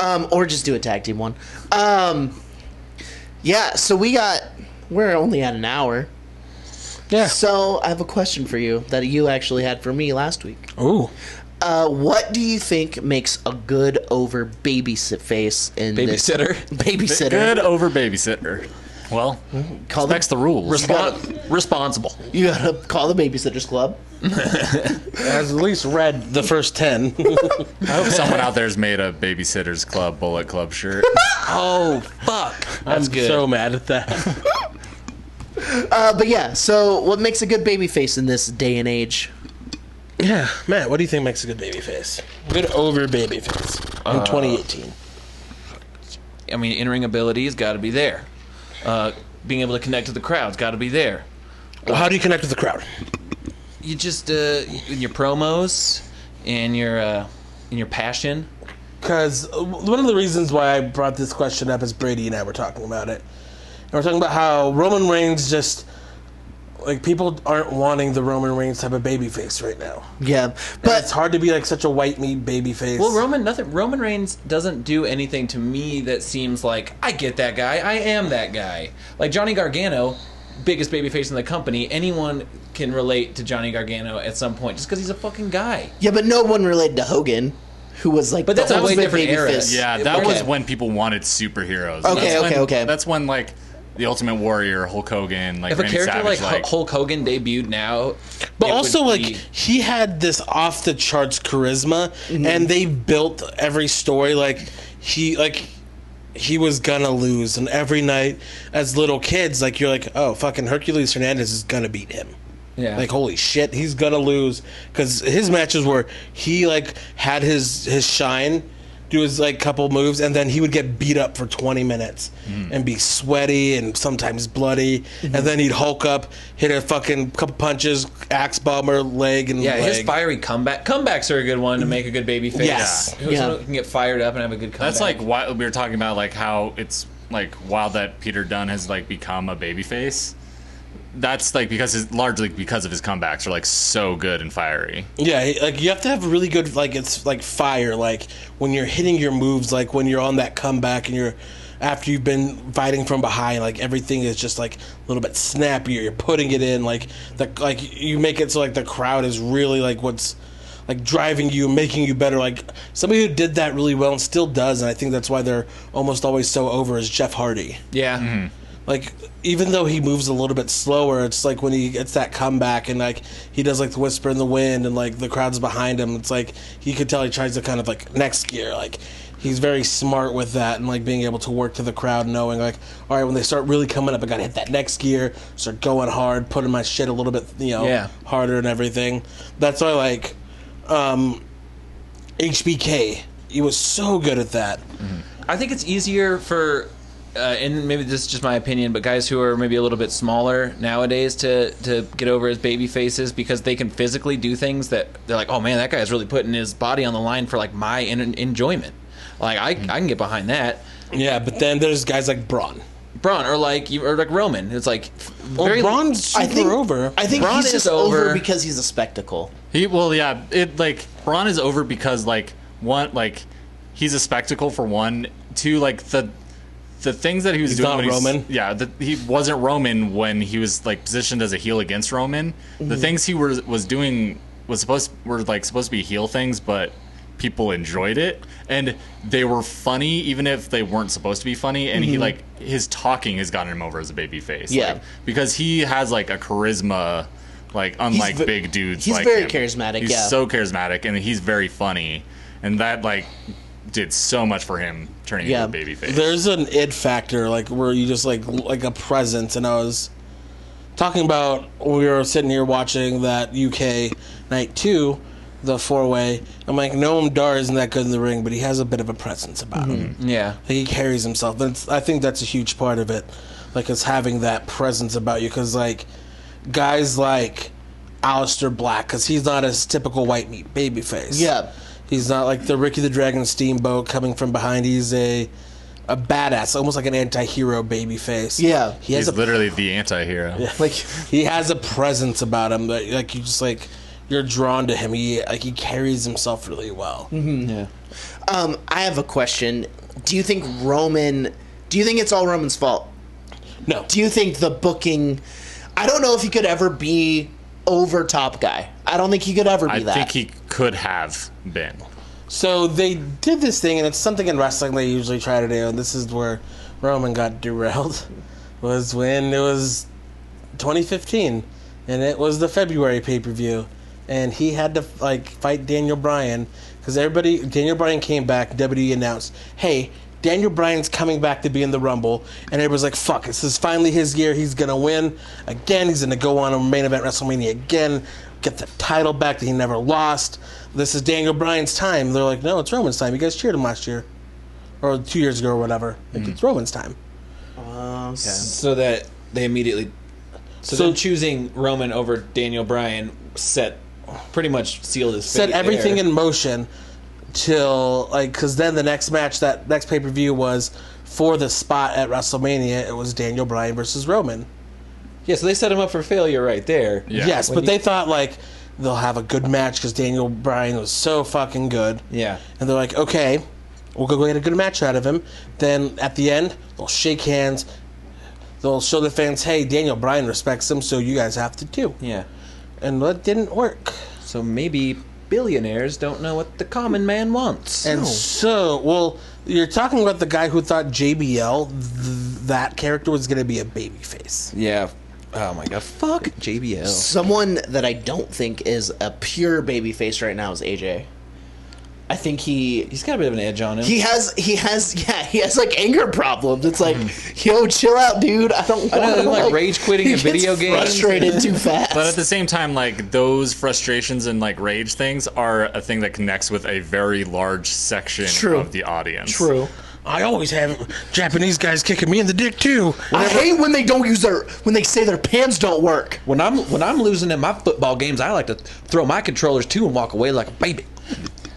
Speaker 3: Um, or just do a tag team one. Um, yeah, so we got. We're only at an hour.
Speaker 5: yeah.
Speaker 3: So I have a question for you that you actually had for me last week.
Speaker 5: Ooh,
Speaker 3: Uh, what do you think makes a good over babysit face in this
Speaker 6: Babysitter.
Speaker 3: babysitter?
Speaker 4: Good over babysitter. Well,
Speaker 3: Call the-
Speaker 4: that's the rules.
Speaker 6: Respon- responsible.
Speaker 3: you gotta call the babysitters club.
Speaker 5: as at least read the first ten.
Speaker 4: I hope someone out there's made a babysitters club bullet club shirt.
Speaker 6: Oh fuck. That's
Speaker 5: I'm
Speaker 6: good.
Speaker 5: so mad at that.
Speaker 3: Uh, but yeah, so what makes a good baby face in this day and age?
Speaker 5: yeah, Matt, what do you think makes a good baby face? Good over Uh, baby face in 2018.
Speaker 6: I mean, in-ring ability's got to be there. Uh, being able to connect to the crowd's got to be there.
Speaker 5: Well, how do you connect with the crowd?
Speaker 6: You just uh, in your promos, in your uh, in your passion.
Speaker 5: Because uh, one of the reasons why I brought this question up is Brady and I were talking about it. And we're talking about how Roman Reigns just, like, people aren't wanting the Roman Reigns type of baby face right now.
Speaker 3: Yeah,
Speaker 5: But
Speaker 3: but
Speaker 5: it's hard to be, like, such a white meat baby face.
Speaker 6: Well, Roman nothing. Roman Reigns doesn't do anything to me that seems like I get that guy. I am that guy. Like Johnny Gargano, biggest babyface in the company. Anyone can relate to Johnny Gargano at some point, just because he's a fucking guy.
Speaker 3: yeah, but no one related to Hogan, who was like
Speaker 6: But that's a way different era.
Speaker 4: Yeah, that was
Speaker 6: Okay.
Speaker 4: when people wanted superheroes.
Speaker 3: Okay,
Speaker 4: That's when-
Speaker 3: okay, okay.
Speaker 4: That's when like the Ultimate Warrior, Hulk Hogan, like
Speaker 6: If a
Speaker 4: Randy
Speaker 6: character
Speaker 4: Savage,
Speaker 6: like,
Speaker 4: like,
Speaker 6: Hu- Hulk Hogan debuted now,
Speaker 5: But
Speaker 6: it would
Speaker 5: also, like,
Speaker 6: be-
Speaker 5: he had this off the charts charisma,
Speaker 6: Mm-hmm.
Speaker 5: and they built every story like he like he was gonna lose, and every night as little kids, like you're like, oh fucking Hercules Hernandez is gonna beat him.
Speaker 6: yeah,
Speaker 5: Like holy shit, he's gonna lose because his matches were he like had his his shine, do his like couple moves, and then he would get beat up for twenty minutes
Speaker 6: Mm.
Speaker 5: and be sweaty and sometimes bloody,
Speaker 6: Mm-hmm.
Speaker 5: and then he'd Hulk up, hit a fucking couple punches, axe bomber leg and
Speaker 6: yeah. His
Speaker 5: leg.
Speaker 6: fiery comeback comebacks are a good one to make a good babyface.
Speaker 5: Yes.
Speaker 6: Who-
Speaker 3: Yeah.
Speaker 6: someone who can get fired up and have a good comeback.
Speaker 4: That's like why we were talking about like how it's like wild that Peter Dunn has like become a babyface. That's like because his largely because of his comebacks are like so good and fiery.
Speaker 5: Yeah, he- like you have to have really good like it's like fire like when you're hitting your moves like when you're on that comeback and you're after you've been fighting from behind like everything is just like a little bit snappier. You're putting it in like the like you make it so like the crowd is really like what's like driving you, making you better. Like somebody who did
Speaker 4: mm-hmm.
Speaker 5: that really well and still does, and I think that's why they're almost always so over is Jeff Hardy.
Speaker 6: yeah.
Speaker 5: like even though he moves a little bit slower, it's like when he gets that comeback and like he does like the whisper in the wind and like the crowd's behind him. It's like he could tell he tries to kind of like next gear. Like he's very smart with that and like being able to work to the crowd, knowing like all right when they start really coming up, I gotta hit that next gear, start going hard, putting my shit a little bit you know
Speaker 6: Yeah.
Speaker 5: harder and everything. That's why like um HBK. He was so good at that.
Speaker 6: I think it's easier for, uh, and maybe this is just my opinion, but guys who are maybe a little bit smaller nowadays to to get over as baby faces because they can physically do things that they're like, oh man, that guy's really putting his body on the line for like my en- enjoyment. Like I, I can get behind that.
Speaker 5: Yeah, but then there's guys like Braun.
Speaker 6: Braun or like you or like Roman. It's like
Speaker 5: Well,
Speaker 6: very
Speaker 5: Braun's super
Speaker 3: I think
Speaker 5: over.
Speaker 3: I think
Speaker 6: Braun
Speaker 3: he's
Speaker 6: is
Speaker 3: just over.
Speaker 6: over.
Speaker 3: because he's a spectacle.
Speaker 4: He well, yeah. It like Braun is over because like one, like he's a spectacle for one. Two, like the the things that he was doing.
Speaker 5: not
Speaker 4: when he's-
Speaker 5: Roman.
Speaker 4: Yeah, the, he wasn't Roman when he was like positioned as a heel against Roman. The things he was was doing was supposed were like supposed to be heel things, but people enjoyed it and they were funny even if they weren't supposed to be funny and he like his talking has gotten him over as a baby face
Speaker 3: Yeah.
Speaker 4: like, because he has like a charisma like unlike
Speaker 3: ve-
Speaker 4: big dudes
Speaker 3: he's
Speaker 4: like
Speaker 3: very
Speaker 4: him.
Speaker 3: charismatic,
Speaker 4: He's
Speaker 3: yeah.
Speaker 4: so charismatic, and he's very funny, and that like did so much for him turning
Speaker 3: Yeah.
Speaker 4: into a babyface.
Speaker 5: There's an id factor, like where you just like like a presence. And I was talking about we were sitting here watching that UK night two, the four way. I'm like, Noam Dar isn't that good in the ring, but he has a bit of a presence about him.
Speaker 6: yeah.
Speaker 5: Like, he carries himself. And it's- I think that's a huge part of it. Like, it's having that presence about you. Because, like, guys like Aleister Black, because he's not his typical white meat babyface.
Speaker 3: Yeah.
Speaker 5: He's not like the Ricky the Dragon Steamboat coming from behind. He's a a badass, almost like an anti hero babyface.
Speaker 3: Yeah.
Speaker 5: He has
Speaker 4: he's
Speaker 5: a
Speaker 4: literally the anti-hero.
Speaker 3: Like
Speaker 5: he has a presence about him that like you just like you're drawn to him. He like he carries himself really well.
Speaker 3: Mm-hmm. um I have a question. Do you think Roman do you think it's all Roman's fault?
Speaker 5: No.
Speaker 3: do you think the booking I don't know if he could ever be over top guy. I don't think he could ever be
Speaker 4: I
Speaker 3: that.
Speaker 4: think he could have been.
Speaker 5: So they did this thing, and it's something in wrestling they usually try to do. And this is where Roman got derailed. Was when it was 2015, and it was the February pay per view, and he had to like fight Daniel Bryan because everybody Daniel Bryan came back. WWE announced, "Hey, Daniel Bryan's coming back to be in the Rumble," and everybody's like, "Fuck, this is finally his year. He's gonna win again. He's gonna go on a main event WrestleMania again, get the title back that he never lost. This is Daniel Bryan's time." They're like, "No, it's Roman's time. You guys cheered him last year, or two years ago, or whatever. Like, It's Roman's time."
Speaker 6: So that they immediately. So,
Speaker 5: So-
Speaker 6: them choosing Roman over Daniel Bryan set pretty much sealed his
Speaker 5: set
Speaker 6: fate
Speaker 5: everything
Speaker 6: there.
Speaker 5: in motion till like because then the next match that next pay per view was for the spot at WrestleMania. It was Daniel Bryan versus Roman.
Speaker 6: yeah. So they set him up for failure right there.
Speaker 4: Yeah.
Speaker 5: Yes,
Speaker 6: When
Speaker 5: but
Speaker 6: you-
Speaker 5: they thought like they'll have a good match because Daniel Bryan was so fucking good.
Speaker 6: Yeah.
Speaker 5: And they're like, okay, we'll go get a good match out of him. Then at the end, they'll shake hands. They'll show the fans, hey, Daniel Bryan respects him, so you guys have to too.
Speaker 6: Yeah.
Speaker 5: And that didn't work.
Speaker 6: So maybe billionaires don't know what the common man wants.
Speaker 5: And so, well, you're talking about the guy who thought JBL, th- that character was going to be a babyface.
Speaker 6: yeah. Oh my god. Fuck JBL.
Speaker 3: Someone that I don't think is a pure baby face right now is AJ. I think he
Speaker 6: He's got a bit of an edge on him.
Speaker 3: he has he has yeah he has like anger problems. It's like yo chill out, dude. I don't.
Speaker 6: know,
Speaker 3: wanna,
Speaker 6: like rage quitting
Speaker 3: he
Speaker 6: in
Speaker 3: gets
Speaker 6: video games.
Speaker 3: Frustrated too fast.
Speaker 4: But at the same time, like those frustrations and like rage things are a thing that connects with a very large section
Speaker 3: True.
Speaker 4: of the audience.
Speaker 3: True.
Speaker 5: I always have Japanese guys kicking me in the dick, too.
Speaker 3: I hate when they don't use their when they say their pans don't work.
Speaker 6: when I'm when I'm losing in my football games, I like to throw my controllers too and walk away like a baby.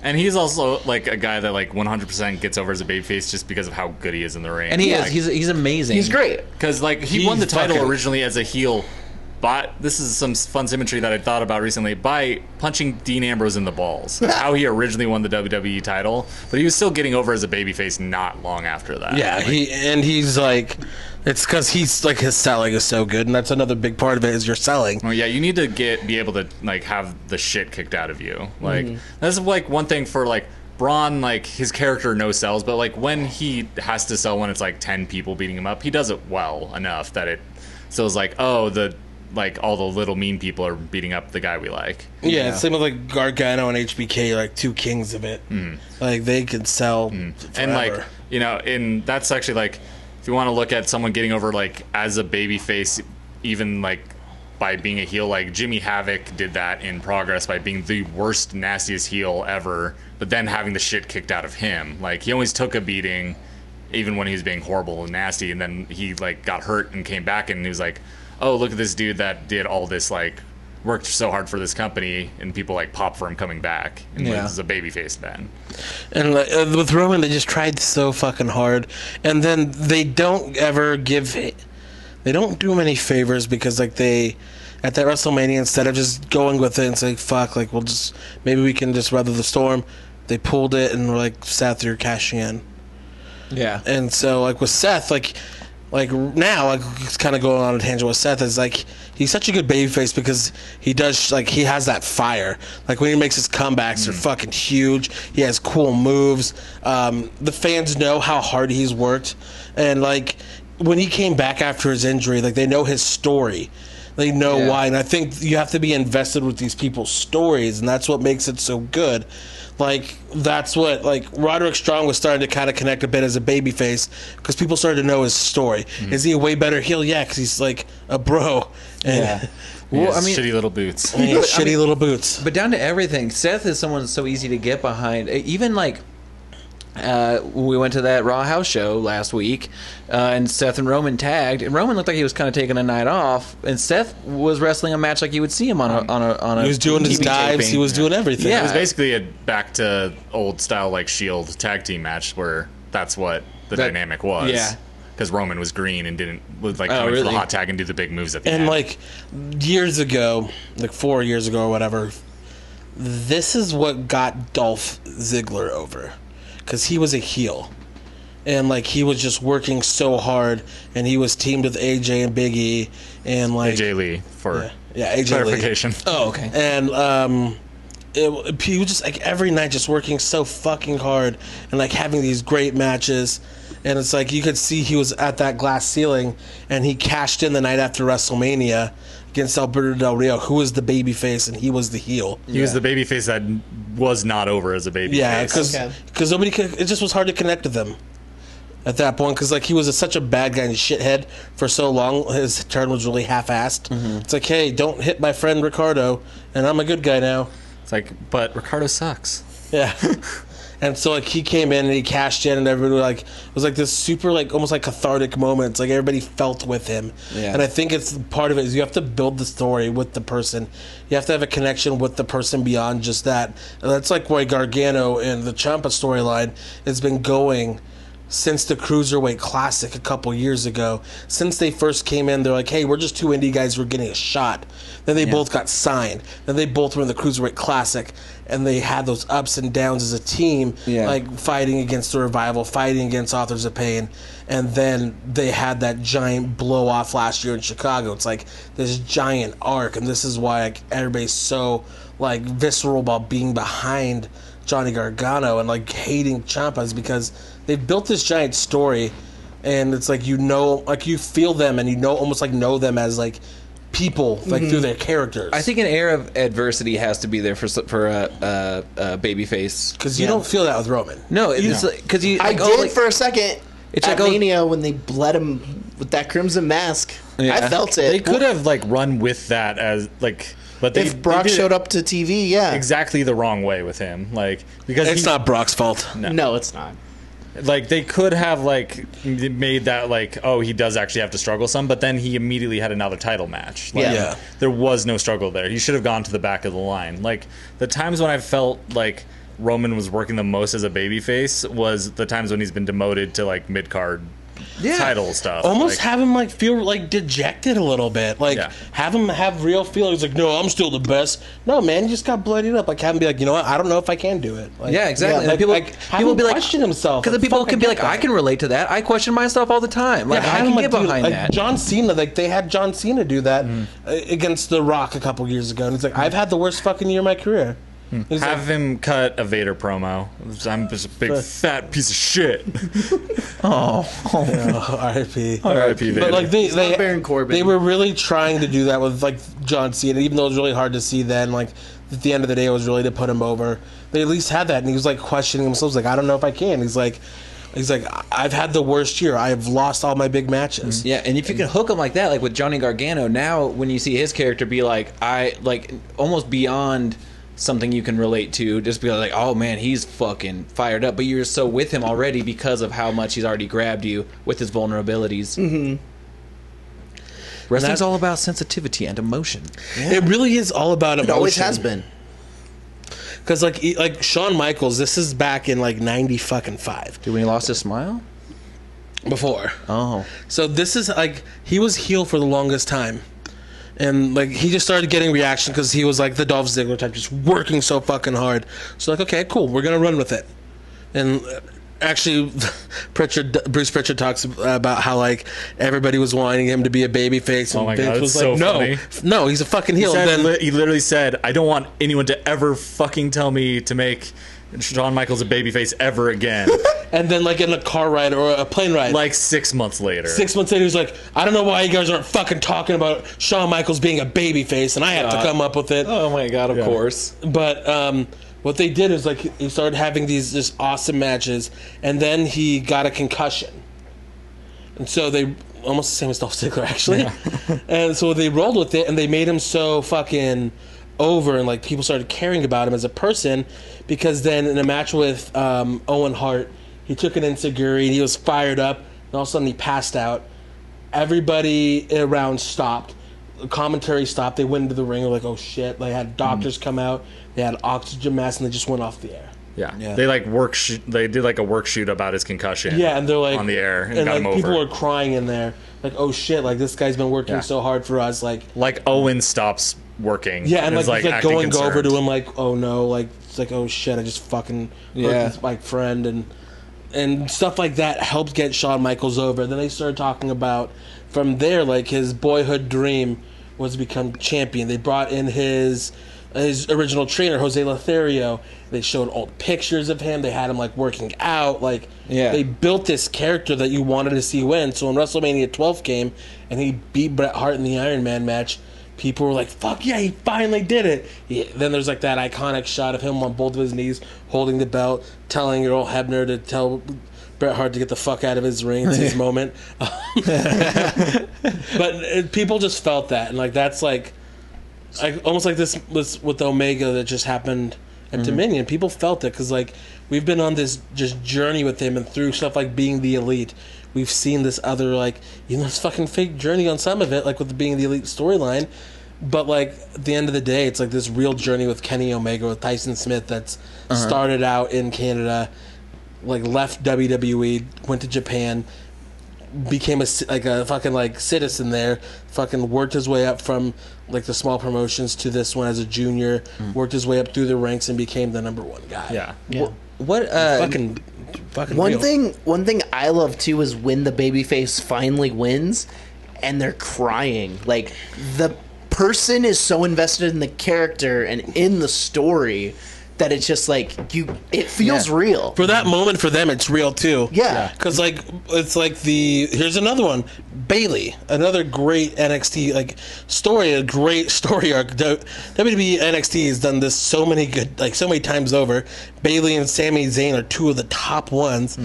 Speaker 4: And he's also like a guy that like 100% gets over as a babyface just because of how good he is in the ring.
Speaker 6: And he
Speaker 3: Yeah.
Speaker 6: is. He's he's amazing.
Speaker 3: He's great.
Speaker 4: Because like he
Speaker 5: He's
Speaker 4: won the title
Speaker 5: fucking-
Speaker 4: originally as a heel, but this is some fun symmetry that I thought about recently by punching Dean Ambrose in the balls. how he originally won the WWE title, but he was still getting over as a babyface not long after that.
Speaker 5: Yeah, he and he's like, it's because he's like his selling is so good, and that's another big part of it is your selling.
Speaker 4: Well, yeah, you need to get be able to like have the shit kicked out of you. Like that's like one thing for like Braun, like his character no sells, but like when he has to sell when it's like ten people beating him up, he does it well enough that it so it's like, oh, the like all the little mean people are beating up the guy we like.
Speaker 5: Yeah, same with like Gargano and HBK, like two kings of it. Like they can sell
Speaker 4: and like
Speaker 5: forever.
Speaker 4: you know and that's actually like if you want to look at someone getting over like as a baby face even like by being a heel like jimmy havoc did that in progress by being the worst nastiest heel ever but then having the shit kicked out of him like he always took a beating even when he was being horrible and nasty and then he like got hurt and came back and he was like oh look at this dude that did all this like worked so hard for this company and people like pop for him coming back and
Speaker 5: Yeah.
Speaker 4: was a baby face then
Speaker 5: And like, uh, with Roman, they just tried so fucking hard, and then they don't ever give, they don't do him any favors because like they, at that WrestleMania, instead of just going with it and saying fuck, like we'll just maybe we can just weather the storm, they pulled it and were like Seth, you're cashing in,
Speaker 6: Yeah.
Speaker 5: and so like with Seth, like. Like now, like it's kind of going on a tangent with Seth. Is like he's such a good babyface because he does like he has that fire. Like when he makes his comebacks, they're fucking huge. He has cool moves. Um, the fans know how hard he's worked, and like when he came back after his injury, like they know his story. They know
Speaker 6: Yeah.
Speaker 5: why, and I think you have to be invested with these people's stories, and that's what makes it so good. Like that's what like Roderick Strong was starting to kind of connect a bit as a babyface because people started to know his story.
Speaker 6: Mm-hmm.
Speaker 5: Is he a way better heel? Yeah, because he's like a bro and
Speaker 6: Yeah.
Speaker 4: He
Speaker 6: Well, I
Speaker 4: has
Speaker 6: mean,
Speaker 4: shitty little boots
Speaker 5: and shitty little boots.
Speaker 6: But down to everything, Seth is someone so easy to get behind. E, Even like uh, we went to that Raw House show last week, uh, and Seth and Roman tagged. And Roman looked like he was kind of taking a night off, and Seth was wrestling a match like you would see him on a on a on a.
Speaker 5: He was doing his
Speaker 6: TV
Speaker 5: dives. He
Speaker 6: taping.
Speaker 5: was doing everything.
Speaker 6: Yeah.
Speaker 4: It was basically a back to old style like Shield E tag team match where that's what the
Speaker 6: That-
Speaker 4: dynamic was.
Speaker 6: yeah.
Speaker 4: Because Roman was green and didn't was like
Speaker 6: Oh,
Speaker 4: coming for
Speaker 6: really?
Speaker 4: the hot tag and do the big moves at the
Speaker 5: And
Speaker 4: end.
Speaker 5: like years ago, like four years ago or whatever, this is what got Dolph Ziggler over because he was a heel. And like he was just working so hard, and he was teamed with AJ and Big E, and like
Speaker 4: AJ Lee for
Speaker 5: yeah, AJ Lee.
Speaker 4: clarification.
Speaker 6: Oh, okay.
Speaker 5: and um it, he was just like every night just working so fucking hard and like having these great matches and it's like you could see he was at that glass ceiling and he cashed in the night after WrestleMania against Alberto Del Rio who was the babyface and he was the heel
Speaker 4: He was the babyface that was not over as a babyface.
Speaker 5: yeah because
Speaker 3: Okay.
Speaker 5: nobody could it just was hard to connect with him at that point because like he was a, such a bad guy and shithead for so long his turn was really half-assed it's like hey don't hit my friend Ricardo and I'm a good guy now
Speaker 4: it's like, but Ricardo sucks.
Speaker 5: Yeah. and so like he came in and he cashed in and everybody like it was like this super like almost like cathartic moment. It's like everybody felt with him.
Speaker 6: Yeah.
Speaker 5: And I think it's part of it is you have to build the story with the person. You have to have a connection with the person beyond just that. And that's like why Gargano and the Champa storyline has been going since the cruiserweight classic a couple years ago since they first came in they're like hey we're just two indie guys we're getting a shot then they both got signed then they both were in the cruiserweight classic and they had those ups and downs as a team
Speaker 6: Yeah.
Speaker 5: like fighting against the revival fighting against authors of pain and then they had that giant blow off last year in chicago it's like this giant arc and this is why like, everybody's so like visceral about being behind Johnny Gargano and like hating Ciampa's because they've built this giant story and it's like you know like you feel them and you know almost like know them as like people like through their characters.
Speaker 6: Mm-hmm. I think an air of adversity has to be there for s- for a, a, a babyface.
Speaker 5: because you don't feel that with Roman.
Speaker 6: No, it's because you.
Speaker 3: I
Speaker 6: like, oh,
Speaker 3: did
Speaker 6: like-
Speaker 3: for a second.
Speaker 6: It's
Speaker 3: It's at
Speaker 6: like, oh-
Speaker 3: Mania when they bled him with that crimson mask. I
Speaker 6: Yeah.
Speaker 3: felt it.
Speaker 4: They could have like run with that as like, but they,
Speaker 3: if Brock
Speaker 4: they did it
Speaker 3: showed up to TV, yeah.
Speaker 4: exactly the wrong way with him, like because
Speaker 5: It's
Speaker 4: he-
Speaker 5: not Brock's fault.
Speaker 3: No, it's not.
Speaker 4: like they could have like m- made that like oh he does actually have to struggle some but then he immediately had another title match like,
Speaker 3: Yeah.
Speaker 5: Yeah.
Speaker 4: there was no struggle there he should have gone to the back of the line like the times when i felt like roman was working the most as a babyface was the times when he's been demoted to like mid-card title stuff
Speaker 5: Almost
Speaker 4: Like,
Speaker 5: have him like feel like dejected a little bit. Like
Speaker 4: Yeah.
Speaker 5: have him have real feelings. Like no, I'm still the best. No, man, you just got bloodied up. Like have him be like, you know what? I don't know if I can do it. Like,
Speaker 6: Yeah, exactly.
Speaker 5: yeah,
Speaker 6: and people,
Speaker 5: like- like, have
Speaker 6: people
Speaker 5: him
Speaker 6: be like,
Speaker 5: question himself.
Speaker 6: because the
Speaker 5: Like,
Speaker 6: people
Speaker 5: fuck,
Speaker 6: can
Speaker 5: I
Speaker 6: be
Speaker 5: get
Speaker 6: like,
Speaker 5: that.
Speaker 6: I can relate to that. I question myself all the time. Like I
Speaker 5: have
Speaker 6: can
Speaker 5: him,
Speaker 6: get
Speaker 5: like, do-
Speaker 6: behind
Speaker 5: like,
Speaker 6: that. Hmm.
Speaker 5: John Cena, like they had John Cena do that uh, against The Rock a couple years ago, and it's like I've had the worst fucking year of my career. He's like,
Speaker 4: Hmm. Have him cut a Vader promo. I'm just a big fat piece of shit.
Speaker 5: oh, RIP.
Speaker 4: R.I.P. Vader.
Speaker 5: But like they, they
Speaker 3: not Baron Corbin.
Speaker 5: they were really trying to do that with like John Cena, even though it was really hard to see then. Like at the end of the day, it was really to put him over. They at least had that, and he was like questioning himself, like I don't know if I can. He's like, he's like I've had the worst year. I have lost all my big matches.
Speaker 6: Yeah, and if you can hook him like that, like with Johnny Gargano, now when you see his character be like, I like almost beyond something you can relate to, just be like, oh man, he's fucking fired up. But you're so with him already because of how much he's already grabbed you with his vulnerabilities. Mm-hmm. Wrestling's
Speaker 5: That-
Speaker 6: all about sensitivity and emotion.
Speaker 3: Mm-hmm.
Speaker 5: It really is all about emotion.
Speaker 3: It always has been.
Speaker 5: because like he- like Shawn Michaels, this is back in like ninety fucking five
Speaker 6: Dude, when he lost his smile?
Speaker 5: before.
Speaker 6: Oh.
Speaker 5: So this is like he was heel for the longest time, and like he just started getting reaction because he was like the Dolph Ziggler type, just working so fucking hard. So like, okay, cool, we're gonna run with it. And uh, actually, Pritchard, Bruce Pritchard talks about how like everybody was wanting him to be a babyface, and
Speaker 4: Oh my
Speaker 5: Vince
Speaker 4: God,
Speaker 5: was
Speaker 4: that's
Speaker 5: like,
Speaker 4: so
Speaker 5: no,
Speaker 4: funny.
Speaker 5: f- no, he's a fucking heel.
Speaker 4: He, said-
Speaker 5: And then
Speaker 4: li- he literally said, "I don't want anyone to ever fucking tell me to make Shawn Michaels a babyface ever again."
Speaker 5: and then like in a car ride or a plane ride,
Speaker 4: like six months later,
Speaker 5: Six months later, he's like, I don't know why you guys aren't fucking talking about Shawn Michaels being a babyface, and I have to come up with it.
Speaker 6: Oh my god, of course.
Speaker 5: But um, what they did is like he started having these just awesome matches, and then he got a concussion, and so they almost the same as Dolph Ziggler actually, and so they rolled with it, and they made him so fucking over, and like people started caring about him as a person, because then in a match with um, Owen Hart, he took an insiguri, and he was fired up, and all of a sudden he passed out. Everybody around stopped the commentary stopped. They went into the ring. They're like, oh shit! They had doctors come out. They had oxygen masks, and they just went off the air.
Speaker 4: yeah. they like work. Sh- they did like a work shoot about his concussion.
Speaker 5: Yeah, and they're like
Speaker 4: on the air and,
Speaker 5: and
Speaker 4: got
Speaker 5: like
Speaker 4: him over.
Speaker 5: people are crying in there. Like, oh shit! Like this guy's been working
Speaker 4: Yeah.
Speaker 5: so hard for us. Like,
Speaker 4: like Owen stops working.
Speaker 5: yeah, and
Speaker 4: is,
Speaker 5: like, he's, like
Speaker 4: acting
Speaker 5: going
Speaker 4: concerned.
Speaker 5: over to him, like, oh no, like it's like, oh shit! I just fucking
Speaker 6: Yeah.
Speaker 5: hurt this, my friend and and stuff like that helped get Shawn Michaels over. Then they started talking about from there, like his boyhood dream was to become champion. They brought in his his original trainer, Jose Lothario. They showed old pictures of him. They had him like working out. Like
Speaker 6: Yeah.
Speaker 5: they built this character that you wanted to see win. So when WrestleMania 12 came and he beat Bret Hart in the Iron Man match, people were like, "Fuck yeah, he finally did it!" He, then there's like that iconic shot of him on both of his knees, holding the belt, telling Earl Hebner to tell Bret Hart to get the fuck out of his ring. It's his moment. but it, people just felt that, and like that's like, like almost like this was with Omega that just happened at Dominion. People felt it because like we've been on this just journey with him, and through stuff like being the elite, we've seen this other like you know this fucking fake journey on some of it, like with the being the elite storyline. But like at the end of the day, it's like this real journey with Kenny Omega with Tyson Smith that's started out in Canada, like left WWE, went to Japan, became a ci- like a fucking like citizen there. Fucking worked his way up from like the small promotions to this one as a junior. Worked his way up through the ranks and became the number one guy.
Speaker 4: Yeah,
Speaker 6: What uh
Speaker 5: fucking fucking
Speaker 3: One
Speaker 5: real.
Speaker 3: thing, one thing I love too is when the babyface finally wins, and they're crying. Like the person is so invested in the character and in the story that it's just like you. It feels
Speaker 6: Yeah.
Speaker 3: real.
Speaker 5: for that moment for them, it's real too.
Speaker 3: Yeah.
Speaker 5: because like it's like the here's another one Bailey, another great NXT like story, a great story arc. W- WWE NXT has done this so many good like so many times over. Bailey and Sami Zayn are two of the top ones.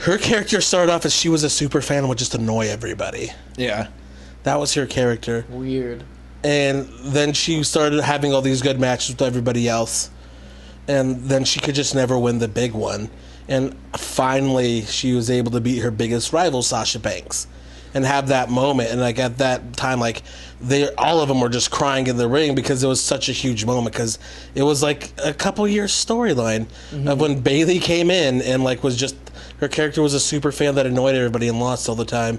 Speaker 5: Her character started off as she was a super fan and would just annoy everybody.
Speaker 6: Yeah.
Speaker 5: That was her character
Speaker 3: Weird.
Speaker 5: and then she started having all these good matches with everybody else and then she could just never win the big one and finally she was able to beat her biggest rival sasha banks and have that moment and like at that time like they all of them were just crying in the ring because it was such a huge moment because it was like a couple years storyline of when bailey came in and like was just her character was a super fan that annoyed everybody and lost all the time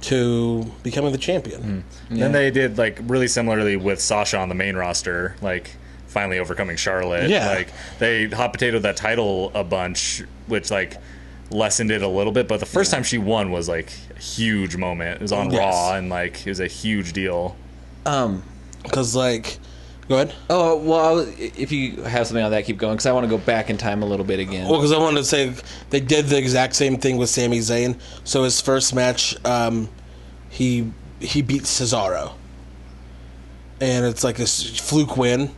Speaker 5: to becoming the champion
Speaker 4: Then they did like really similarly with Sasha on the main roster, like finally overcoming Charlotte.
Speaker 5: Yeah.
Speaker 4: Like they hot potatoed that title a bunch, which like lessened it a little bit. But the first time she won was like a huge moment. It was on
Speaker 5: Yes.
Speaker 4: Raw and like it was a huge deal.
Speaker 5: because like Go ahead.
Speaker 6: Oh well, I was, if you have something on that, keep going because I want to go back in time a little bit again.
Speaker 5: Well, because I wanted to say they did the exact same thing with Sami Zayn. So his first match, um, he he beat Cesaro, and it's like a s- fluke win.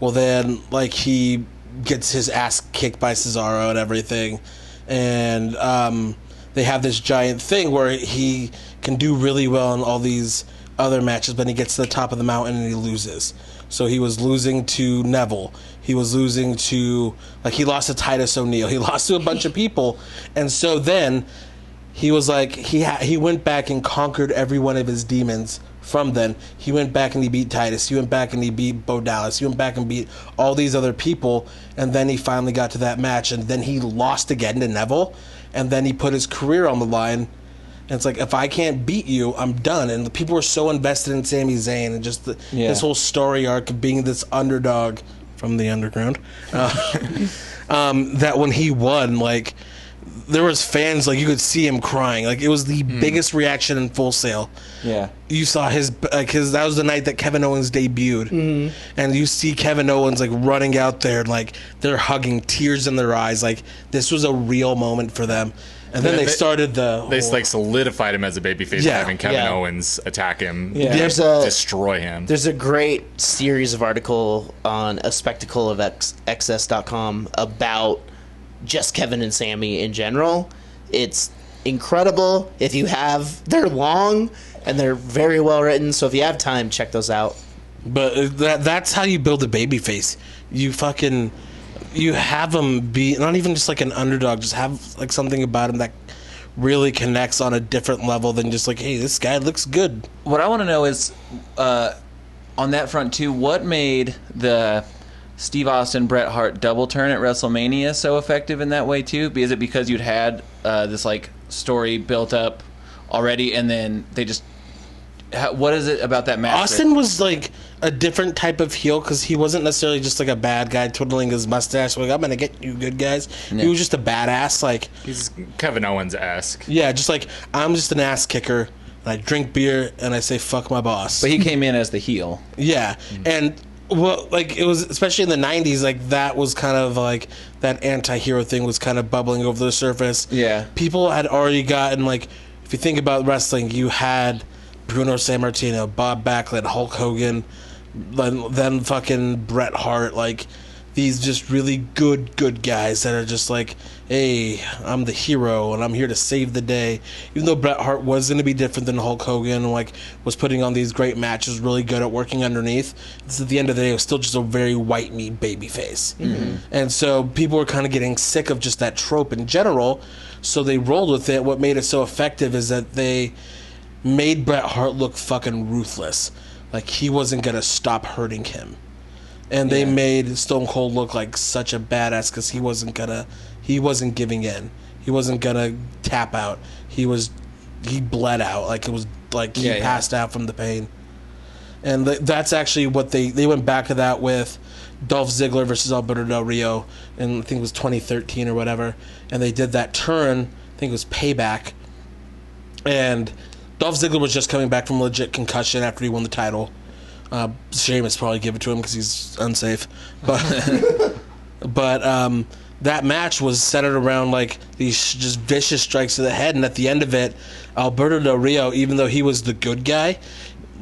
Speaker 5: Well, then like he gets his ass kicked by Cesaro and everything, and um, they have this giant thing where he can do really well in all these other matches, but he gets to the top of the mountain and he loses. So he was losing to Neville. He was losing to like he lost to Titus O'Neil. He lost to a bunch of people, and so then he was like he ha- he went back and conquered every one of his demons. From then, he went back and he beat Titus. He went back and he beat Bo Dallas. He went back and beat all these other people, and then he finally got to that match. And then he lost again to Neville, and then he put his career on the line. And it's like if I can't beat you, I'm done. And the people were so invested in Sami Zayn and just the,
Speaker 6: Yeah.
Speaker 5: this whole story arc of being this underdog from the underground, uh, um, that when he won, like there was fans like you could see him crying. Like it was the
Speaker 4: Hmm.
Speaker 5: biggest reaction in Full Sail.
Speaker 6: yeah.
Speaker 5: You saw his like his that was the night that Kevin Owens debuted,
Speaker 4: Mm-hmm.
Speaker 5: and you see Kevin Owens like running out there, like they're hugging, tears in their eyes. Like this was a real moment for them. And then
Speaker 4: Yeah,
Speaker 5: they,
Speaker 4: they-
Speaker 5: started the
Speaker 4: They
Speaker 5: whole-
Speaker 4: like solidified him as a babyface,
Speaker 5: Yeah,
Speaker 4: having Kevin
Speaker 3: yeah.
Speaker 4: Owens attack him,
Speaker 6: Yeah.
Speaker 3: There's a-
Speaker 4: destroy him.
Speaker 3: There's a great series of article on a spectacle of X, XS.com about just Kevin and Sammy in general. It's incredible. If you have, they're long and they're very well written. So if you have time, check those out.
Speaker 5: But uh, that that's how you build a baby face. You fucking you have them be not even just like an underdog, just have like something about him that really connects on a different level than just like, hey, this guy looks good.
Speaker 6: what I want to know is, uh, on that front too, what made the Steve Austin Bret Hart double turn at WrestleMania so effective in that way too? Is it because you'd had uh, this like story built up already, and then they just how, what is it about that match? that-
Speaker 5: Austin was like a different type of heel because he wasn't necessarily just like a bad guy twiddling his mustache, like I'm gonna get you good guys. He was just a badass, like
Speaker 4: He's Kevin Owens esque.
Speaker 5: yeah, just like I'm just an ass kicker. And I drink beer and I say fuck my boss.
Speaker 6: but he Mm. came in as the heel.
Speaker 5: Yeah, and well, like it was especially in the '90s. Like that was kind of like that anti-hero thing was kind of bubbling over the surface.
Speaker 6: Yeah.
Speaker 5: people had already gotten like, if you think about wrestling, you had Bruno Sammartino, Bob Backlund, Hulk Hogan, then then fucking Bret Hart. Like these just really good good guys that are just like. Hey, I'm the hero and I'm here to save the day. Even though Bret Hart was going to be different than Hulk Hogan, like was putting on these great matches, really good at working underneath. This at the end of the day, it was still just a very white meat baby face. And so people were kind of getting sick of just that trope in general. So they rolled with it. What made it so effective is that they made Bret Hart look fucking ruthless. Like he wasn't going to stop hurting him. And they made Stone Cold look like such a badass because he wasn't gonna, he wasn't giving in. He wasn't gonna tap out. He was, he bled out. Like it was like he
Speaker 6: Yeah, yeah.
Speaker 5: passed out from the pain. And th- that's actually what they they went back to that with Dolph Ziggler versus Alberto Del Rio, and I think it was 2013 or whatever. And they did that turn. I think it was Payback. And Dolph Ziggler was just coming back from legit concussion after he won the title. Uh, Sheamus probably gave it to him because he's unsafe. But but um, that match was centered around like these sh- just vicious strikes to the head, and at the end of it, Alberto Del Rio, even though he was the good guy,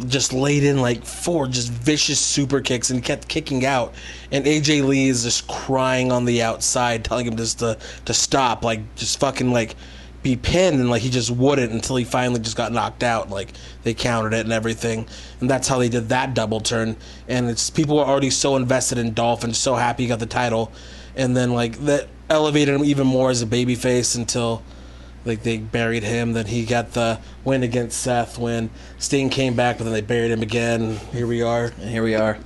Speaker 5: just laid in like four just vicious super kicks and kept kicking out, and AJ Lee is just crying on the outside, telling him just to to stop, like just fucking like be pinned and like he just wouldn't until he finally just got knocked out like they countered it and everything and that's how they did that double turn and it's people were already so invested in Dolph and so happy he got the title and then like that elevated him even more as a babyface until like they buried him then he got the win against Seth when Sting came back but then they buried him again here we are
Speaker 6: And here we are.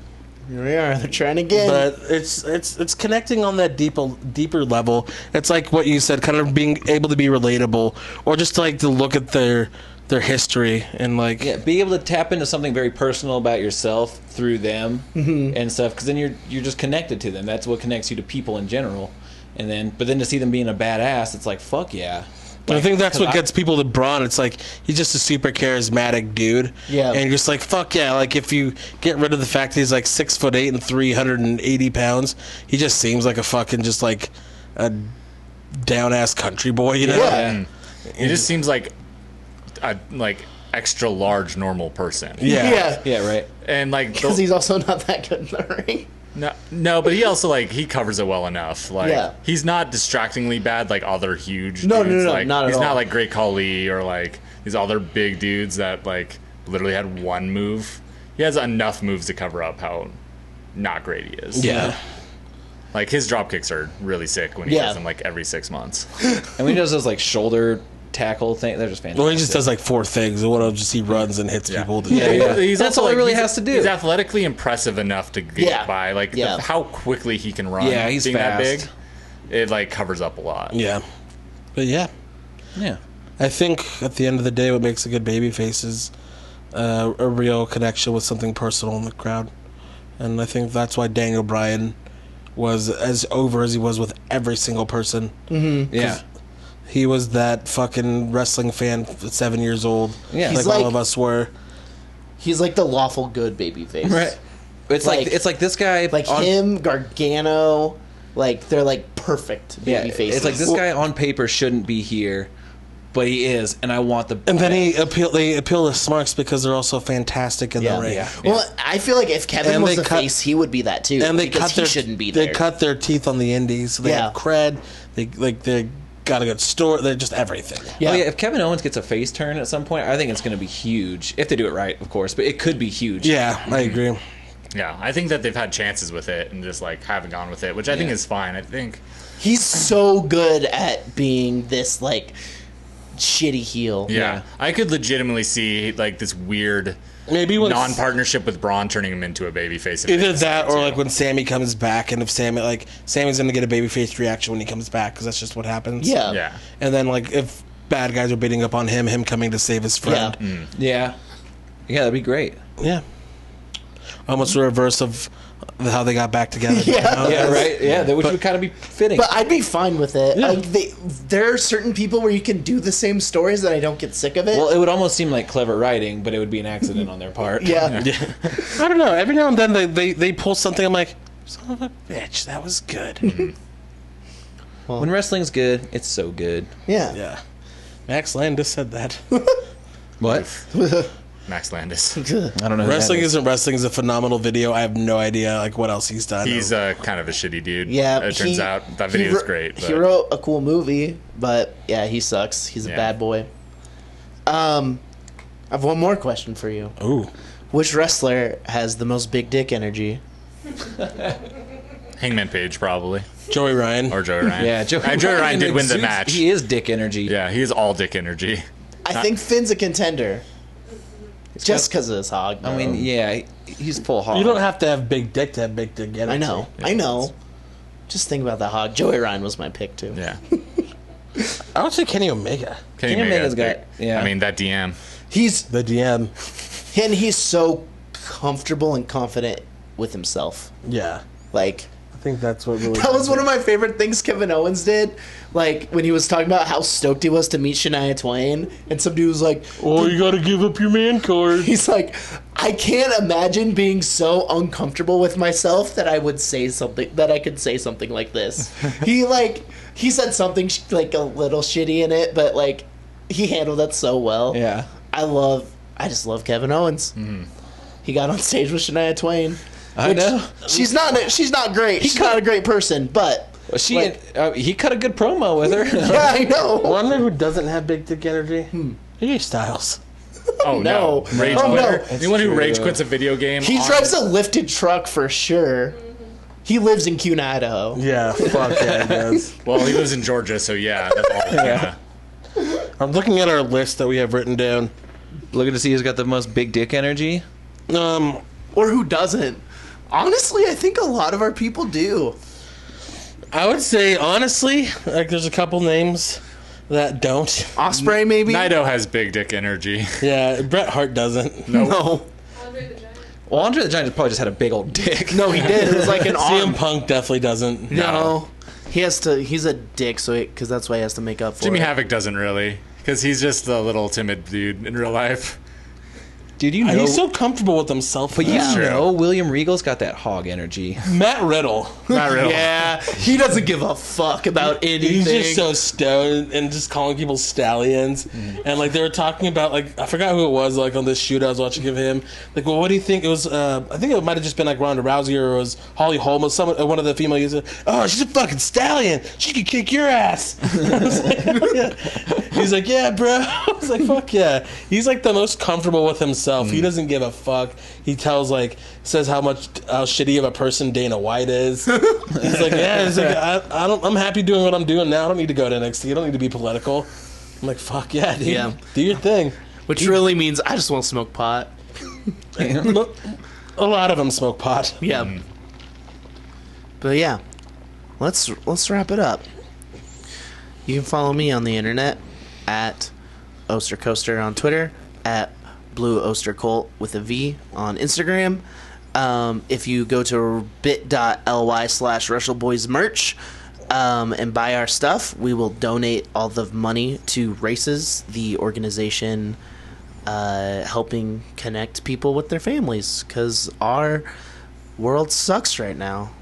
Speaker 3: Here we are. They're trying again.
Speaker 5: but it's it's it's connecting on that deeper deeper level. It's like what you said, kind of being able to be relatable, or just like to look at their their history and like
Speaker 6: Yeah, be able to tap into something very personal about yourself through them
Speaker 3: Mm-hmm.
Speaker 6: and stuff, because then you're you're just connected to them. That's what connects you to people in general. And then, but then to see them being a badass, it's like fuck yeah.
Speaker 5: I think that's what
Speaker 6: 'cause I-
Speaker 5: gets people to Braun. It's like he's just a super charismatic dude.
Speaker 3: Yeah.
Speaker 5: And you're just like, fuck yeah. Like if you get rid of the fact that he's like six foot eight and three hundred and eighty pounds, he just seems like a fucking just like a down ass country boy, you know?
Speaker 3: Yeah.
Speaker 4: And Mm. it just seems like a like extra large normal person.
Speaker 5: Yeah.
Speaker 3: Yeah.
Speaker 6: Yeah, right.
Speaker 4: And like
Speaker 3: Because
Speaker 4: the-
Speaker 3: he's also not that good in the ring.
Speaker 4: no, no, but he also like he covers it well enough. Like
Speaker 3: Yeah.
Speaker 4: he's not distractingly bad like other huge
Speaker 3: No, no,
Speaker 4: dudes.
Speaker 3: no,
Speaker 4: like,
Speaker 3: not at
Speaker 4: He's
Speaker 3: all.
Speaker 4: not like Great Khali or like these other big dudes that like literally had one move. He has enough moves to cover up how not great he is.
Speaker 5: Yeah.
Speaker 4: Like his drop kicks are really sick when he
Speaker 3: Yeah.
Speaker 4: does them like every six months.
Speaker 6: And when he does those like shoulder tackle thing, they're just fantastic.
Speaker 5: Well, he just does like four things, and one of them just he runs and hits people.
Speaker 4: Yeah,
Speaker 6: yeah.
Speaker 4: he's
Speaker 6: That's
Speaker 4: also,
Speaker 6: all he really
Speaker 4: he's-
Speaker 6: has to do.
Speaker 4: He's athletically impressive enough to get
Speaker 3: Yeah.
Speaker 4: by. Like the-
Speaker 3: Yeah.
Speaker 4: how quickly he can run.
Speaker 6: Yeah, he's
Speaker 4: being that
Speaker 6: fast.
Speaker 4: big. It like covers up a lot.
Speaker 5: Yeah. But yeah.
Speaker 6: yeah.
Speaker 5: I think at the end of the day, what makes a good baby face is uh, a real connection with something personal in the crowd. And I think that's why Daniel Bryan was as over as he was with every single person.
Speaker 6: Yeah.
Speaker 5: He was that fucking wrestling fan at seven years old.
Speaker 6: Yeah.
Speaker 5: Like,
Speaker 6: He's
Speaker 5: all
Speaker 3: like-
Speaker 5: of us were.
Speaker 3: He's like the lawful good babyface.
Speaker 6: Right. It's like,
Speaker 3: Like-
Speaker 6: it's like this guy
Speaker 3: Like
Speaker 6: on-
Speaker 3: him, Gargano, like they're like perfect
Speaker 6: Yeah,
Speaker 3: baby faces.
Speaker 6: it's like this guy on paper shouldn't be here, but he is, and I want the.
Speaker 5: And then he appeal. They appeal to smarks because they're also fantastic in
Speaker 3: Yeah.
Speaker 5: the ring.
Speaker 6: Yeah.
Speaker 3: Well, I feel like if Kevin
Speaker 5: And
Speaker 3: was
Speaker 5: they
Speaker 3: the
Speaker 5: cut-
Speaker 3: face, he would be that too.
Speaker 5: and they
Speaker 3: because
Speaker 5: cut their
Speaker 3: he shouldn't be
Speaker 5: they
Speaker 3: there.
Speaker 5: cut their teeth on the indies. So they
Speaker 3: Yeah.
Speaker 5: have cred. They like they got a good story. They're just everything.
Speaker 6: Yeah.
Speaker 3: Yeah.
Speaker 6: Oh yeah, if Kevin Owens gets a face turn at some point, I think it's going to be huge. If they do it right, of course, but it could be huge.
Speaker 5: Yeah, I agree.
Speaker 4: Yeah, I think that they've had chances with it and just like haven't gone with it, which I think is fine. I think
Speaker 3: He's so good at being this like shitty heel.
Speaker 4: yeah,
Speaker 6: Yeah.
Speaker 4: I could legitimately see like this weird
Speaker 5: Maybe when
Speaker 4: non-partnership with Braun turning him into a babyface. if it
Speaker 5: either
Speaker 4: makes
Speaker 5: that
Speaker 4: sense,
Speaker 5: or
Speaker 4: you
Speaker 5: like
Speaker 4: know?
Speaker 5: when Sammy comes back, and if Sammy like Sammy's gonna get a babyface reaction when he comes back because that's just what happens.
Speaker 3: Yeah.
Speaker 4: yeah,
Speaker 5: and then like if bad guys are beating up on him, him coming to save his friend.
Speaker 3: Yeah.
Speaker 4: Mm.
Speaker 6: yeah, yeah, that'd be great.
Speaker 5: Yeah, almost the reverse of how they got back together.
Speaker 3: Yeah.
Speaker 5: Oh,
Speaker 6: Yeah, right. Yeah, that which
Speaker 5: But-
Speaker 6: would kind of be fitting.
Speaker 3: But I'd be fine with it. Like they, there are certain people where you can do the same stories that I don't get sick of it.
Speaker 6: well, it would almost seem like clever writing, but it would be an accident on their part.
Speaker 3: yeah.
Speaker 5: I don't know. Every now and then they they, they pull something. I'm like, son of a bitch, that was good.
Speaker 3: Mm-hmm.
Speaker 6: When wrestling's good, it's so good.
Speaker 3: yeah,
Speaker 5: yeah, Max Landis said that.
Speaker 6: What?
Speaker 4: Max Landis.
Speaker 6: I don't know. who that
Speaker 5: wrestling
Speaker 6: is.
Speaker 5: isn't wrestling is a phenomenal video. I have no idea like what else he's done.
Speaker 4: He's uh, kind of a shitty dude.
Speaker 3: Yeah,
Speaker 4: it turns
Speaker 3: he-
Speaker 4: out that
Speaker 3: he
Speaker 4: video is
Speaker 3: wr-
Speaker 4: great.
Speaker 3: He
Speaker 4: but-
Speaker 3: wrote a cool movie, but yeah, he sucks. He's a
Speaker 4: Yeah.
Speaker 3: bad boy. Um, I have one more question for you.
Speaker 5: Ooh.
Speaker 3: Which wrestler has the most big dick energy?
Speaker 4: Hangman Page probably
Speaker 5: Joey Ryan.
Speaker 4: or Joey Ryan.
Speaker 6: Yeah, Joe,
Speaker 4: Uh, Joey Ryan did win the
Speaker 6: exudes-
Speaker 4: match.
Speaker 6: He is dick energy.
Speaker 4: Yeah, he's all dick energy.
Speaker 3: I think Finn's a contender. Just because of his hog.
Speaker 6: I mean, yeah, he- he's full hog.
Speaker 5: You don't have to have big dick to have big dick energy.
Speaker 3: I know, I know. Just think about that hog. Joey Ryan was my pick too.
Speaker 4: Yeah.
Speaker 5: I would say Kenny Omega,
Speaker 6: Kenny
Speaker 4: Kenny
Speaker 6: Omega's
Speaker 4: Omega's
Speaker 6: got-
Speaker 4: dick.
Speaker 6: yeah.
Speaker 4: I mean that DM.
Speaker 3: He's
Speaker 5: the DM.
Speaker 3: and he's so comfortable and confident with himself.
Speaker 5: Yeah,
Speaker 3: Like
Speaker 5: I think that's what really.
Speaker 3: That was one of my favorite things Kevin Owens did. Like when he was talking about how stoked he was to meet Shania Twain, and some dude was like,
Speaker 5: Oh, you gotta give up your man card.
Speaker 3: he's like, I can't imagine being so uncomfortable with myself that I would say something that I could say something like this. he like he said something sh- like a little shitty in it, but like he handled that so well.
Speaker 6: Yeah.
Speaker 3: I love. I just love Kevin Owens. He got on stage with Shania Twain.
Speaker 6: I
Speaker 3: which-
Speaker 6: know.
Speaker 3: she's not. She's not great. she's not a great person, but.
Speaker 6: Well, she
Speaker 3: Like-
Speaker 6: uh, he cut a good promo with her.
Speaker 3: Yeah, I know.
Speaker 5: Wonder who doesn't have big dick energy? Hmm. AJ Styles.
Speaker 4: Oh
Speaker 3: No.
Speaker 4: no! Rage
Speaker 3: Oh, no.
Speaker 4: quitter. Anyone who
Speaker 6: true.
Speaker 4: rage quits a video game.
Speaker 3: He
Speaker 4: on-
Speaker 3: drives a lifted truck for sure. He lives in Cuna, Idaho.
Speaker 5: Yeah, fuck yeah, he does.
Speaker 4: Well, he lives in Georgia, so yeah. That's all yeah.
Speaker 5: I'm looking at our list that we have written down.
Speaker 6: Looking to see who's got the most big dick energy.
Speaker 5: Um,
Speaker 3: Or who doesn't? Honestly, I think a lot of our people do.
Speaker 5: I would say honestly, like there's a couple names that don't.
Speaker 3: Osprey, maybe.
Speaker 4: Naito has big dick energy.
Speaker 5: Yeah, Bret Hart doesn't.
Speaker 4: No.
Speaker 3: No.
Speaker 7: Andre the Giant.
Speaker 6: Well, Andre the Giant probably just had a big old dick.
Speaker 3: No, he did. It was like an arm.
Speaker 5: CM Punk definitely doesn't.
Speaker 3: No, he has to. He's a dick, so because that's why he has to make up for
Speaker 4: Jimmy
Speaker 3: it.
Speaker 4: Havoc doesn't really, because he's just a little timid dude in real life.
Speaker 6: Dude, you know.
Speaker 5: And he's so comfortable with himself.
Speaker 6: but you
Speaker 5: now.
Speaker 4: true.
Speaker 6: know William Regal's got that hog energy.
Speaker 5: Matt Riddle,
Speaker 4: Not really.
Speaker 3: yeah, he doesn't give a fuck about anything.
Speaker 5: he's just so stoned and just calling people stallions. And like they were talking about, like I forgot who it was, like on this shoot I was watching of him. Like, well, what do you think? It was, uh, I think it might have just been like Ronda Rousey or it was Holly Holm or someone, uh, one of the female users. Oh, she's a fucking stallion. She could kick your ass. I was like, yeah. He's like, yeah, bro. I was like, fuck yeah. He's like the most comfortable with himself. He doesn't give a fuck. He tells like says how much how shitty of a person Dana White is. He's like, yeah, he's like, I, I don't. I'm happy doing what I'm doing now. I don't need to go to NXT. I don't need to be political. I'm like, fuck yeah, dude.
Speaker 3: Yeah.
Speaker 5: Do your thing.
Speaker 3: which really means I just want to smoke pot.
Speaker 5: Mo- A lot of them smoke pot.
Speaker 3: Yeah. But yeah, let's let's wrap it up. You can follow me on the internet at Ostercoaster on Twitter, at Blue Oster Colt with a V on Instagram. Um, if you go to bit.ly slash Russell Boys merch um, and buy our stuff, we will donate all the money to Races, the organization uh, helping connect people with their families because our world sucks right now.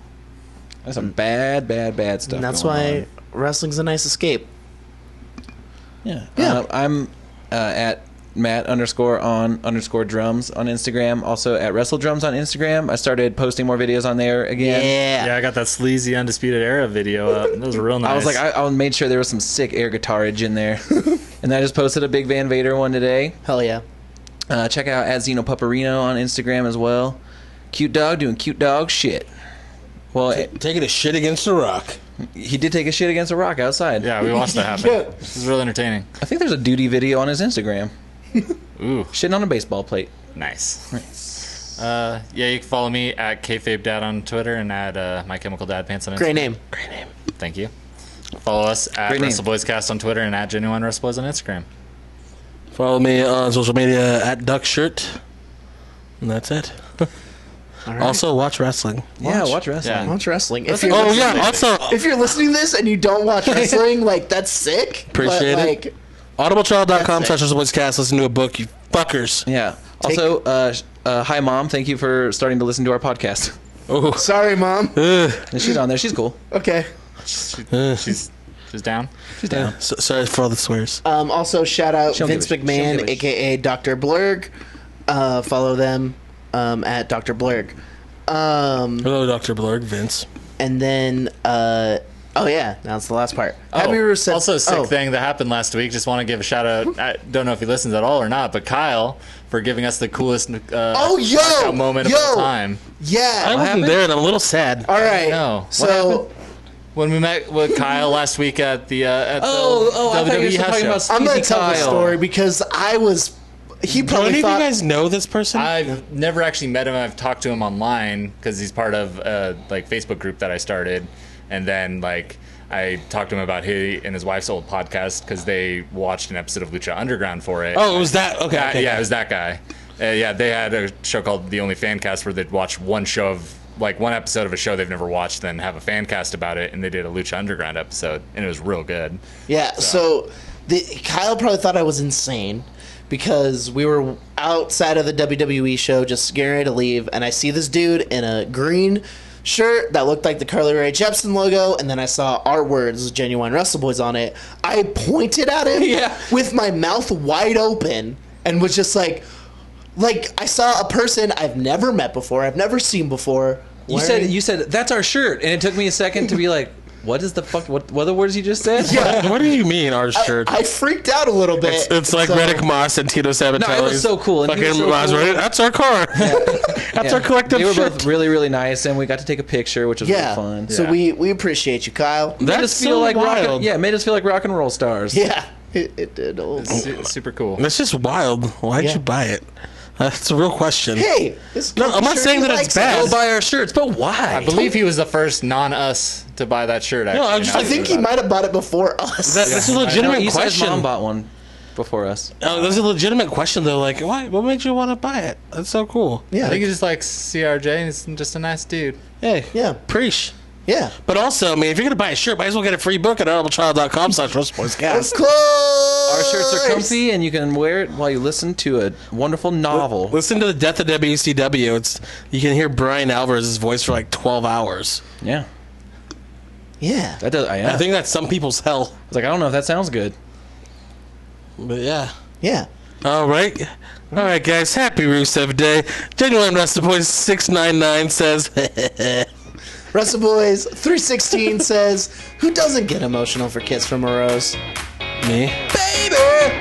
Speaker 6: That's some bad, bad, bad stuff.
Speaker 3: And that's
Speaker 6: going
Speaker 3: why
Speaker 6: on.
Speaker 3: wrestling's a nice escape.
Speaker 6: Yeah.
Speaker 3: Yeah.
Speaker 6: Uh, I'm uh, at Matt underscore on underscore drums on Instagram. Also at Wrestle Drums on Instagram. I started posting more videos on there again.
Speaker 3: Yeah.
Speaker 4: Yeah, I got that sleazy undisputed era video up. That was real nice.
Speaker 6: I was like, I, I made sure there was some sick air guitarage in there. and then I just posted a Big Van Vader one today.
Speaker 3: Hell yeah.
Speaker 6: Uh, check out at Zeno Paparino on Instagram as well. Cute dog doing cute dog shit. Well, it-
Speaker 5: Taking a shit against the rock.
Speaker 6: he did take a shit against a rock outside.
Speaker 4: yeah, we watched that happen. This is real entertaining.
Speaker 6: I think there's a duty video on his Instagram.
Speaker 4: Ooh,
Speaker 6: Shitting on a baseball plate.
Speaker 4: nice. Uh, yeah, you can follow me at kayfabe dad on Twitter and at uh, my chemical dad pants on Instagram.
Speaker 3: Great name.
Speaker 4: Thank you. Follow us at
Speaker 6: Great name.
Speaker 4: WrestleBoysCast on Twitter and at Genuine WrestleBoys on Instagram.
Speaker 5: Follow me on social media at Duckshirt. And that's it.
Speaker 3: All right.
Speaker 5: Also, watch wrestling.
Speaker 6: Yeah, watch wrestling.
Speaker 4: Yeah.
Speaker 3: watch wrestling. If you're,
Speaker 5: Oh
Speaker 3: listening,
Speaker 5: yeah. Also,
Speaker 3: if you're listening to this and you don't watch wrestling, like that's sick.
Speaker 5: Appreciate it.
Speaker 3: like,
Speaker 5: audibletrial.com
Speaker 3: That's
Speaker 5: slash Boys Cast. Listen to a book, you fuckers.
Speaker 6: Yeah. Also, uh, sh- uh, hi mom. Thank you for starting to listen to our podcast.
Speaker 5: Oh,
Speaker 3: Sorry, mom.
Speaker 5: ugh.
Speaker 6: And she's on there. She's cool.
Speaker 3: Okay.
Speaker 4: She's she's down.
Speaker 6: She's down.
Speaker 5: So, sorry for all the swears.
Speaker 3: Um, also, shout out
Speaker 6: She'll
Speaker 3: Vince
Speaker 6: give a- she'll
Speaker 3: McMahon,
Speaker 6: give a-
Speaker 3: aka Dr. Blurg. Uh, follow them um, at Dr. Blurg. Um,
Speaker 5: Hello, Dr. Blurg, Vince.
Speaker 3: and then, uh, oh yeah, now it's the last part. Happy
Speaker 4: Oh,
Speaker 3: Rusev-
Speaker 4: also, sick
Speaker 3: oh,
Speaker 4: thing that happened last week. Just want to give a shout out. I don't know if he listens at all or not, but Kyle for giving us the coolest uh,
Speaker 3: Oh, yo!
Speaker 4: knockout moment of all
Speaker 3: Yo!
Speaker 4: time.
Speaker 5: I
Speaker 3: Yeah.
Speaker 5: wasn't
Speaker 6: happened?
Speaker 5: there, and I'm a little sad.
Speaker 3: All right.
Speaker 4: No. What
Speaker 3: So
Speaker 4: When we met with Kyle last week at the uh, at
Speaker 6: Oh,
Speaker 4: the
Speaker 6: oh, I thought you
Speaker 4: WWE
Speaker 5: E
Speaker 6: were
Speaker 4: house
Speaker 6: talking
Speaker 4: show.
Speaker 6: about
Speaker 3: I'm gonna
Speaker 6: Easy
Speaker 3: tell the
Speaker 6: Kyle.
Speaker 3: story because I was. He
Speaker 5: Do any
Speaker 3: probably
Speaker 5: of you
Speaker 3: thought.
Speaker 5: guys know this person?
Speaker 4: I've never actually met him. I've talked to him online because he's part of a like Facebook group that I started, and then like I talked to him about his and his wife's old podcast because they watched an episode of Lucha Underground for it.
Speaker 5: oh, it was that. Okay.
Speaker 4: yeah,
Speaker 5: okay.
Speaker 4: yeah, it was that guy. Uh, yeah, they had a show called The Only Fan Cast where they'd watch one show of like one episode of a show they've never watched, then have a fan cast about it, and they did a Lucha Underground episode, and it was real good.
Speaker 3: yeah. So, the, Kyle probably thought I was insane because we were outside of the WWE show, just getting ready to leave, and I see this dude in a green shirt that looked like the Carly Rae Jepsen logo, and then I saw our words, "Genuine Wrestle Boys" on it. I pointed at him
Speaker 6: Yeah.
Speaker 3: with my mouth wide open and was just like, like I saw a person I've never met before, I've never seen before.
Speaker 6: You said
Speaker 3: wearing-
Speaker 6: you said that's our shirt, and it took me a second to be like, what is the fuck? What what are the words you just said?
Speaker 5: What- What do you mean, our shirt?
Speaker 3: I freaked out a little bit.
Speaker 5: it's, it's like
Speaker 3: so-
Speaker 5: Reddick Moss and Tito Sabatelli.
Speaker 6: No, it was so cool, and he
Speaker 5: Fucking
Speaker 6: was so
Speaker 5: Roz
Speaker 6: cool.
Speaker 5: Reddick, That's our car. That's
Speaker 6: Yeah.
Speaker 5: our collective
Speaker 6: They were
Speaker 5: shirt.
Speaker 6: both really really nice, and we got to take a picture, which was
Speaker 3: Yeah.
Speaker 6: really fun.
Speaker 3: So
Speaker 4: Yeah.
Speaker 3: we we appreciate you, Kyle.
Speaker 6: Made
Speaker 5: That's
Speaker 6: us feel
Speaker 5: so
Speaker 6: like rock
Speaker 5: wild.
Speaker 6: and, yeah, made us feel like rock and roll stars.
Speaker 3: Yeah. It, it did. Oh.
Speaker 4: Su- super cool.
Speaker 5: That's just wild. Why'd
Speaker 3: Yeah.
Speaker 5: you buy it? That's a real question.
Speaker 3: Hey, this
Speaker 5: No, I'm not
Speaker 3: sure
Speaker 5: saying
Speaker 3: he
Speaker 5: that it's
Speaker 3: likes
Speaker 5: bad.
Speaker 3: us.
Speaker 6: Go buy our shirts, but why?
Speaker 4: I believe he was the first non-us to buy that shirt. Actually,
Speaker 5: I was just-
Speaker 4: now
Speaker 5: I
Speaker 3: I think he
Speaker 4: about
Speaker 3: might have bought it before us.
Speaker 5: That, This is a
Speaker 4: Yeah.
Speaker 5: legitimate
Speaker 6: Isa's
Speaker 5: question.
Speaker 6: mom bought one. before us.
Speaker 5: Oh, that's a legitimate question though. Like, why? What made you want to buy it? That's so cool.
Speaker 3: Yeah,
Speaker 4: I think he's just like CRJ and he's just a nice dude.
Speaker 5: Hey,
Speaker 3: Yeah.
Speaker 5: preach.
Speaker 3: yeah.
Speaker 5: But also, I mean, if you're gonna buy a shirt, might as well get a free book at audibletrial.com slash
Speaker 3: Of
Speaker 5: sportscast.
Speaker 3: course.
Speaker 6: Our shirts are comfy, and you can wear it while you listen to a wonderful novel.
Speaker 5: Listen to the death of WCW. It's you can hear Brian Alvarez's voice for like 12 hours.
Speaker 6: Yeah,
Speaker 3: Yeah.
Speaker 6: that does. I, yeah.
Speaker 5: I think that's some people's hell.
Speaker 6: I was like, I don't know if that sounds good.
Speaker 5: But yeah.
Speaker 3: Yeah.
Speaker 5: All right. All right, guys. Happy Rusev Day. Genuine Wrestling Boys 699 says,
Speaker 3: Russell Boys 316 says, Who doesn't get emotional for Kiss from a Rose?
Speaker 5: Me?
Speaker 3: Baby!